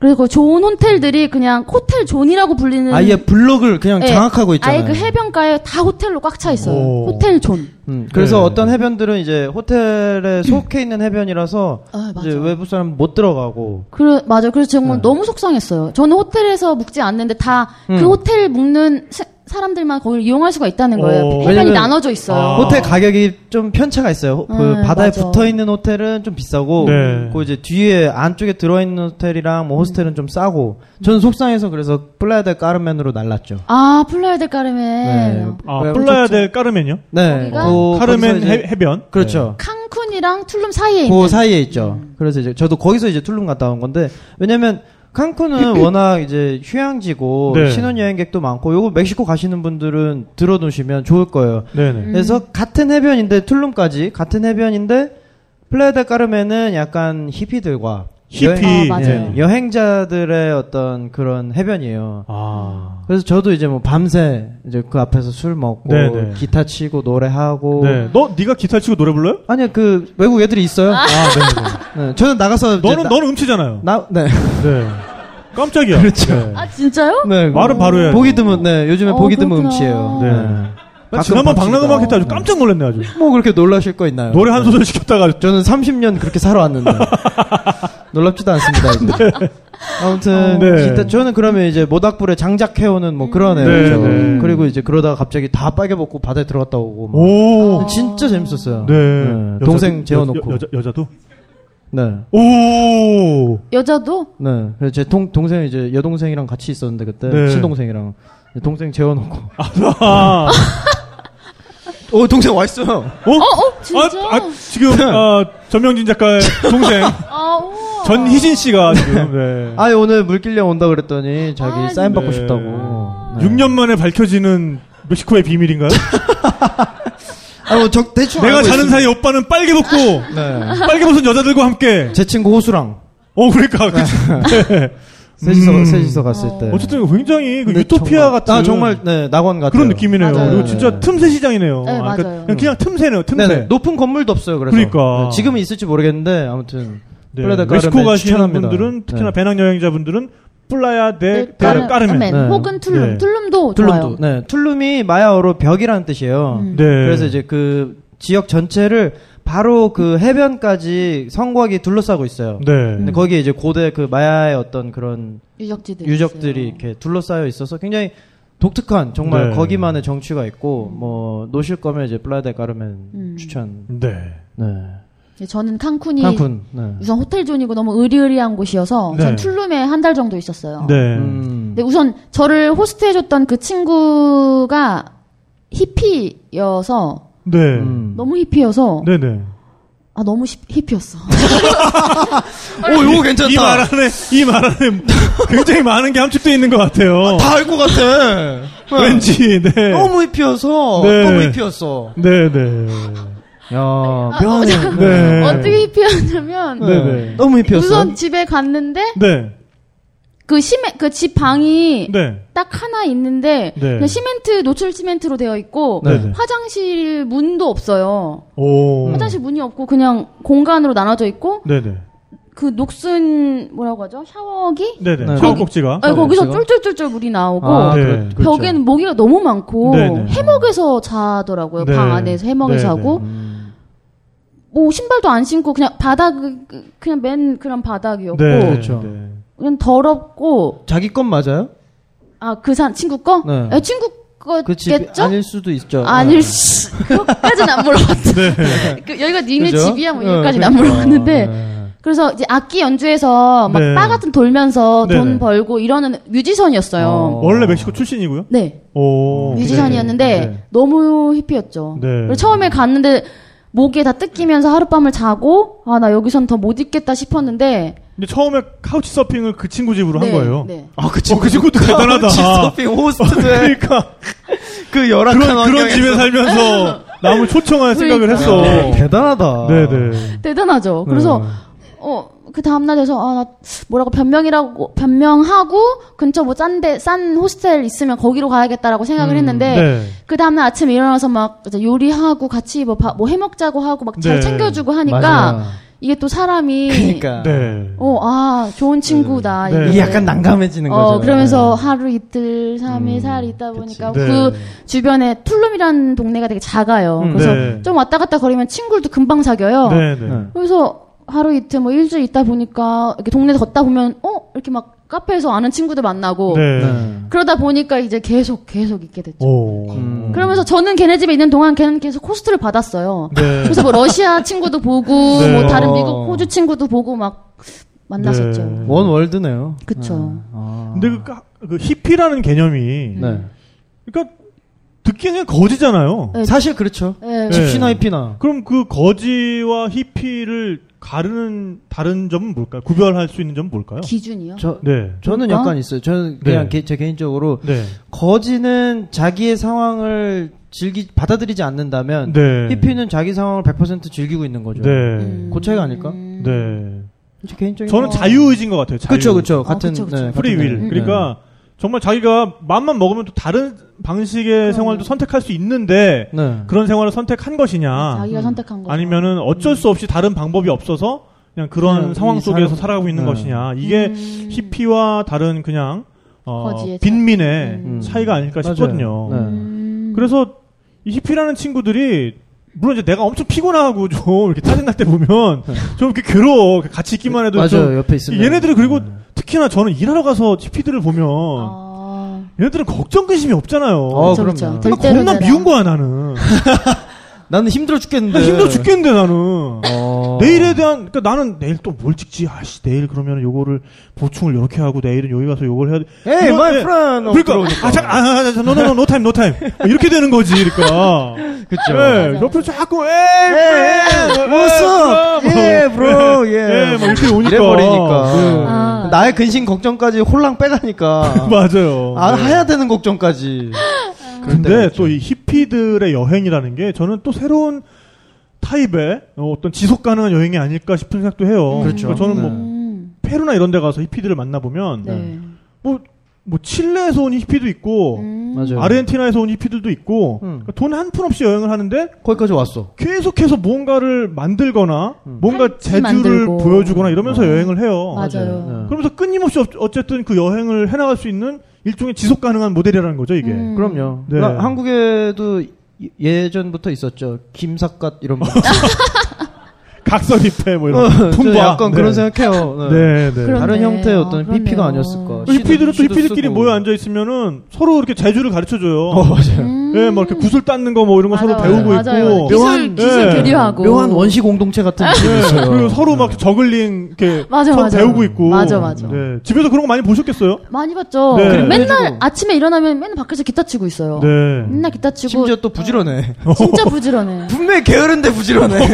Speaker 6: 그래서 그 좋은 호텔들이 그냥 호텔 존이라고 불리는
Speaker 4: 아예 블록을 그냥
Speaker 6: 음. 네,
Speaker 4: 장악하고 있잖아요.
Speaker 6: 아예 그 해변가에 다 호텔로 꽉 차 있어요.
Speaker 5: 오.
Speaker 6: 호텔 존.
Speaker 4: 음, 그래서
Speaker 5: 네.
Speaker 4: 어떤 해변들은 이제 호텔에 속해 있는 해변이라서
Speaker 6: 아, 맞아.
Speaker 4: 이제 외부 사람 못 들어가고
Speaker 6: 그 맞아. 그래서 정말
Speaker 4: 네.
Speaker 6: 너무 속상했어요. 저는 호텔에서 묵지 않는데 다 그
Speaker 4: 음.
Speaker 6: 호텔 묵는 사- 사람들만 거기를 이용할 수가 있다는 거예요.
Speaker 5: 오.
Speaker 6: 해변이
Speaker 4: 왜냐면-
Speaker 6: 나눠져 있어요.
Speaker 5: 아.
Speaker 4: 호텔 가격이 좀 편차가 있어요. 그
Speaker 6: 네,
Speaker 4: 바다에
Speaker 6: 맞아.
Speaker 4: 붙어 있는 호텔은 좀 비싸고,
Speaker 5: 네.
Speaker 4: 그 이제 뒤에 안쪽에 들어 있는 호텔이랑 뭐 호스텔은 좀 싸고. 저는 속상해서 그래서 플라야델 까르멘으로 날랐죠.
Speaker 6: 아, 플라야델 까르멘.
Speaker 5: 아,
Speaker 4: 네,
Speaker 5: 플라야 델 까르멘요?
Speaker 4: 네,
Speaker 6: 거기가?
Speaker 4: 그-
Speaker 5: 카르멘
Speaker 4: 거기서 이제-
Speaker 5: 해, 네. 변
Speaker 4: 그렇죠.
Speaker 6: 칸쿤이랑 툴룸 사이에
Speaker 4: 그
Speaker 6: 있는.
Speaker 4: 사이에 있죠. 그래서 이제 저도 거기서 이제 툴룸 갔다 온 건데 왜냐면 칸쿤은 워낙 이제 휴양지고
Speaker 5: 네.
Speaker 4: 신혼여행객도 많고 요거 멕시코 가시는 분들은 들어놓으시면 좋을 거예요.
Speaker 6: 음.
Speaker 5: 네네.
Speaker 4: 그래서 같은 해변인데 툴룸까지 같은 해변인데 플라야델 까르멘은 약간 히피들과
Speaker 5: 히피. 네.
Speaker 6: 아, 맞아요.
Speaker 4: 예, 여행자들의 어떤 그런 해변이에요.
Speaker 5: 아.
Speaker 4: 그래서 저도 이제 뭐 밤새 이제 그 앞에서 술 먹고
Speaker 5: 네, 네.
Speaker 4: 기타 치고 노래하고
Speaker 5: 네. 너 네가 기타 치고 노래 불러요?
Speaker 4: 아니요 그 외국 애들이 있어요.
Speaker 5: 아, 네.
Speaker 4: 네, 저는 나가서 이제
Speaker 5: 너는
Speaker 4: 나-
Speaker 5: 너는 음치잖아요.
Speaker 4: 나, 네.
Speaker 5: 네. 깜짝이야.
Speaker 4: 그렇죠.
Speaker 6: 아, 진짜요?
Speaker 4: 네.
Speaker 5: 말은 바로 해야지.
Speaker 4: 보기 드문, 네. 요즘에
Speaker 6: 어,
Speaker 4: 보기 드문
Speaker 6: 그렇구나.
Speaker 4: 음치예요.
Speaker 5: 네. 나
Speaker 4: 가끔
Speaker 5: 지난번
Speaker 4: 아, 밤치기도
Speaker 5: 방랑음악 했다 아주
Speaker 4: 하고.
Speaker 5: 깜짝 놀랐네 아주.
Speaker 4: 뭐 그렇게 놀라실 거 있나요?
Speaker 5: 노래 한
Speaker 4: 네.
Speaker 5: 소절 시켰다가 아주
Speaker 4: 저는 30년 그렇게 살아왔는데. 놀랍지도 않습니다, 이제. 아무튼,
Speaker 5: 어, 네.
Speaker 4: 기타- 저는 그러면 이제 모닥불에 장작 해오는 뭐 그런 애죠.
Speaker 5: 네, 네.
Speaker 4: 그리고 이제 그러다가 갑자기 다 빨개벗고 바다에 들어갔다 오고. 막.
Speaker 5: 오.
Speaker 4: 진짜 재밌었어요.
Speaker 5: 네. 여자도-
Speaker 4: 아, 그렇죠. 동생 재워놓고.
Speaker 5: 여, 여, 자 여자도.
Speaker 4: 네.
Speaker 5: 오.
Speaker 6: 여자도?
Speaker 4: 네. 그래서 제 동, 동생이 이제 여동생이랑 같이 있었는데 그때
Speaker 5: 네.
Speaker 4: 친동생이랑 동생 재워놓고
Speaker 5: 아.
Speaker 4: 어 동생 와 있어요.
Speaker 5: 어?
Speaker 6: 어, 진짜?
Speaker 5: 아, 아, 지금 어, 전명진 작가의 동생
Speaker 6: 아, 우와.
Speaker 5: 전희진 씨가 지금 네.
Speaker 4: 아 오늘 물길령 온다 그랬더니 자기
Speaker 6: 아,
Speaker 4: 사인 받고
Speaker 5: 네.
Speaker 4: 싶다고.
Speaker 5: 6년 만에 밝혀지는 멕시코의 비밀인가요?
Speaker 4: 네. 아뭐저 대충
Speaker 5: 내가
Speaker 4: 알고
Speaker 5: 자는
Speaker 4: 있습니다.
Speaker 5: 사이 오빠는 빨개 벗고
Speaker 4: 네.
Speaker 5: 빨개 벗은 여자들과 함께
Speaker 4: 제 친구 호수랑
Speaker 5: 어 그러니까 그치. 네.
Speaker 4: 셋이서
Speaker 5: 음.
Speaker 4: 셋이서 갔을 때.
Speaker 5: 어쨌든 굉장히 그
Speaker 4: 네. 근데
Speaker 5: 유토피아
Speaker 4: 정말-
Speaker 5: 같은
Speaker 4: 아 정말 네 낙원 같아요.
Speaker 5: 그런 느낌이네요.
Speaker 6: 맞아요.
Speaker 5: 그리고 진짜 틈새 시장이네요.
Speaker 6: 네,
Speaker 5: 아, 그러니까
Speaker 6: 맞아요.
Speaker 5: 그냥, 그냥 틈새네요. 틈새.
Speaker 4: 네, 네. 높은 건물도 없어요. 그래서
Speaker 5: 그러니까.
Speaker 4: 네, 지금은 있을지 모르겠는데 아무튼
Speaker 5: 네,
Speaker 4: 플라야 델
Speaker 5: 멕시코
Speaker 4: 까르멘
Speaker 5: 가시는
Speaker 4: 추천합니다.
Speaker 5: 분들은 특히나
Speaker 4: 네.
Speaker 5: 배낭 여행자분들은 플라야 데, 데 까르멘.
Speaker 6: 까르- 까르멘.
Speaker 4: 네.
Speaker 6: 네, 혹은 툴룸.
Speaker 5: 네.
Speaker 6: 툴룸도 좋아요.
Speaker 4: 툴룸도 네 툴룸이 마야어로 벽이라는 뜻이에요.
Speaker 6: 음.
Speaker 5: 네.
Speaker 4: 그래서 이제 그 지역 전체를 바로 그 해변까지 성곽이 둘러싸고 있어요.
Speaker 5: 네.
Speaker 4: 근데 거기에 이제 고대 그 마야의 어떤 그런 네,
Speaker 6: 유적지들.
Speaker 4: 유적들이
Speaker 6: 있어요.
Speaker 4: 이렇게 둘러싸여 있어서 굉장히 독특한 정말
Speaker 5: 네.
Speaker 4: 거기만의 정취가 있고 뭐 노실 거면 이제 플라데 까르멘
Speaker 6: 음.
Speaker 4: 추천.
Speaker 5: 네.
Speaker 4: 네.
Speaker 6: 네, 저는 칸쿤이
Speaker 4: 칸쿤. 네.
Speaker 6: 우선 호텔 존이고 너무 의리의리한 곳이어서
Speaker 5: 네.
Speaker 6: 전 툴룸에 한 달 정도 있었어요.
Speaker 5: 네.
Speaker 4: 음.
Speaker 6: 근데 우선 저를 호스트해줬던 그 친구가 히피여서
Speaker 5: 네.
Speaker 4: 음.
Speaker 6: 너무 히피여서
Speaker 5: 네네.
Speaker 6: 아 너무 시- 히피였어.
Speaker 4: 어,
Speaker 2: 오, 이거 괜찮다.
Speaker 5: 이 말 안에, 이 말 안에 굉장히 많은 게 함축되어 있는 것 같아요.
Speaker 2: 다 알 것 같아. 네.
Speaker 5: 왠지, 네.
Speaker 4: 어, 뭐.
Speaker 2: 너무 입히어서
Speaker 5: 네.
Speaker 2: 너무 입히었어.
Speaker 5: 네네.
Speaker 4: 야, 명하네.
Speaker 5: 네.
Speaker 6: 어떻게 히피였냐면
Speaker 4: 아, 어, 네.
Speaker 5: 네네.
Speaker 4: 너무 입혔어.
Speaker 6: 우선 집에 갔는데
Speaker 5: 네.
Speaker 6: 그 시멘 그 집 방이
Speaker 5: 네.
Speaker 6: 딱 하나 있는데
Speaker 5: 네.
Speaker 6: 그냥 시멘트 노출 시멘트로 되어 있고
Speaker 4: 네.
Speaker 5: 네네.
Speaker 6: 화장실 문도 없어요.
Speaker 5: 오.
Speaker 6: 화장실 문이 없고 그냥 공간으로 나눠져 있고
Speaker 5: 네네.
Speaker 6: 그 녹슨 뭐라고 하죠? 샤워기?
Speaker 5: 네네.
Speaker 4: 네.
Speaker 5: 소금꼭지가.
Speaker 6: 아니, 거기서
Speaker 4: 그래요?
Speaker 6: 쫄쫄쫄쫄 물이 나오고
Speaker 4: 아,
Speaker 5: 네.
Speaker 4: 그렇- 그렇죠.
Speaker 6: 벽에는 모기가 너무 많고
Speaker 5: 네네.
Speaker 6: 해먹에서 자더라고요.
Speaker 5: 네.
Speaker 6: 방 안에서 해먹에서
Speaker 5: 네네.
Speaker 6: 자고
Speaker 4: 음.
Speaker 6: 뭐 신발도 안 신고 그냥 바닥 그- 그냥 맨 어, 그런 바닥이었고
Speaker 5: 네.
Speaker 4: 그렇죠.
Speaker 5: 네.
Speaker 6: 그냥 더럽고
Speaker 4: 자기 건 맞아요?
Speaker 6: 아 그 사 친구 거?
Speaker 4: 네.
Speaker 6: 아, 친구
Speaker 4: 그 집이
Speaker 6: 거겠죠?
Speaker 4: 아닐 수도 있죠. 네.
Speaker 6: 아닐 수 그것까지는 안 물어봤어. 그, 여기가 니네
Speaker 4: 그죠?
Speaker 6: 집이야 뭐
Speaker 4: 네,
Speaker 6: 여기까지는 안
Speaker 4: 그러니까.
Speaker 6: 물어봤는데
Speaker 4: 네.
Speaker 6: 그래서 이제 악기 연주해서 막
Speaker 5: 네.
Speaker 6: 바 같은 돌면서
Speaker 5: 네네.
Speaker 6: 돈 벌고 이러는 뮤지션이었어요.
Speaker 4: 어.
Speaker 5: 원래 멕시코 출신이고요.
Speaker 6: 네.
Speaker 5: 오.
Speaker 6: 뮤지션이었는데
Speaker 5: 어, 네.
Speaker 6: 너무 히피였죠.
Speaker 5: 네.
Speaker 6: 그래서 처음에 갔는데 목에 다 뜯기면서 하룻밤을 자고 아 나 여기선 더 못 있겠다 싶었는데
Speaker 5: 근데 처음에 카우치 서핑을 그 친구 집으로
Speaker 6: 네,
Speaker 5: 한 거예요.
Speaker 6: 네.
Speaker 2: 아, 그
Speaker 5: 어, 그 친구도 대단하다.
Speaker 2: 서핑 호스트도 해.
Speaker 5: 그러니까
Speaker 7: 그 열악한
Speaker 5: 그런, 그런
Speaker 7: 환경에서.
Speaker 5: 집에 살면서 남을 초청할
Speaker 4: 아,
Speaker 5: 생각을 했어.
Speaker 4: 네.
Speaker 6: 그러니까요.
Speaker 4: 대단하다.
Speaker 5: 네네. 음.
Speaker 6: 대단하죠. 아. 그래서
Speaker 5: 네.
Speaker 6: 어, 그 다음날 돼서, 아, 나 뭐라고 변명이라고, 변명하고, 근처 뭐 싼데, 싼 호스텔 있으면 거기로 가야겠다라고 생각을
Speaker 4: 음,
Speaker 6: 했는데,
Speaker 5: 네.
Speaker 6: 그 다음날 아침에 일어나서 막 이제 요리하고 같이 뭐, 밥- 뭐 해먹자고 하고 막 잘
Speaker 5: 네.
Speaker 6: 챙겨주고 하니까,
Speaker 4: 맞아.
Speaker 6: 이게 또 사람이,
Speaker 4: 그러니까
Speaker 5: 네.
Speaker 6: 어, 아, 좋은 친구다.
Speaker 5: 네.
Speaker 4: 이게 약간 난감해지는
Speaker 6: 어,
Speaker 4: 거죠. 네. 음,
Speaker 6: 그러면서 하루 이틀, 삼일사일 있다 보니까
Speaker 5: 그치.
Speaker 6: 그
Speaker 5: 네.
Speaker 6: 주변에 툴룸이라는 동네가 되게 작아요.
Speaker 4: 음,
Speaker 6: 그래서
Speaker 5: 네.
Speaker 6: 좀 왔다 갔다 거리면 친구들도 금방 사겨요.
Speaker 5: 네.
Speaker 4: 네.
Speaker 5: 네.
Speaker 4: 네.
Speaker 6: 그래서 하루 이틀 뭐 일주일 있다 보니까 이렇게 동네 걷다 보면 어 이렇게 막 카페에서 아는 친구들 만나고
Speaker 5: 네. 어.
Speaker 4: 네.
Speaker 6: 그러다 보니까 이제 계속 계속 있게 됐죠.
Speaker 5: 오.
Speaker 4: 음.
Speaker 6: 그러면서 저는 걔네 집에 있는 동안 걔는 계속 호스트를 받았어요.
Speaker 5: 네.
Speaker 6: 그래서 뭐 러시아 친구도 보고
Speaker 5: 네.
Speaker 6: 뭐 다른
Speaker 4: 어.
Speaker 6: 미국 호주 친구도 보고 막 만났었죠.
Speaker 5: 네.
Speaker 4: 원 월드네요.
Speaker 6: 그쵸.
Speaker 4: 아.
Speaker 5: 근데 그, 까- 그 히피라는 개념이
Speaker 4: 네.
Speaker 5: 그러니까 듣기에는 거지잖아요.
Speaker 6: 네.
Speaker 4: 사실 그렇죠.
Speaker 6: 네.
Speaker 5: 네.
Speaker 4: 집시나 히피나.
Speaker 5: 그럼 그 거지와 히피를 가르는 다른 점은 뭘까요? 구별할 수 있는 점은 뭘까요?
Speaker 6: 기준이요.
Speaker 4: 저
Speaker 5: 네.
Speaker 4: 저는
Speaker 6: 그럴까?
Speaker 4: 약간 있어요. 저는 그냥
Speaker 5: 네.
Speaker 4: 개- 제 개인적으로
Speaker 5: 네.
Speaker 4: 거지는 자기의 상황을 즐기 받아들이지 않는다면
Speaker 5: 네.
Speaker 4: 히피는 자기 상황을 100% 즐기고 있는 거죠.
Speaker 5: 네.
Speaker 6: 음.
Speaker 4: 그 차이가 아닐까?
Speaker 5: 네.
Speaker 4: 제 개인적인
Speaker 5: 저는 자유의지인 것 같아요. 자유.
Speaker 4: 그렇죠, 그렇죠.
Speaker 6: 아,
Speaker 4: 같은
Speaker 6: 그쵸, 그쵸.
Speaker 4: 네, 같은
Speaker 5: 프리윌.
Speaker 4: 네.
Speaker 5: 그러니까 정말 자기가 맘만 먹으면 또 다른 방식의 생활도 선택할 수 있는데
Speaker 4: 네.
Speaker 5: 그런 생활을 선택한 것이냐
Speaker 6: 자기가 선택한 거.
Speaker 5: 아. 아니면은 어쩔 수 없이 다른 방법이 없어서 그냥 그런
Speaker 4: 음,
Speaker 5: 상황
Speaker 4: 이
Speaker 5: 속에서
Speaker 4: 삶-
Speaker 5: 살아가고 있는
Speaker 4: 네.
Speaker 5: 것이냐
Speaker 6: 음.
Speaker 5: 이게 히피와 다른 그냥 어,
Speaker 6: 거지의 차이.
Speaker 5: 빈민의
Speaker 4: 음.
Speaker 5: 차이가 아닐까
Speaker 4: 맞아요.
Speaker 5: 싶거든요. 음.
Speaker 4: 네.
Speaker 6: 음.
Speaker 5: 그래서 이 히피라는 친구들이 물론 이제 내가 엄청 피곤하고 좀 이렇게 짜증날 때 보면 좀 이렇게 괴로워 같이 있기만 해도 좀
Speaker 4: 네. 맞아요. 옆에 있으면
Speaker 5: 얘네들이 그리고
Speaker 4: 네.
Speaker 5: 특히나 저는 일하러 가서 히피들을 보면
Speaker 6: 아,
Speaker 5: 얘네들은 걱정 근심이 없잖아요.
Speaker 4: 어,
Speaker 6: 그쵸,
Speaker 4: 그럼요.
Speaker 6: 그러니까 그쵸.
Speaker 5: 나
Speaker 6: 절대로
Speaker 5: 겁나
Speaker 6: 내라.
Speaker 5: 미운 거야 나는.
Speaker 4: 나는 힘들어 죽겠는데.
Speaker 5: 나 아, 힘들어 죽겠는데 나는.
Speaker 4: 네. 어.
Speaker 5: 내일에 대한 그러니까 나는 내일 또 뭘 찍지 아씨 내일 그러면 요거를 보충을 이렇게 하고 내일은 여기 가서 요걸 해야 돼
Speaker 4: Hey,
Speaker 5: 이런-
Speaker 4: my
Speaker 5: 네.
Speaker 4: friend.
Speaker 5: 그러니까 아잠아노노노노 타임 노 타임 이렇게 되는 거지 그러니까
Speaker 4: 그렇죠.
Speaker 5: 예, 옆으로 자꾸 에이
Speaker 4: 에이, 웃어. 예, bro. 예.
Speaker 5: 예, 예막 뭐 이렇게 오니까
Speaker 4: 이래버리니까.
Speaker 5: 예.
Speaker 6: 아.
Speaker 4: 나의 근심 걱정까지 홀랑 빼다니까.
Speaker 5: 맞아요
Speaker 4: 아,
Speaker 5: 네.
Speaker 4: 해야 되는 걱정까지. 그럴 때가
Speaker 5: 근데
Speaker 4: 있죠.
Speaker 5: 네, 또 이 히피들의 여행이라는 게 저는 또 새로운 타입의 어, 떤 지속 가능한 여행이 아닐까 싶은 생각도 해요.
Speaker 4: 그렇죠.
Speaker 5: 그러니까 저는 뭐
Speaker 6: 음,
Speaker 5: 페루나 이런 데 가서 히피들을 만나 보면
Speaker 6: 네.
Speaker 5: 뭐 칠레에서 온 히피도 있고
Speaker 6: 음.
Speaker 4: 맞아요.
Speaker 5: 아르헨티나에서 온 히피들도
Speaker 4: 네.
Speaker 5: 있고 그러니까
Speaker 4: 음.
Speaker 5: 돈 한 푼 없이 여행을 하는데
Speaker 4: 거기까지 왔어.
Speaker 5: 계속해서 뭔가를 만들거나
Speaker 4: 음.
Speaker 5: 뭔가
Speaker 6: 팔찌
Speaker 5: 재주를
Speaker 6: 만들고.
Speaker 5: 보여주거나 이러면서
Speaker 4: 아.
Speaker 5: 여행을 해요.
Speaker 6: 맞아요.
Speaker 4: 맞아요.
Speaker 5: 그러면서 끊임없이 어- 어쨌든 그 여행을 해나갈 수 있는 일종의 지속 가능한 모델이라는 거죠 이게.
Speaker 6: 음.
Speaker 4: 그럼요.
Speaker 5: 네.
Speaker 4: 그러니까 한국에도 예- 예전부터 있었죠. 김삿갓 이런
Speaker 5: 어,
Speaker 4: 분.
Speaker 5: 각선입회
Speaker 4: 어,
Speaker 5: 뭐 이런
Speaker 4: 저는
Speaker 5: 품바.
Speaker 4: 약간
Speaker 5: 네.
Speaker 4: 그런 생각해요. 네.
Speaker 5: 네, 네.
Speaker 6: 그럼-
Speaker 4: 다른
Speaker 6: 그렇네.
Speaker 4: 형태의 어떤
Speaker 6: 아,
Speaker 4: PP가
Speaker 6: 그렇네요.
Speaker 4: 아니었을까.
Speaker 5: 그 히피들은 또 히피들끼리 모여 앉아 있으면은 서로 이렇게 재주를 가르쳐 줘요.
Speaker 4: 어, 맞아요.
Speaker 6: 음,
Speaker 5: 예, 막 이렇게 구슬 닦는 거 뭐 이런 거 서로
Speaker 6: 맞아요,
Speaker 5: 배우고
Speaker 6: 맞아요.
Speaker 5: 있고.
Speaker 4: 묘한- 네.
Speaker 6: 기술, 기술
Speaker 5: 예.
Speaker 6: 교류하고.
Speaker 4: 묘한 원시 공동체 같은
Speaker 5: 예,
Speaker 4: 느낌이 있어요. 네.
Speaker 5: 그리고 서로 막 저글링 이렇게
Speaker 6: 맞아,
Speaker 5: 서로
Speaker 6: 맞아.
Speaker 5: 배우고 있고.
Speaker 6: 맞아, 맞아.
Speaker 5: 네. 집에서 그런 거 많이 보셨겠어요?
Speaker 6: 많이 봤죠.
Speaker 5: 네.
Speaker 6: 그리고 맨날
Speaker 4: 그래가지고.
Speaker 6: 아침에 일어나면 맨날 밖에서 기타 치고 있어요. 음.
Speaker 5: 네.
Speaker 6: 맨날 기타 치고
Speaker 4: 심지어 또 부지런해.
Speaker 6: 진짜 부지런해.
Speaker 4: 분명히 게으른데 부지런해.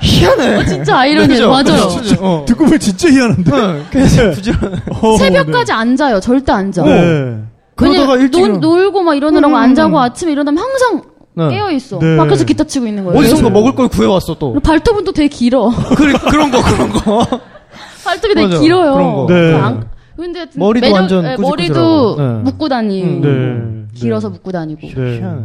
Speaker 4: 희한해.
Speaker 6: 어, 진짜 아이러니해.
Speaker 4: 그죠?
Speaker 6: 맞아요. 네.
Speaker 4: 그죠? 어.
Speaker 5: 듣고 보면 진짜 희한한데.
Speaker 4: 어, 그래서 부지런해.
Speaker 5: 어,
Speaker 6: 새벽까지 어. 안 자요. 절대 안 자.
Speaker 5: 네. 네.
Speaker 4: 네. 그러다가
Speaker 6: 왜냐면
Speaker 4: 일찍
Speaker 6: 놀,
Speaker 4: 일어나. 음.
Speaker 6: 놀고 막 이러느라고 안 자고 아침에 일어나면 항상
Speaker 4: 네.
Speaker 6: 깨어 있어.
Speaker 5: 네.
Speaker 6: 밖에서 기타 치고 있는 거예요.
Speaker 4: 어디선가 먹을 걸 구해왔어 또.
Speaker 6: 그리고 발톱은 또 되게 길어.
Speaker 4: 그, 그런 거 그런 거.
Speaker 6: 발톱이 되게
Speaker 4: 맞아요.
Speaker 6: 길어요.
Speaker 4: 그런 거.
Speaker 5: 네.
Speaker 6: 안- 근데 하여튼
Speaker 4: 머리도
Speaker 6: 매년-
Speaker 4: 완전
Speaker 6: 예,
Speaker 4: 꾸지꾸지라고.
Speaker 6: 머리도
Speaker 4: 네.
Speaker 6: 묶고 다니고
Speaker 4: 음.
Speaker 5: 네.
Speaker 6: 길어서 묶고 다니고
Speaker 5: 네.
Speaker 4: 희한해.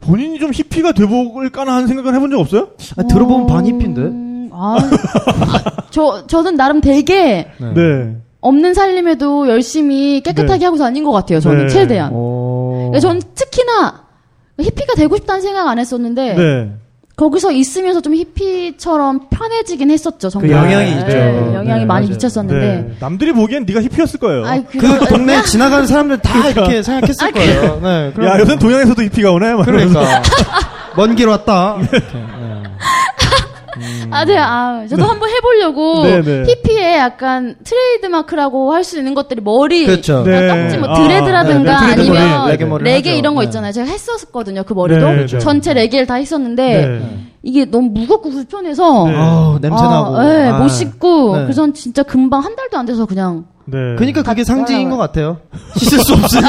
Speaker 5: 본인이 좀 히피가 돼볼까나 하는 생각을 해본 적 없어요?
Speaker 4: 아, 들어보면
Speaker 6: 어,
Speaker 4: 반입인데.
Speaker 6: 아, 저 저는 나름 되게
Speaker 5: 네.
Speaker 6: 없는 살림에도 열심히 깨끗하게
Speaker 5: 네.
Speaker 6: 하고 다닌 것 같아요. 저는
Speaker 5: 네.
Speaker 6: 최대한.
Speaker 4: 어. 오.
Speaker 6: 그러니까 전 특히나 히피가 되고 싶다는 생각 안 했었는데
Speaker 5: 네.
Speaker 6: 거기서 있으면서 좀 히피처럼 편해지긴 했었죠. 정말.
Speaker 4: 그 영향이 있죠.
Speaker 6: 네, 영향이
Speaker 4: 네,
Speaker 6: 많이
Speaker 4: 맞아요.
Speaker 6: 미쳤었는데.
Speaker 5: 남들이 보기엔 네가 히피였을 거예요.
Speaker 6: 아이,
Speaker 4: 그 동네 지나가는 사람들 다
Speaker 5: 그러니까.
Speaker 4: 이렇게
Speaker 6: 아,
Speaker 4: 생각했을 거예요. 네. 그럼-
Speaker 5: 야, 요새 동양에서도 히피가 오네? 막 이러면서.
Speaker 4: 그러니까 먼 길 왔다.
Speaker 5: 네.
Speaker 4: 이렇게.
Speaker 6: 아, 네, 아, 저도 한번 해보려고
Speaker 5: 네, 네.
Speaker 6: 히피의 약간 트레이드마크라고 할 수 있는 것들이 머리,
Speaker 4: 그렇죠.
Speaker 5: 네.
Speaker 6: 떡지 뭐
Speaker 5: 아,
Speaker 6: 드레드라든가
Speaker 4: 네, 네,
Speaker 6: 아,
Speaker 4: 드레드
Speaker 6: 니
Speaker 4: 머리,
Speaker 6: 면
Speaker 4: 레게
Speaker 6: 레게,
Speaker 4: 머리를 하죠.
Speaker 6: 이런 거
Speaker 4: 네.
Speaker 6: 있잖아요. 제가 했었거든요. 그 머리도
Speaker 5: 네, 네.
Speaker 6: 전체 레게를 다 했었는데
Speaker 4: 네.
Speaker 6: 이게 너무 무겁고 불편해서
Speaker 5: 네.
Speaker 4: 아우 냄새 나고.
Speaker 6: 아, 네,
Speaker 4: 아.
Speaker 6: 못 씻고
Speaker 4: 네. 음.
Speaker 6: 그래서 진짜 금방 한 달도 안 돼서 그냥
Speaker 5: 네.
Speaker 4: 그러니까 그게
Speaker 6: 같이
Speaker 4: 상징인
Speaker 6: 따라와.
Speaker 4: 것 같아요. 씻을 수 없으니까.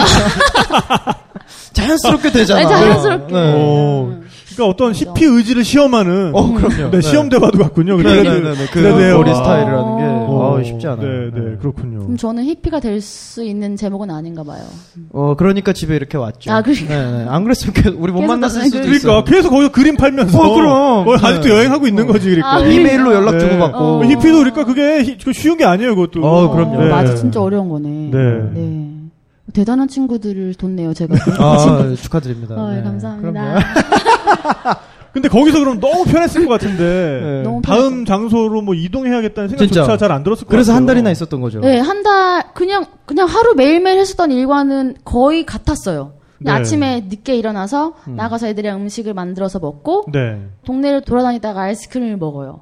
Speaker 7: 자연스럽게 되잖아.
Speaker 6: 아니, 자연스럽게.
Speaker 7: 네.
Speaker 5: 오. 그러니까 어떤 히피 의지를 시험하는
Speaker 7: 어, 그럼요.
Speaker 5: 네, 시험 대봐도 같군요.
Speaker 7: 네,
Speaker 5: 그래도-
Speaker 7: 네, 네, 네. 그
Speaker 5: 그래도-
Speaker 4: 뭐,
Speaker 7: 머리
Speaker 5: 아.
Speaker 7: 스타일이라는 게
Speaker 5: 어,
Speaker 7: 아우, 쉽지 않아요.
Speaker 5: 네, 네, 그렇군요.
Speaker 6: 그럼 저는 히피가 될 수 있는 제목은 아닌가 봐요.
Speaker 4: 어 그러니까 집에 이렇게 왔죠.
Speaker 6: 아, 그러니까.
Speaker 4: 네, 네. 안 그랬으면 계- 우리 못
Speaker 6: 계속
Speaker 4: 만났을
Speaker 6: 만나요.
Speaker 4: 수도
Speaker 5: 그러니까
Speaker 4: 있어.
Speaker 5: 계속 거기서 그림 팔면서
Speaker 4: 어, 그럼.
Speaker 5: 거의 아직도
Speaker 4: 네.
Speaker 5: 여행하고 있는 거지 그러니까.
Speaker 6: 아,
Speaker 4: 이메일로 연락
Speaker 5: 네.
Speaker 4: 주고 받고.
Speaker 6: 어.
Speaker 5: 히피도 그러니까 그게 히- 그 쉬운 게 아니에요, 그것도.
Speaker 4: 어, 그럼요.
Speaker 5: 네.
Speaker 6: 맞아, 진짜 어려운 거네.
Speaker 5: 네.
Speaker 6: 네. 대단한 친구들을 뒀네요, 제가.
Speaker 4: 아 축하드립니다.
Speaker 6: 어,
Speaker 4: 네.
Speaker 6: 감사합니다.
Speaker 4: 그럼요.
Speaker 5: 근데 거기서 그럼 너무 편했을 것 같은데
Speaker 4: 네.
Speaker 6: 너무
Speaker 5: 다음 장소로 뭐 이동해야겠다는
Speaker 4: 진짜.
Speaker 5: 생각조차 잘 안 들었을 것
Speaker 4: 그래서
Speaker 5: 같아요.
Speaker 4: 한 달이나 있었던 거죠.
Speaker 6: 네, 한 달 그냥 그냥 하루 매일매일 했었던 일과는 거의 같았어요. 그냥
Speaker 5: 네.
Speaker 6: 아침에 늦게 일어나서
Speaker 4: 음.
Speaker 6: 나가서 애들이랑 음식을 만들어서 먹고
Speaker 5: 네.
Speaker 6: 동네를 돌아다니다가 아이스크림을 먹어요.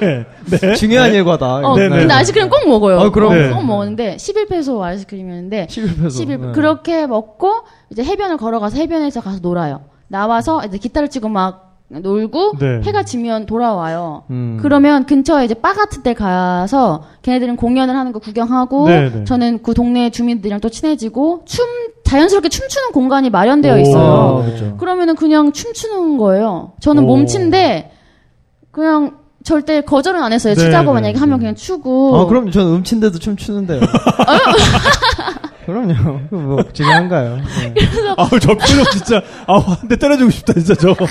Speaker 5: 네. 네.
Speaker 4: 중요한 일과다.
Speaker 6: 어,
Speaker 5: 네, 네,
Speaker 6: 근데
Speaker 5: 네.
Speaker 6: 아이스크림 꼭 먹어요.
Speaker 4: 아, 그럼.
Speaker 5: 네.
Speaker 6: 꼭 먹었는데 11페소 아이스크림이었는데
Speaker 4: 11페소. 네.
Speaker 6: 11 그렇게 먹고 이제 해변을 걸어가서 해변에서 가서 놀아요. 나와서 이제 기타를 치고 막 놀고
Speaker 5: 네.
Speaker 6: 해가 지면 돌아와요.
Speaker 4: 음.
Speaker 6: 그러면 근처에 이제 바 같은 데 가서 걔네들은 공연을 하는 거 구경하고
Speaker 5: 네, 네.
Speaker 6: 저는 그 동네 주민들이랑 또 친해지고 춤 자연스럽게 춤추는 공간이 마련되어
Speaker 5: 오.
Speaker 6: 네, 있어요.
Speaker 4: 아, 그렇죠.
Speaker 6: 그러면은 그냥 춤추는 거예요. 저는
Speaker 5: 오.
Speaker 6: 몸친데 그냥 절대 거절은 안 했어요.
Speaker 5: 네,
Speaker 6: 치자고
Speaker 5: 네,
Speaker 6: 만약에
Speaker 5: 네.
Speaker 6: 하면 그냥 추고.
Speaker 4: 아, 그럼 저는 음친데도 춤추는데요. 그럼요. 그거 뭐 중요한가요? 네.
Speaker 5: 아우 저 표정 진짜 아우 한 대 때려주고 싶다 진짜 저거.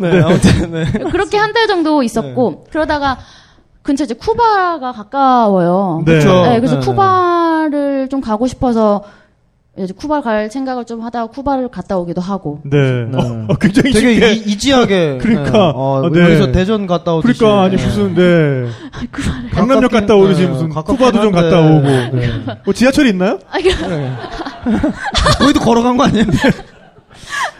Speaker 4: 네, 아무튼 네.
Speaker 6: 그렇게 한 달 정도
Speaker 5: 네.
Speaker 6: 있었고 그러다가 근처 이제 쿠바가 가까워요.
Speaker 5: 네.
Speaker 4: 그쵸.
Speaker 6: 네, 그래서
Speaker 4: 네,
Speaker 6: 쿠바를 좀 가고 싶어서 이제 쿠바 갈 생각을 좀 하다가 쿠바를 갔다 오기도 하고.
Speaker 5: 네.
Speaker 4: 네.
Speaker 5: 어, 굉장히 쉽게.
Speaker 4: 되게 이, 지하게
Speaker 5: 그러니까.
Speaker 4: 어,
Speaker 5: 아, 네.
Speaker 4: 그래서 대전 갔다 오듯이.
Speaker 5: 그러니까 아니
Speaker 4: 네.
Speaker 5: 무슨 네.
Speaker 6: 쿠바를
Speaker 5: 강남역
Speaker 4: 가깝긴-
Speaker 5: 갔다 오듯이
Speaker 4: 네,
Speaker 5: 무슨
Speaker 4: 가깝긴
Speaker 5: 쿠바도 좀
Speaker 4: 한데.
Speaker 5: 갔다 오고.
Speaker 4: 네.
Speaker 5: 뭐 지하철이 있나요? 네.
Speaker 4: 거기도 걸어간 거 아니에요? 어.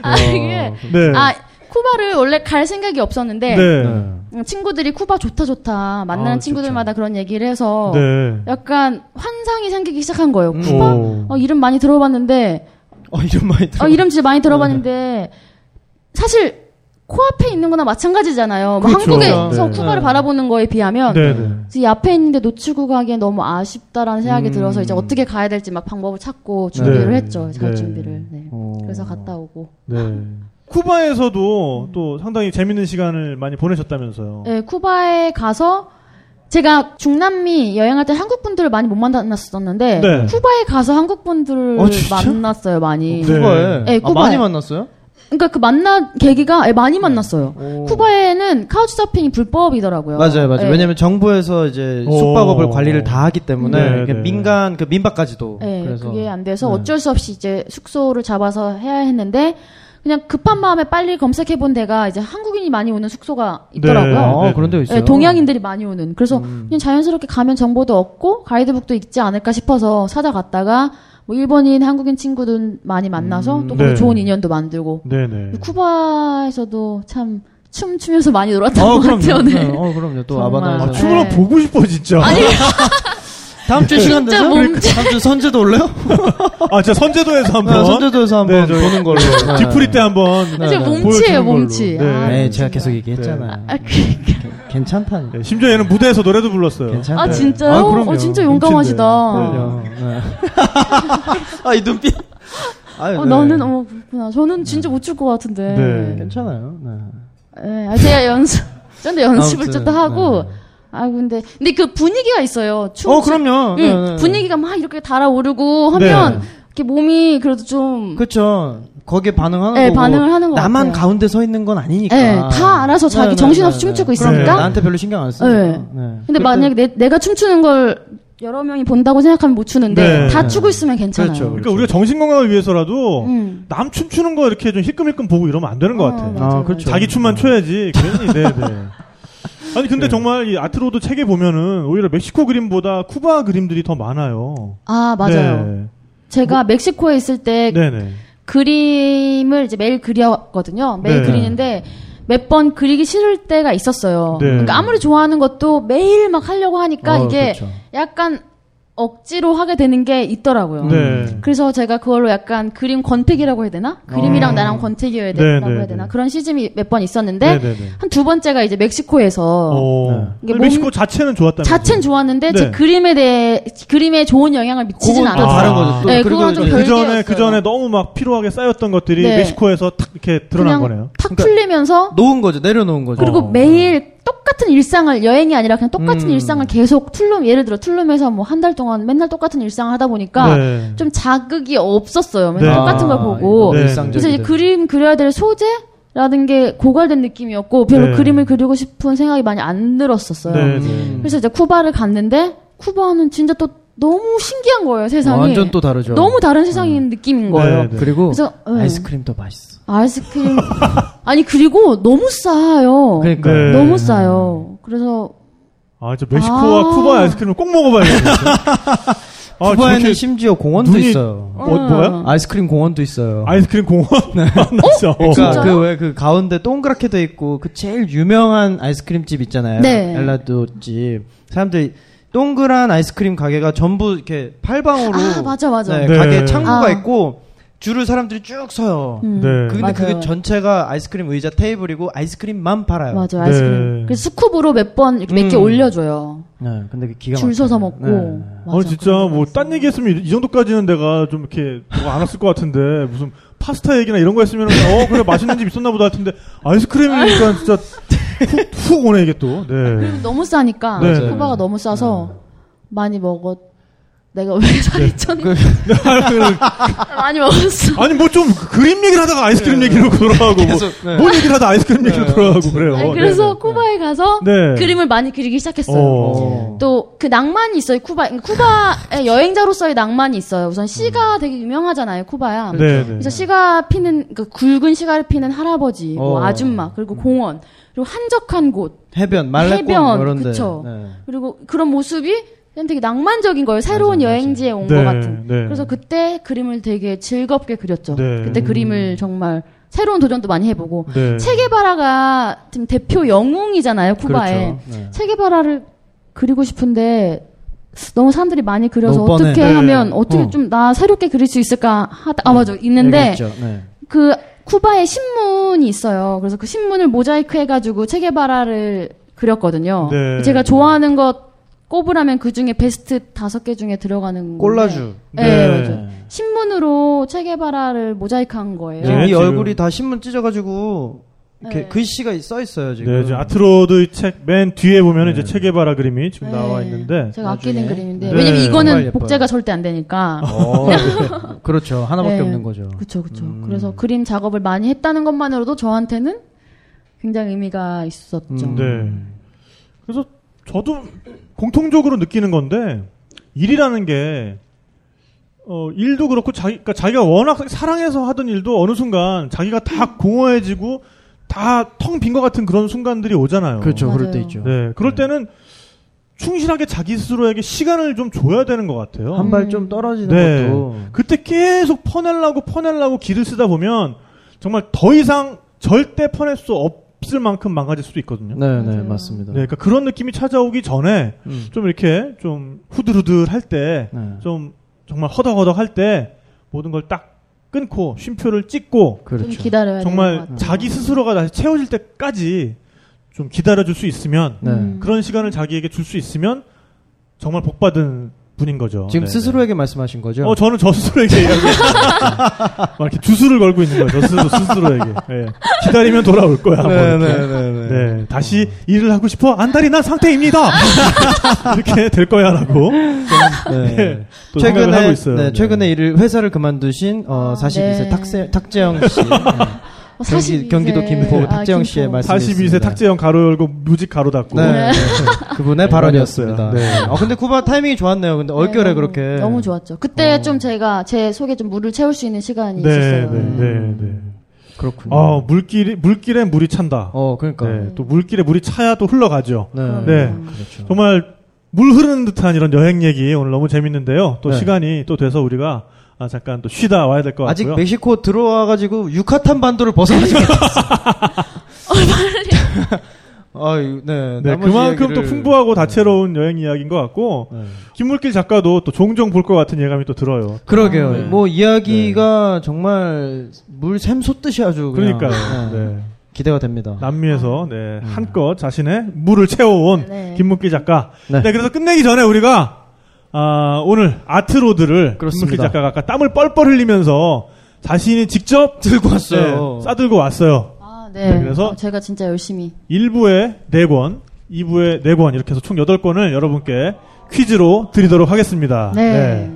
Speaker 6: 아 이게
Speaker 5: 어. 네.
Speaker 6: 아 쿠바를 원래 갈 생각이 없었는데
Speaker 5: 네.
Speaker 6: 음, 친구들이 쿠바 좋다 좋다 만나는
Speaker 4: 아,
Speaker 6: 친구들마다 그런 얘기를 해서
Speaker 5: 네.
Speaker 6: 약간 환상이 생기기 시작한 거예요.
Speaker 4: 음.
Speaker 6: 쿠바
Speaker 5: 오.
Speaker 6: 어, 이름 많이 들어봤는데
Speaker 4: 어, 이런 말이 들어.
Speaker 6: 어, 이름 진짜
Speaker 5: 네.
Speaker 6: 많이 들어봤는데 사실 코앞에 있는 거나 마찬가지잖아요. 뭐
Speaker 5: 그렇죠.
Speaker 6: 한국에서
Speaker 5: 네.
Speaker 4: 네.
Speaker 6: 쿠바를 바라보는 거에 비하면
Speaker 5: 네. 네.
Speaker 6: 이 앞에 있는데 놓치고 가기엔 너무 아쉽다라는 생각이
Speaker 4: 음.
Speaker 6: 들어서 이제 어떻게 가야 될지 막 방법을 찾고 준비를
Speaker 5: 네.
Speaker 6: 했죠. 갈
Speaker 5: 네.
Speaker 6: 준비를. 네.
Speaker 4: 어.
Speaker 6: 그래서 갔다 오고.
Speaker 5: 네. 쿠바에서도 또 상당히 재밌는 시간을 많이 보내셨다면서요.
Speaker 6: 네, 쿠바에 가서 제가 중남미 여행할 때 한국 분들을 많이 못 만났었는데
Speaker 5: 네.
Speaker 6: 쿠바에 가서 한국 분들을
Speaker 4: 어, 진짜?
Speaker 6: 만났어요 많이.
Speaker 5: 네.
Speaker 4: 쿠바에.
Speaker 6: 네,
Speaker 4: 아,
Speaker 6: 쿠바에.
Speaker 4: 많이 만났어요?
Speaker 6: 그러니까 그 만난 계기가 예, 많이 만났어요.
Speaker 4: 네. 오.
Speaker 6: 쿠바에는 카우치 서핑이 불법이더라고요.
Speaker 4: 맞아요, 맞아요.
Speaker 6: 예.
Speaker 4: 왜냐면 정부에서 이제
Speaker 5: 오.
Speaker 4: 숙박업을 관리를 다 하기 때문에
Speaker 5: 네,
Speaker 4: 이게
Speaker 5: 네.
Speaker 4: 민간 그 민박까지도
Speaker 6: 예,
Speaker 4: 그래서
Speaker 6: 그게 안 돼서
Speaker 4: 네.
Speaker 6: 어쩔 수 없이 이제 숙소를 잡아서 해야 했는데 그냥 급한 마음에 빨리 검색해 본 데가 이제 한국인이 많이 오는 숙소가 있더라고요.
Speaker 4: 어,
Speaker 5: 네, 네.
Speaker 4: 그런 데가
Speaker 6: 예,
Speaker 4: 있어요. 음.
Speaker 6: 동양인들이 많이 오는. 그래서 그냥 자연스럽게 가면 정보도 얻고 가이드북도 있지 않을까 싶어서 찾아갔다가 뭐 일본인, 한국인 친구들 많이 만나서
Speaker 4: 음,
Speaker 6: 또 거기
Speaker 5: 네.
Speaker 6: 좋은 인연도 만들고
Speaker 5: 네네.
Speaker 6: 쿠바에서도 참 춤추면서 많이 놀았던
Speaker 4: 어,
Speaker 6: 것 같아요.
Speaker 4: 그럼요.
Speaker 6: 네.
Speaker 4: 네, 어, 그럼요. 또
Speaker 6: 정말.
Speaker 4: 아바나에서
Speaker 5: 아,
Speaker 6: 네.
Speaker 5: 춤을 한번 보고 싶어, 진짜.
Speaker 4: 다음 주에 시간
Speaker 6: 진짜
Speaker 4: 되죠? 그러니까
Speaker 6: 몸 짜-
Speaker 4: 다음 주에 선제도 올래요?
Speaker 5: 아, 진짜 선제도에서 한 번.
Speaker 4: 네, 선제도에서 한번
Speaker 5: 네, 저-
Speaker 4: 보는 걸로. 네.
Speaker 5: 디프리 때 한 번.
Speaker 4: 네, 네.
Speaker 6: 사실 몸치예요,
Speaker 5: 보여주는 걸로.
Speaker 6: 몸치.
Speaker 5: 네.
Speaker 6: 아,
Speaker 4: 네, 제가
Speaker 6: 진짜.
Speaker 4: 계속 얘기했잖아요.
Speaker 6: 아, 그러니까.
Speaker 4: 괜찮다니까.
Speaker 5: 네, 심지어 얘는 무대에서 노래도 불렀어요.
Speaker 4: 괜찮다.
Speaker 6: 아 진짜요?
Speaker 4: 아, 그럼요.
Speaker 6: 어, 진짜 용감하시다.
Speaker 4: 그럼요. 네. 아, 이 눈빛. 아유,
Speaker 6: 어,
Speaker 4: 네.
Speaker 6: 나는 어 그렇구나. 저는 진짜 못 출 것 같은데.
Speaker 5: 네.
Speaker 4: 괜찮아요. 네.
Speaker 6: 예, 아, 제가 연습, 좀 더 연습을
Speaker 4: 아무튼,
Speaker 6: 좀 더 하고.
Speaker 4: 네.
Speaker 6: 아 근데 근데 그 분위기가 있어요. 춤.
Speaker 4: 어,
Speaker 6: 추-
Speaker 4: 그럼요.
Speaker 6: 응,
Speaker 4: 네, 네.
Speaker 6: 분위기가 막 이렇게 달아오르고 하면
Speaker 5: 네.
Speaker 6: 이렇게 몸이 그래도 좀.
Speaker 4: 그렇죠. 거기에 반응하는
Speaker 6: 네,
Speaker 4: 거고.
Speaker 6: 반응을 하는 것
Speaker 4: 나만
Speaker 6: 같아요.
Speaker 4: 가운데 서 있는 건 아니니까. 네,
Speaker 6: 네, 다 알아서 자기 정신없이
Speaker 4: 그럼요.
Speaker 6: 춤추고
Speaker 5: 있으니까.
Speaker 4: 나한테 별로 신경 안 쓰니까.
Speaker 6: 네. 근데
Speaker 4: 그렇죠.
Speaker 6: 만약에 내, 내가 춤추는 걸 여러 명이 본다고 생각하면 못 추는데
Speaker 5: 네.
Speaker 6: 다 추고 있으면 괜찮아요.
Speaker 4: 그렇죠.
Speaker 5: 그러니까 우리가 정신 건강을 위해서라도
Speaker 6: 음.
Speaker 5: 남 춤추는 거 이렇게 좀 힐끔힐끔 보고 이러면 안 되는 것
Speaker 6: 어,
Speaker 5: 같아요.
Speaker 6: 맞아요,
Speaker 4: 아, 그렇죠. 네.
Speaker 5: 자기 춤만 춰야지. 괜히, 네, 네. 아니, 근데 정말 이 아트로드 책에 보면은 오히려 멕시코 그림보다 쿠바 그림들이 더 많아요.
Speaker 6: 아 맞아요.
Speaker 4: 네. 뭐
Speaker 6: 제가 멕시코에 있을 때
Speaker 5: 네, 네.
Speaker 6: 그림을 이제 매일 그렸거든요. 매일
Speaker 5: 네.
Speaker 6: 그리는데 몇 번 그리기 싫을 때가 있었어요.
Speaker 5: 네.
Speaker 6: 그러니까 아무리 좋아하는 것도 매일 막 하려고 하니까
Speaker 4: 어,
Speaker 6: 이게
Speaker 4: 그렇죠.
Speaker 6: 약간 억지로 하게 되는 게 있더라고요.
Speaker 5: 네.
Speaker 6: 그래서 제가 그걸로 약간 그림 권태기라고 해야 되나? 그림이랑
Speaker 4: 아.
Speaker 6: 나랑 권태기여야
Speaker 5: 네,
Speaker 6: 된다고
Speaker 5: 네,
Speaker 6: 해야 되나?
Speaker 5: 네.
Speaker 6: 그런 시즌이 몇 번 있었는데
Speaker 5: 네네네.
Speaker 6: 한 두 번째가 이제 멕시코에서
Speaker 4: 네.
Speaker 5: 어.
Speaker 6: 이게 몸-
Speaker 5: 멕시코 자체는 좋았다면서.
Speaker 6: 자체는 좋았는데
Speaker 5: 네.
Speaker 6: 제 그림에 대해 그림에 좋은 영향을 미치진
Speaker 4: 그건 또
Speaker 6: 않았어요.
Speaker 4: 다른 거죠. 또
Speaker 6: 네,
Speaker 4: 그리고
Speaker 6: 그건 좀
Speaker 4: 이제
Speaker 5: 그 전에
Speaker 6: 별개였어요.
Speaker 5: 그 전에 너무 막 피로하게 쌓였던 것들이
Speaker 6: 네.
Speaker 5: 멕시코에서 탁 이렇게 드러난 거네요.
Speaker 6: 탁
Speaker 4: 그러니까-
Speaker 6: 풀리면서
Speaker 4: 놓은 거죠. 내려놓은 거죠.
Speaker 6: 그리고
Speaker 5: 어.
Speaker 6: 매일 똑같은 일상을 여행이 아니라 그냥 똑같은
Speaker 4: 음.
Speaker 6: 일상을 계속 툴룸 예를 들어 툴룸에서 뭐 한 달 동안 맨날 똑같은 일상을 하다 보니까
Speaker 5: 네.
Speaker 6: 좀 자극이 없었어요. 맨날
Speaker 5: 네.
Speaker 6: 그 똑같은 걸
Speaker 4: 아,
Speaker 6: 보고
Speaker 4: 이거
Speaker 5: 네.
Speaker 4: 일상적이다.
Speaker 6: 그래서 이제 그림 그려야 될 소재 라는 게 고갈된 느낌이었고 별로
Speaker 5: 네.
Speaker 6: 그림을 그리고 싶은 생각이 많이 안 들었었어요.
Speaker 5: 네.
Speaker 6: 그래서 이제 쿠바를 갔는데 쿠바는 진짜 또 너무 신기한 거예요 세상이.
Speaker 4: 완전 또 다르죠. 음.
Speaker 6: 너무 다른 세상인 느낌인 거예요.
Speaker 5: 네, 네.
Speaker 4: 네, 그리고
Speaker 6: 그래서 네.
Speaker 4: 아이스크림도 맛있어.
Speaker 6: 아이스크림 아니 그리고 너무 싸요.
Speaker 4: 그러니까
Speaker 5: 네.
Speaker 6: 너무 싸요. 그래서
Speaker 5: 아, 저 멕시코와
Speaker 6: 아.
Speaker 5: 쿠바 아이스크림을 꼭 먹어봐야겠어요. 아,
Speaker 4: 쿠바에는
Speaker 5: 저렇게
Speaker 4: 심지어 공원도
Speaker 5: 눈이-
Speaker 4: 있어요.
Speaker 5: 어, 뭐야?
Speaker 4: 아이스크림 공원도 있어요.
Speaker 5: 아이스크림 공원? 만났어.
Speaker 4: 그러니까
Speaker 6: 네. 진짜요?
Speaker 4: 그 왜 그 가운데 동그랗게 돼 있고 그 제일 유명한 아이스크림 집 있잖아요.
Speaker 6: 네.
Speaker 4: 엘라도 집. 사람들이 동그란 아이스크림 가게가 전부 이렇게 팔방으로
Speaker 6: 아 맞아 맞아.
Speaker 4: 네,
Speaker 5: 네.
Speaker 4: 가게 창고가
Speaker 6: 아.
Speaker 4: 있고 줄을 사람들이 쭉 서요.
Speaker 6: 음.
Speaker 5: 네.
Speaker 4: 근데 그게
Speaker 6: 맞아요.
Speaker 4: 전체가 아이스크림 의자 테이블이고 아이스크림만 팔아요.
Speaker 6: 맞아 아이스크림.
Speaker 5: 네.
Speaker 6: 그래서 스쿱으로 몇 번 이렇게 몇 개
Speaker 4: 음.
Speaker 6: 올려줘요.
Speaker 4: 네, 근데 그 기가
Speaker 6: 줄
Speaker 4: 막혀요.
Speaker 6: 서서 먹고.
Speaker 4: 네.
Speaker 6: 맞아,
Speaker 5: 아, 진짜
Speaker 6: 그런 거
Speaker 5: 뭐
Speaker 6: 있어요.
Speaker 5: 딴 얘기했으면 이- 이 정도까지는 내가 좀 이렇게 뭐안 왔을 것 같은데 무슨 파스타 얘기나 이런 거 했으면 어 그래 맛있는 집 있었나 보다 할 텐데 아이스크림이니까 진짜 훅, 훅 오네 이게 또. 네.
Speaker 6: 너무 싸니까
Speaker 5: 네.
Speaker 6: 쿠바가 너무 싸서
Speaker 4: 네.
Speaker 6: 많이 먹었. 내가 왜 살쪘나?
Speaker 4: 그, 네.
Speaker 6: 많이 먹었어.
Speaker 5: 아니 뭐 좀 그림 얘기를 하다가 아이스크림
Speaker 6: 네.
Speaker 5: 얘기로 돌아가고 뭐,
Speaker 4: 계속, 네.
Speaker 5: 뭔 얘기를 하다 아이스크림 얘기로 돌아가고
Speaker 4: 뭐,
Speaker 5: 그래요.
Speaker 6: 아니, 그래서 쿠바에 가서
Speaker 5: 네.
Speaker 6: 그림을 많이 그리기 시작했어요.
Speaker 5: 어.
Speaker 6: 또 그 낭만이 있어요. 쿠바 쿠바의 여행자로서의 낭만이 있어요. 우선 시가 되게 유명하잖아요. 쿠바야.
Speaker 5: 음. 네, 네.
Speaker 6: 그래서 시가 피는 그 굵은 시가를 피는 할아버지, 뭐
Speaker 4: 어.
Speaker 6: 아줌마,
Speaker 5: 음.
Speaker 6: 그리고 공원, 그리고 한적한 곳,
Speaker 4: 해변, 말레꽃
Speaker 6: 네.
Speaker 4: 뭐
Speaker 6: 해변,
Speaker 4: 이런데.
Speaker 6: 그쵸.
Speaker 4: 네.
Speaker 6: 그리고 그런 모습이 그냥 되게 낭만적인 거예요. 새로운 여행지에 온 것
Speaker 5: 네,
Speaker 6: 같은.
Speaker 5: 네.
Speaker 6: 그래서 그때 그림을 되게 즐겁게 그렸죠.
Speaker 5: 네.
Speaker 6: 그때 그림을 정말 새로운 도전도 많이 해보고.
Speaker 5: 네.
Speaker 6: 체게바라가 지금 대표 영웅이잖아요, 쿠바의.
Speaker 4: 그렇죠. 네.
Speaker 6: 체게바라를 그리고 싶은데 너무 사람들이 많이 그려서
Speaker 4: 너무 뻔해.
Speaker 6: 어떻게
Speaker 5: 네.
Speaker 6: 하면 어떻게
Speaker 4: 어.
Speaker 6: 좀 나 새롭게 그릴 수 있을까 하다 아 맞아 있는데
Speaker 4: 얘기했죠. 네.
Speaker 6: 그 쿠바에 신문이 있어요. 그래서 그 신문을 모자이크 해가지고 체게바라를 그렸거든요.
Speaker 5: 네.
Speaker 6: 제가 좋아하는 것 꼽으라면 그 중에 베스트 다섯 개 중에 들어가는 건데
Speaker 4: 꼴라주.
Speaker 6: 네,
Speaker 5: 네.
Speaker 6: 맞아요. 신문으로 체게바라를 모자이크한 거예요.
Speaker 5: 네.
Speaker 4: 이
Speaker 5: 지금.
Speaker 4: 얼굴이 다 신문 찢어가지고 이렇게
Speaker 6: 네.
Speaker 4: 글씨가 써 있어요 지금. 네.
Speaker 5: 네, 지금 아트로드 책 맨 뒤에 보면 은 이제 체게바라 그림이 지금
Speaker 6: 네.
Speaker 5: 나와 있는데
Speaker 6: 제가
Speaker 4: 나중에.
Speaker 6: 아끼는 그림인데
Speaker 5: 네,
Speaker 6: 왜냐면
Speaker 4: 정말 예뻐요.
Speaker 6: 이거는 복제가 절대 안 되니까.
Speaker 4: 어, 네. 그렇죠. 하나밖에
Speaker 6: 네.
Speaker 4: 없는 거죠.
Speaker 6: 그렇죠, 그렇죠.
Speaker 4: 음.
Speaker 6: 그래서 그림 작업을 많이 했다는 것만으로도 저한테는 굉장히 의미가 있었죠.
Speaker 4: 음.
Speaker 5: 네. 그래서 저도 공통적으로 느끼는 건데 일이라는 게 어, 일도 그렇고 자기 그러니까 자기가 워낙 사랑해서 하던 일도 어느 순간 자기가 다 공허해지고 다 텅 빈 것 같은 그런 순간들이 오잖아요.
Speaker 4: 그렇죠. 그럴 때
Speaker 6: 맞아요.
Speaker 4: 있죠.
Speaker 5: 네. 그럴 때는 충실하게 자기 스스로에게 시간을 좀 줘야 되는 것 같아요.
Speaker 4: 한 발 좀 떨어지는
Speaker 5: 네.
Speaker 4: 것도.
Speaker 5: 그때 계속 퍼내려고 퍼내려고 기를 쓰다 보면 정말 더 이상 절대 퍼낼 수 없을 만큼 망가질 수도 있거든요.
Speaker 4: 네, 네,
Speaker 6: 맞아요.
Speaker 4: 맞습니다.
Speaker 5: 네, 그러니까 그런 느낌이 찾아오기 전에
Speaker 4: 음.
Speaker 5: 좀 이렇게 좀 후들후들 할 때 좀
Speaker 4: 네.
Speaker 5: 정말 허덕허덕 할 때 모든 걸 딱 끊고 쉼표를 찍고
Speaker 4: 그렇죠.
Speaker 6: 좀 기다려야 되는 것
Speaker 5: 정말
Speaker 6: 같아요. 어,
Speaker 5: 자기 스스로가 다시 채워질 때까지 좀 기다려줄 수 있으면
Speaker 4: 네.
Speaker 6: 음.
Speaker 5: 그런 시간을 자기에게 줄 수 있으면 정말 복받은 분인 거죠.
Speaker 4: 지금
Speaker 5: 네,
Speaker 4: 스스로에게 말씀하신
Speaker 5: 네.
Speaker 4: 거죠?
Speaker 5: 어, 저는 저 스스로에게 얘기하고 있어요. 막 이렇게 주술을 걸고 있는 거예요. 저 스스로, 스스로에게. 예. 기다리면 돌아올 거야. 뭐
Speaker 4: 네,
Speaker 5: 이렇게.
Speaker 4: 네, 네, 네.
Speaker 5: 네, 다시 일을 하고 싶어 안달이 난 상태입니다. 이렇게 될 거야라고
Speaker 4: 네.
Speaker 5: 네, 또 생각을 하고
Speaker 4: 최근에
Speaker 5: 있어요.
Speaker 4: 네,
Speaker 5: 네.
Speaker 4: 최근에 일을 회사를 그만두신 어,
Speaker 6: 아,
Speaker 4: 42세
Speaker 6: 네.
Speaker 4: 탁세, 탁재영 씨. 네.
Speaker 6: 어, 42세.
Speaker 4: 경기, 도 김포
Speaker 6: 아,
Speaker 4: 탁재영
Speaker 6: 김포.
Speaker 4: 씨의 말씀.
Speaker 5: 42세 탁재형 가로 열고 무직 가로 닫고.
Speaker 4: 네. 그분의
Speaker 5: 네,
Speaker 4: 발언이었습니다.
Speaker 5: 발언이었어요. 네.
Speaker 4: 아, 근데 쿠바 타이밍이 좋았네요. 근데 얼결에
Speaker 6: 네, 너무-
Speaker 4: 그렇게. 어.
Speaker 6: 너무 좋았죠. 그때 좀 제가 제 속에 좀 물을 채울 수 있는 시간이
Speaker 5: 네, 네,
Speaker 6: 있었어요.
Speaker 5: 네, 네.
Speaker 4: 음. 그렇군요.
Speaker 5: 아, 물길이 물길에 물이 찬다.
Speaker 4: 어, 그러니까.
Speaker 5: 네, 또 물길에 물이 차야 또 흘러가죠.
Speaker 4: 네.
Speaker 5: 네.
Speaker 4: 그렇죠.
Speaker 5: 정말 물 흐르는 듯한 이런 여행 얘기 오늘 너무 재밌는데요. 또
Speaker 4: 네.
Speaker 5: 시간이 또 돼서 우리가 아, 잠깐 또 쉬다 와야 될 것
Speaker 4: 아직
Speaker 5: 같고요.
Speaker 4: 멕시코
Speaker 6: 어,
Speaker 4: 들어와가지고 유카탄 반도를 벗어나지 못했어. 아, 이- 네.
Speaker 5: 네,
Speaker 4: 나머지
Speaker 5: 그만큼 또
Speaker 4: 이야기를-
Speaker 5: 풍부하고 다채로운 여행 이야기인 것 같고
Speaker 4: 네.
Speaker 5: 김물길 작가도 또 종종 볼 것 같은 예감이 또 들어요.
Speaker 4: 그러게요.
Speaker 5: 네.
Speaker 4: 뭐 이야기가 정말 물샘 솟듯이 아주 네. 그냥
Speaker 5: 그러니까요.
Speaker 4: 네,
Speaker 5: 네.
Speaker 4: 기대가 됩니다.
Speaker 5: 남미에서 네,
Speaker 4: 음.
Speaker 5: 한껏 자신의 물을 채워온
Speaker 6: 아. 네.
Speaker 5: 김문길 작가.
Speaker 4: 네.
Speaker 5: 네. 그래서 끝내기 전에 우리가 아, 오늘 아트로드를
Speaker 4: 그렇습니다.
Speaker 5: 김문길 작가가 아까 땀을 뻘뻘 흘리면서 자신이 직접
Speaker 4: 들고 왔어요.
Speaker 5: 네, 싸들고 왔어요.
Speaker 6: 아, 네.
Speaker 5: 네, 그래서-
Speaker 6: 어, 제가 진짜 열심히.
Speaker 5: 1부에 4권, 2부에 4권 이렇게 해서 총 8권을 여러분께 퀴즈로 드리도록
Speaker 4: 아,
Speaker 5: 하겠습니다.
Speaker 6: 네.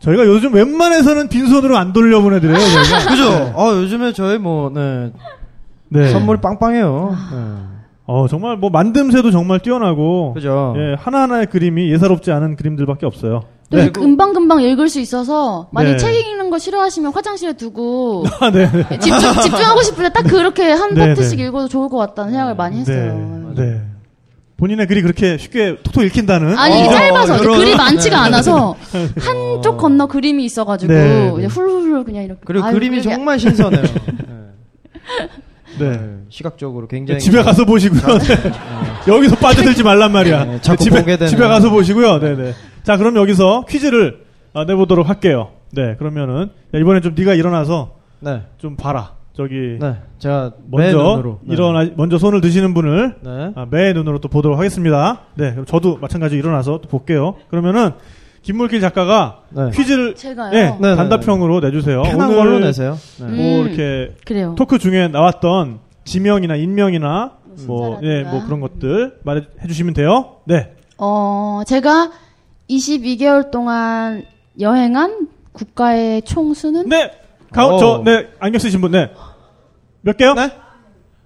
Speaker 5: 저희가 요즘 웬만해서는 빈손으로 안 돌려보내드려요. 저희가.
Speaker 4: 그죠? 아, 요즘에 저희 뭐 네,
Speaker 5: 네.
Speaker 4: 선물 빵빵해요.
Speaker 6: 아.
Speaker 4: 네.
Speaker 5: 어, 정말 뭐 만듦새도 정말 뛰어나고
Speaker 4: 그죠?
Speaker 5: 예, 하나하나의 그림이 예사롭지 않은 그림들밖에 없어요.
Speaker 6: 또
Speaker 5: 네.
Speaker 6: 이렇게 금방금방 읽을 수 있어서 많이
Speaker 5: 네.
Speaker 6: 책 읽는 거 싫어하시면 화장실에 두고
Speaker 5: 아, 네. 네.
Speaker 6: 집중, 집중하고 싶을 때 딱 그렇게 한
Speaker 5: 네,
Speaker 6: 파트씩
Speaker 5: 네.
Speaker 6: 읽어도 좋을 것 같다는 생각을 많이 했어요.
Speaker 5: 네. 네. 본인의 글이 그렇게 쉽게 톡톡 읽힌다는
Speaker 6: 아니 이게
Speaker 4: 어,
Speaker 6: 짧아서
Speaker 4: 이런-
Speaker 6: 글이 많지가 않아서 한쪽 건너 그림이 있어가지고
Speaker 5: 어. 네, 네.
Speaker 6: 이제 훌훌 그냥 이렇게
Speaker 4: 그리고
Speaker 6: 아유,
Speaker 4: 그림이
Speaker 6: 그게-
Speaker 4: 정말 신선해요. 네. 네, 시각적으로 굉장히
Speaker 5: 집에 가서 보시고요. 네. 여기서 빠져들지 말란 말이야.
Speaker 4: 네, 자꾸
Speaker 5: 집에,
Speaker 4: 보게 되는.
Speaker 5: 집에 가서 보시고요. 네네. 자, 그럼 여기서 퀴즈를 아, 내보도록 할게요. 네, 그러면은 야, 이번엔 좀 네가 일어나서
Speaker 4: 네,
Speaker 5: 좀 봐라. 저기
Speaker 4: 네, 제가 매
Speaker 5: 먼저
Speaker 4: 눈으로 네.
Speaker 5: 일어나 먼저 손을 드시는 분을
Speaker 4: 네,
Speaker 5: 아, 매의 눈으로 또 보도록 하겠습니다. 네, 그럼 저도 마찬가지로 일어나서 또 볼게요. 그러면은 김물길 작가가
Speaker 4: 네.
Speaker 5: 퀴즈를
Speaker 6: 제가요?
Speaker 5: 네,
Speaker 4: 네, 네,
Speaker 5: 단답형으로 내주세요.
Speaker 4: 편한
Speaker 5: 아, 오늘
Speaker 4: 걸로 내세요. 네.
Speaker 5: 뭐
Speaker 6: 음.
Speaker 5: 이렇게
Speaker 6: 그래요.
Speaker 5: 토크 중에 나왔던 지명이나 인명이나 뭐,
Speaker 6: 순서라든가.
Speaker 5: 예, 뭐 그런 것들 말해 주시면 돼요. 네,
Speaker 6: 어 제가 22개월 동안 여행한 국가의 총수는
Speaker 5: 네, 가운
Speaker 4: 오.
Speaker 5: 저네 안경 쓰신 분, 네, 몇 개요? 네,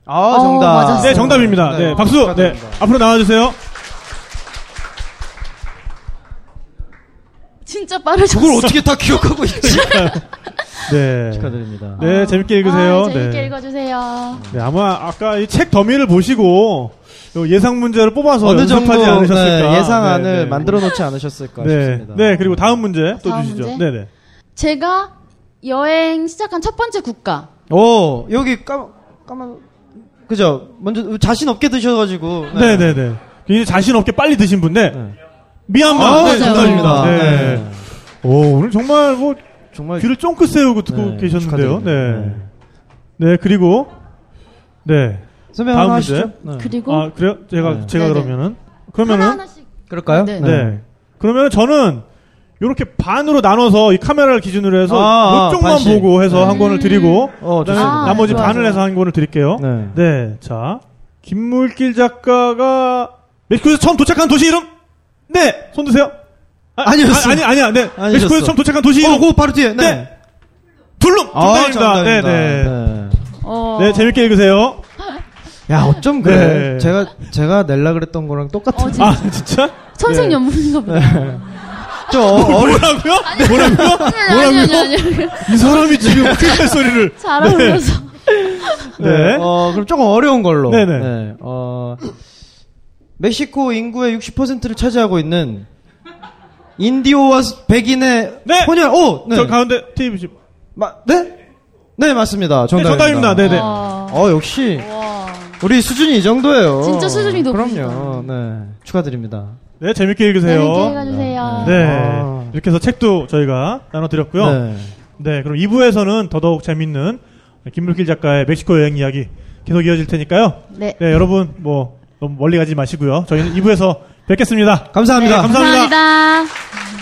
Speaker 4: 아,
Speaker 6: 어,
Speaker 4: 정답.
Speaker 6: 맞았어요.
Speaker 5: 네 정답입니다. 네, 박수. 네,
Speaker 4: 축하드립니다.
Speaker 5: 앞으로 나와주세요.
Speaker 6: 진짜 빠르죠.
Speaker 7: 그걸 어떻게 다 기억하고 있지?
Speaker 5: 네,
Speaker 4: 축하드립니다.
Speaker 5: 네, 재밌게 읽으세요.
Speaker 6: 아, 재밌게
Speaker 5: 네.
Speaker 6: 읽어주세요.
Speaker 5: 네, 아마 아까 이 책 더미를 보시고 요 예상 문제를 뽑아서
Speaker 4: 어느 정도
Speaker 5: 네, 연습하지 않으셨을까?
Speaker 4: 네, 예상안을
Speaker 5: 네, 네.
Speaker 4: 만들어 놓지 않으셨을까
Speaker 5: 네,
Speaker 4: 싶습니다.
Speaker 5: 네, 그리고 다음 문제 또
Speaker 6: 다음
Speaker 5: 주시죠.
Speaker 6: 문제?
Speaker 5: 네, 네.
Speaker 6: 제가 여행 시작한 첫 번째 국가.
Speaker 4: 오 여기 까만 까만 그죠? 먼저 자신 없게 드셔가지고
Speaker 5: 네, 네, 네. 굉장히 자신 없게 빨리 드신 분데
Speaker 4: 네.
Speaker 5: 미얀마.
Speaker 4: 아,
Speaker 5: 네,
Speaker 4: 정답입니다.
Speaker 5: 네.
Speaker 4: 네.
Speaker 5: 오, 오늘 정말 뭐
Speaker 4: 정말
Speaker 5: 귀를 쫑긋 세우고 듣고
Speaker 4: 네,
Speaker 5: 계셨는데요. 네.
Speaker 4: 축하드립니다.
Speaker 5: 네. 그리고 네.
Speaker 4: 설명
Speaker 5: 다음
Speaker 4: 하나
Speaker 5: 문제?
Speaker 4: 하시죠. 네.
Speaker 6: 그리고
Speaker 5: 아, 그래요? 제가
Speaker 4: 네.
Speaker 5: 제가
Speaker 6: 네, 네.
Speaker 5: 그러면은
Speaker 6: 하나
Speaker 5: 그러면은
Speaker 6: 하나씩.
Speaker 4: 그럴까요?
Speaker 6: 네.
Speaker 5: 네. 그러면 저는 이렇게 반으로 나눠서 이 카메라를 기준으로 해서
Speaker 4: 아, 아,
Speaker 5: 이쪽만
Speaker 4: 반씩.
Speaker 5: 보고 해서
Speaker 4: 네.
Speaker 5: 한 권을 드리고
Speaker 4: 어,
Speaker 5: 그다음에
Speaker 4: 좋습니다.
Speaker 6: 아,
Speaker 5: 나머지
Speaker 6: 좋아,
Speaker 5: 반을
Speaker 6: 좋아.
Speaker 5: 해서 한 권을 드릴게요. 네.
Speaker 4: 네.
Speaker 5: 자. 김물길 작가가 멕시코에서 처음 도착한 도시 이름? 네. 손 드세요. 아,
Speaker 4: 아니었어요.
Speaker 5: 아, 아니 아니야. 네.
Speaker 4: 아니셨어.
Speaker 5: 멕시코에서 처음 도착한 도시 이름.
Speaker 4: 어, 그 바로 뒤에. 네.
Speaker 5: 네. 둘룸.
Speaker 4: 아,
Speaker 5: 정답입니다. 네, 네. 네.
Speaker 4: 네.
Speaker 6: 어.
Speaker 5: 재밌게 읽으세요.
Speaker 4: 야, 어쩜 그래.
Speaker 5: 네.
Speaker 4: 제가 제가 낼라 그랬던 거랑 똑같은.
Speaker 6: 어, 진짜.
Speaker 5: 아, 진짜? 네.
Speaker 6: 천생연분인가 보다.
Speaker 4: 저 어, 어,
Speaker 5: 뭐라고요? 뭐라고요?
Speaker 6: 아니, 아니, 아니, 아니.
Speaker 5: 이 사람이
Speaker 4: 네.
Speaker 5: 지금 크게 소리를.
Speaker 6: 잘 어울려서.
Speaker 5: 네.
Speaker 4: 어, 그럼 조금 어려운 걸로.
Speaker 5: 네네.
Speaker 4: 네. 어, 멕시코 인구의 60%를 차지하고 있는 인디오와 백인의
Speaker 5: 네.
Speaker 4: 혼혈. 오, 네.
Speaker 5: 저 가운데 TV 집.
Speaker 4: 마, 네? 네, 맞습니다.
Speaker 5: 네,
Speaker 4: 정답입니다.
Speaker 5: 정답입니다. 네네. 네.
Speaker 6: 와.
Speaker 4: 어, 역시
Speaker 6: 와.
Speaker 4: 우리 수준이 이 정도예요.
Speaker 6: 진짜 수준이 높으시다.
Speaker 4: 그럼요. 네. 축하드립니다.
Speaker 5: 네, 재밌게
Speaker 6: 재밌게
Speaker 5: 읽으세요.
Speaker 6: 읽어주세요.
Speaker 5: 네.
Speaker 4: 아.
Speaker 5: 이렇게 해서 책도 저희가 나눠드렸고요. 네.
Speaker 4: 네.
Speaker 5: 그럼 2부에서는 더더욱 재밌는 김물길 작가의 멕시코 여행 이야기 계속 이어질 테니까요.
Speaker 6: 네.
Speaker 5: 네, 여러분, 뭐, 너무 멀리 가지 마시고요. 저희는 2부에서 뵙겠습니다.
Speaker 4: 감사합니다.
Speaker 5: 네, 감사합니다.
Speaker 6: 감사합니다.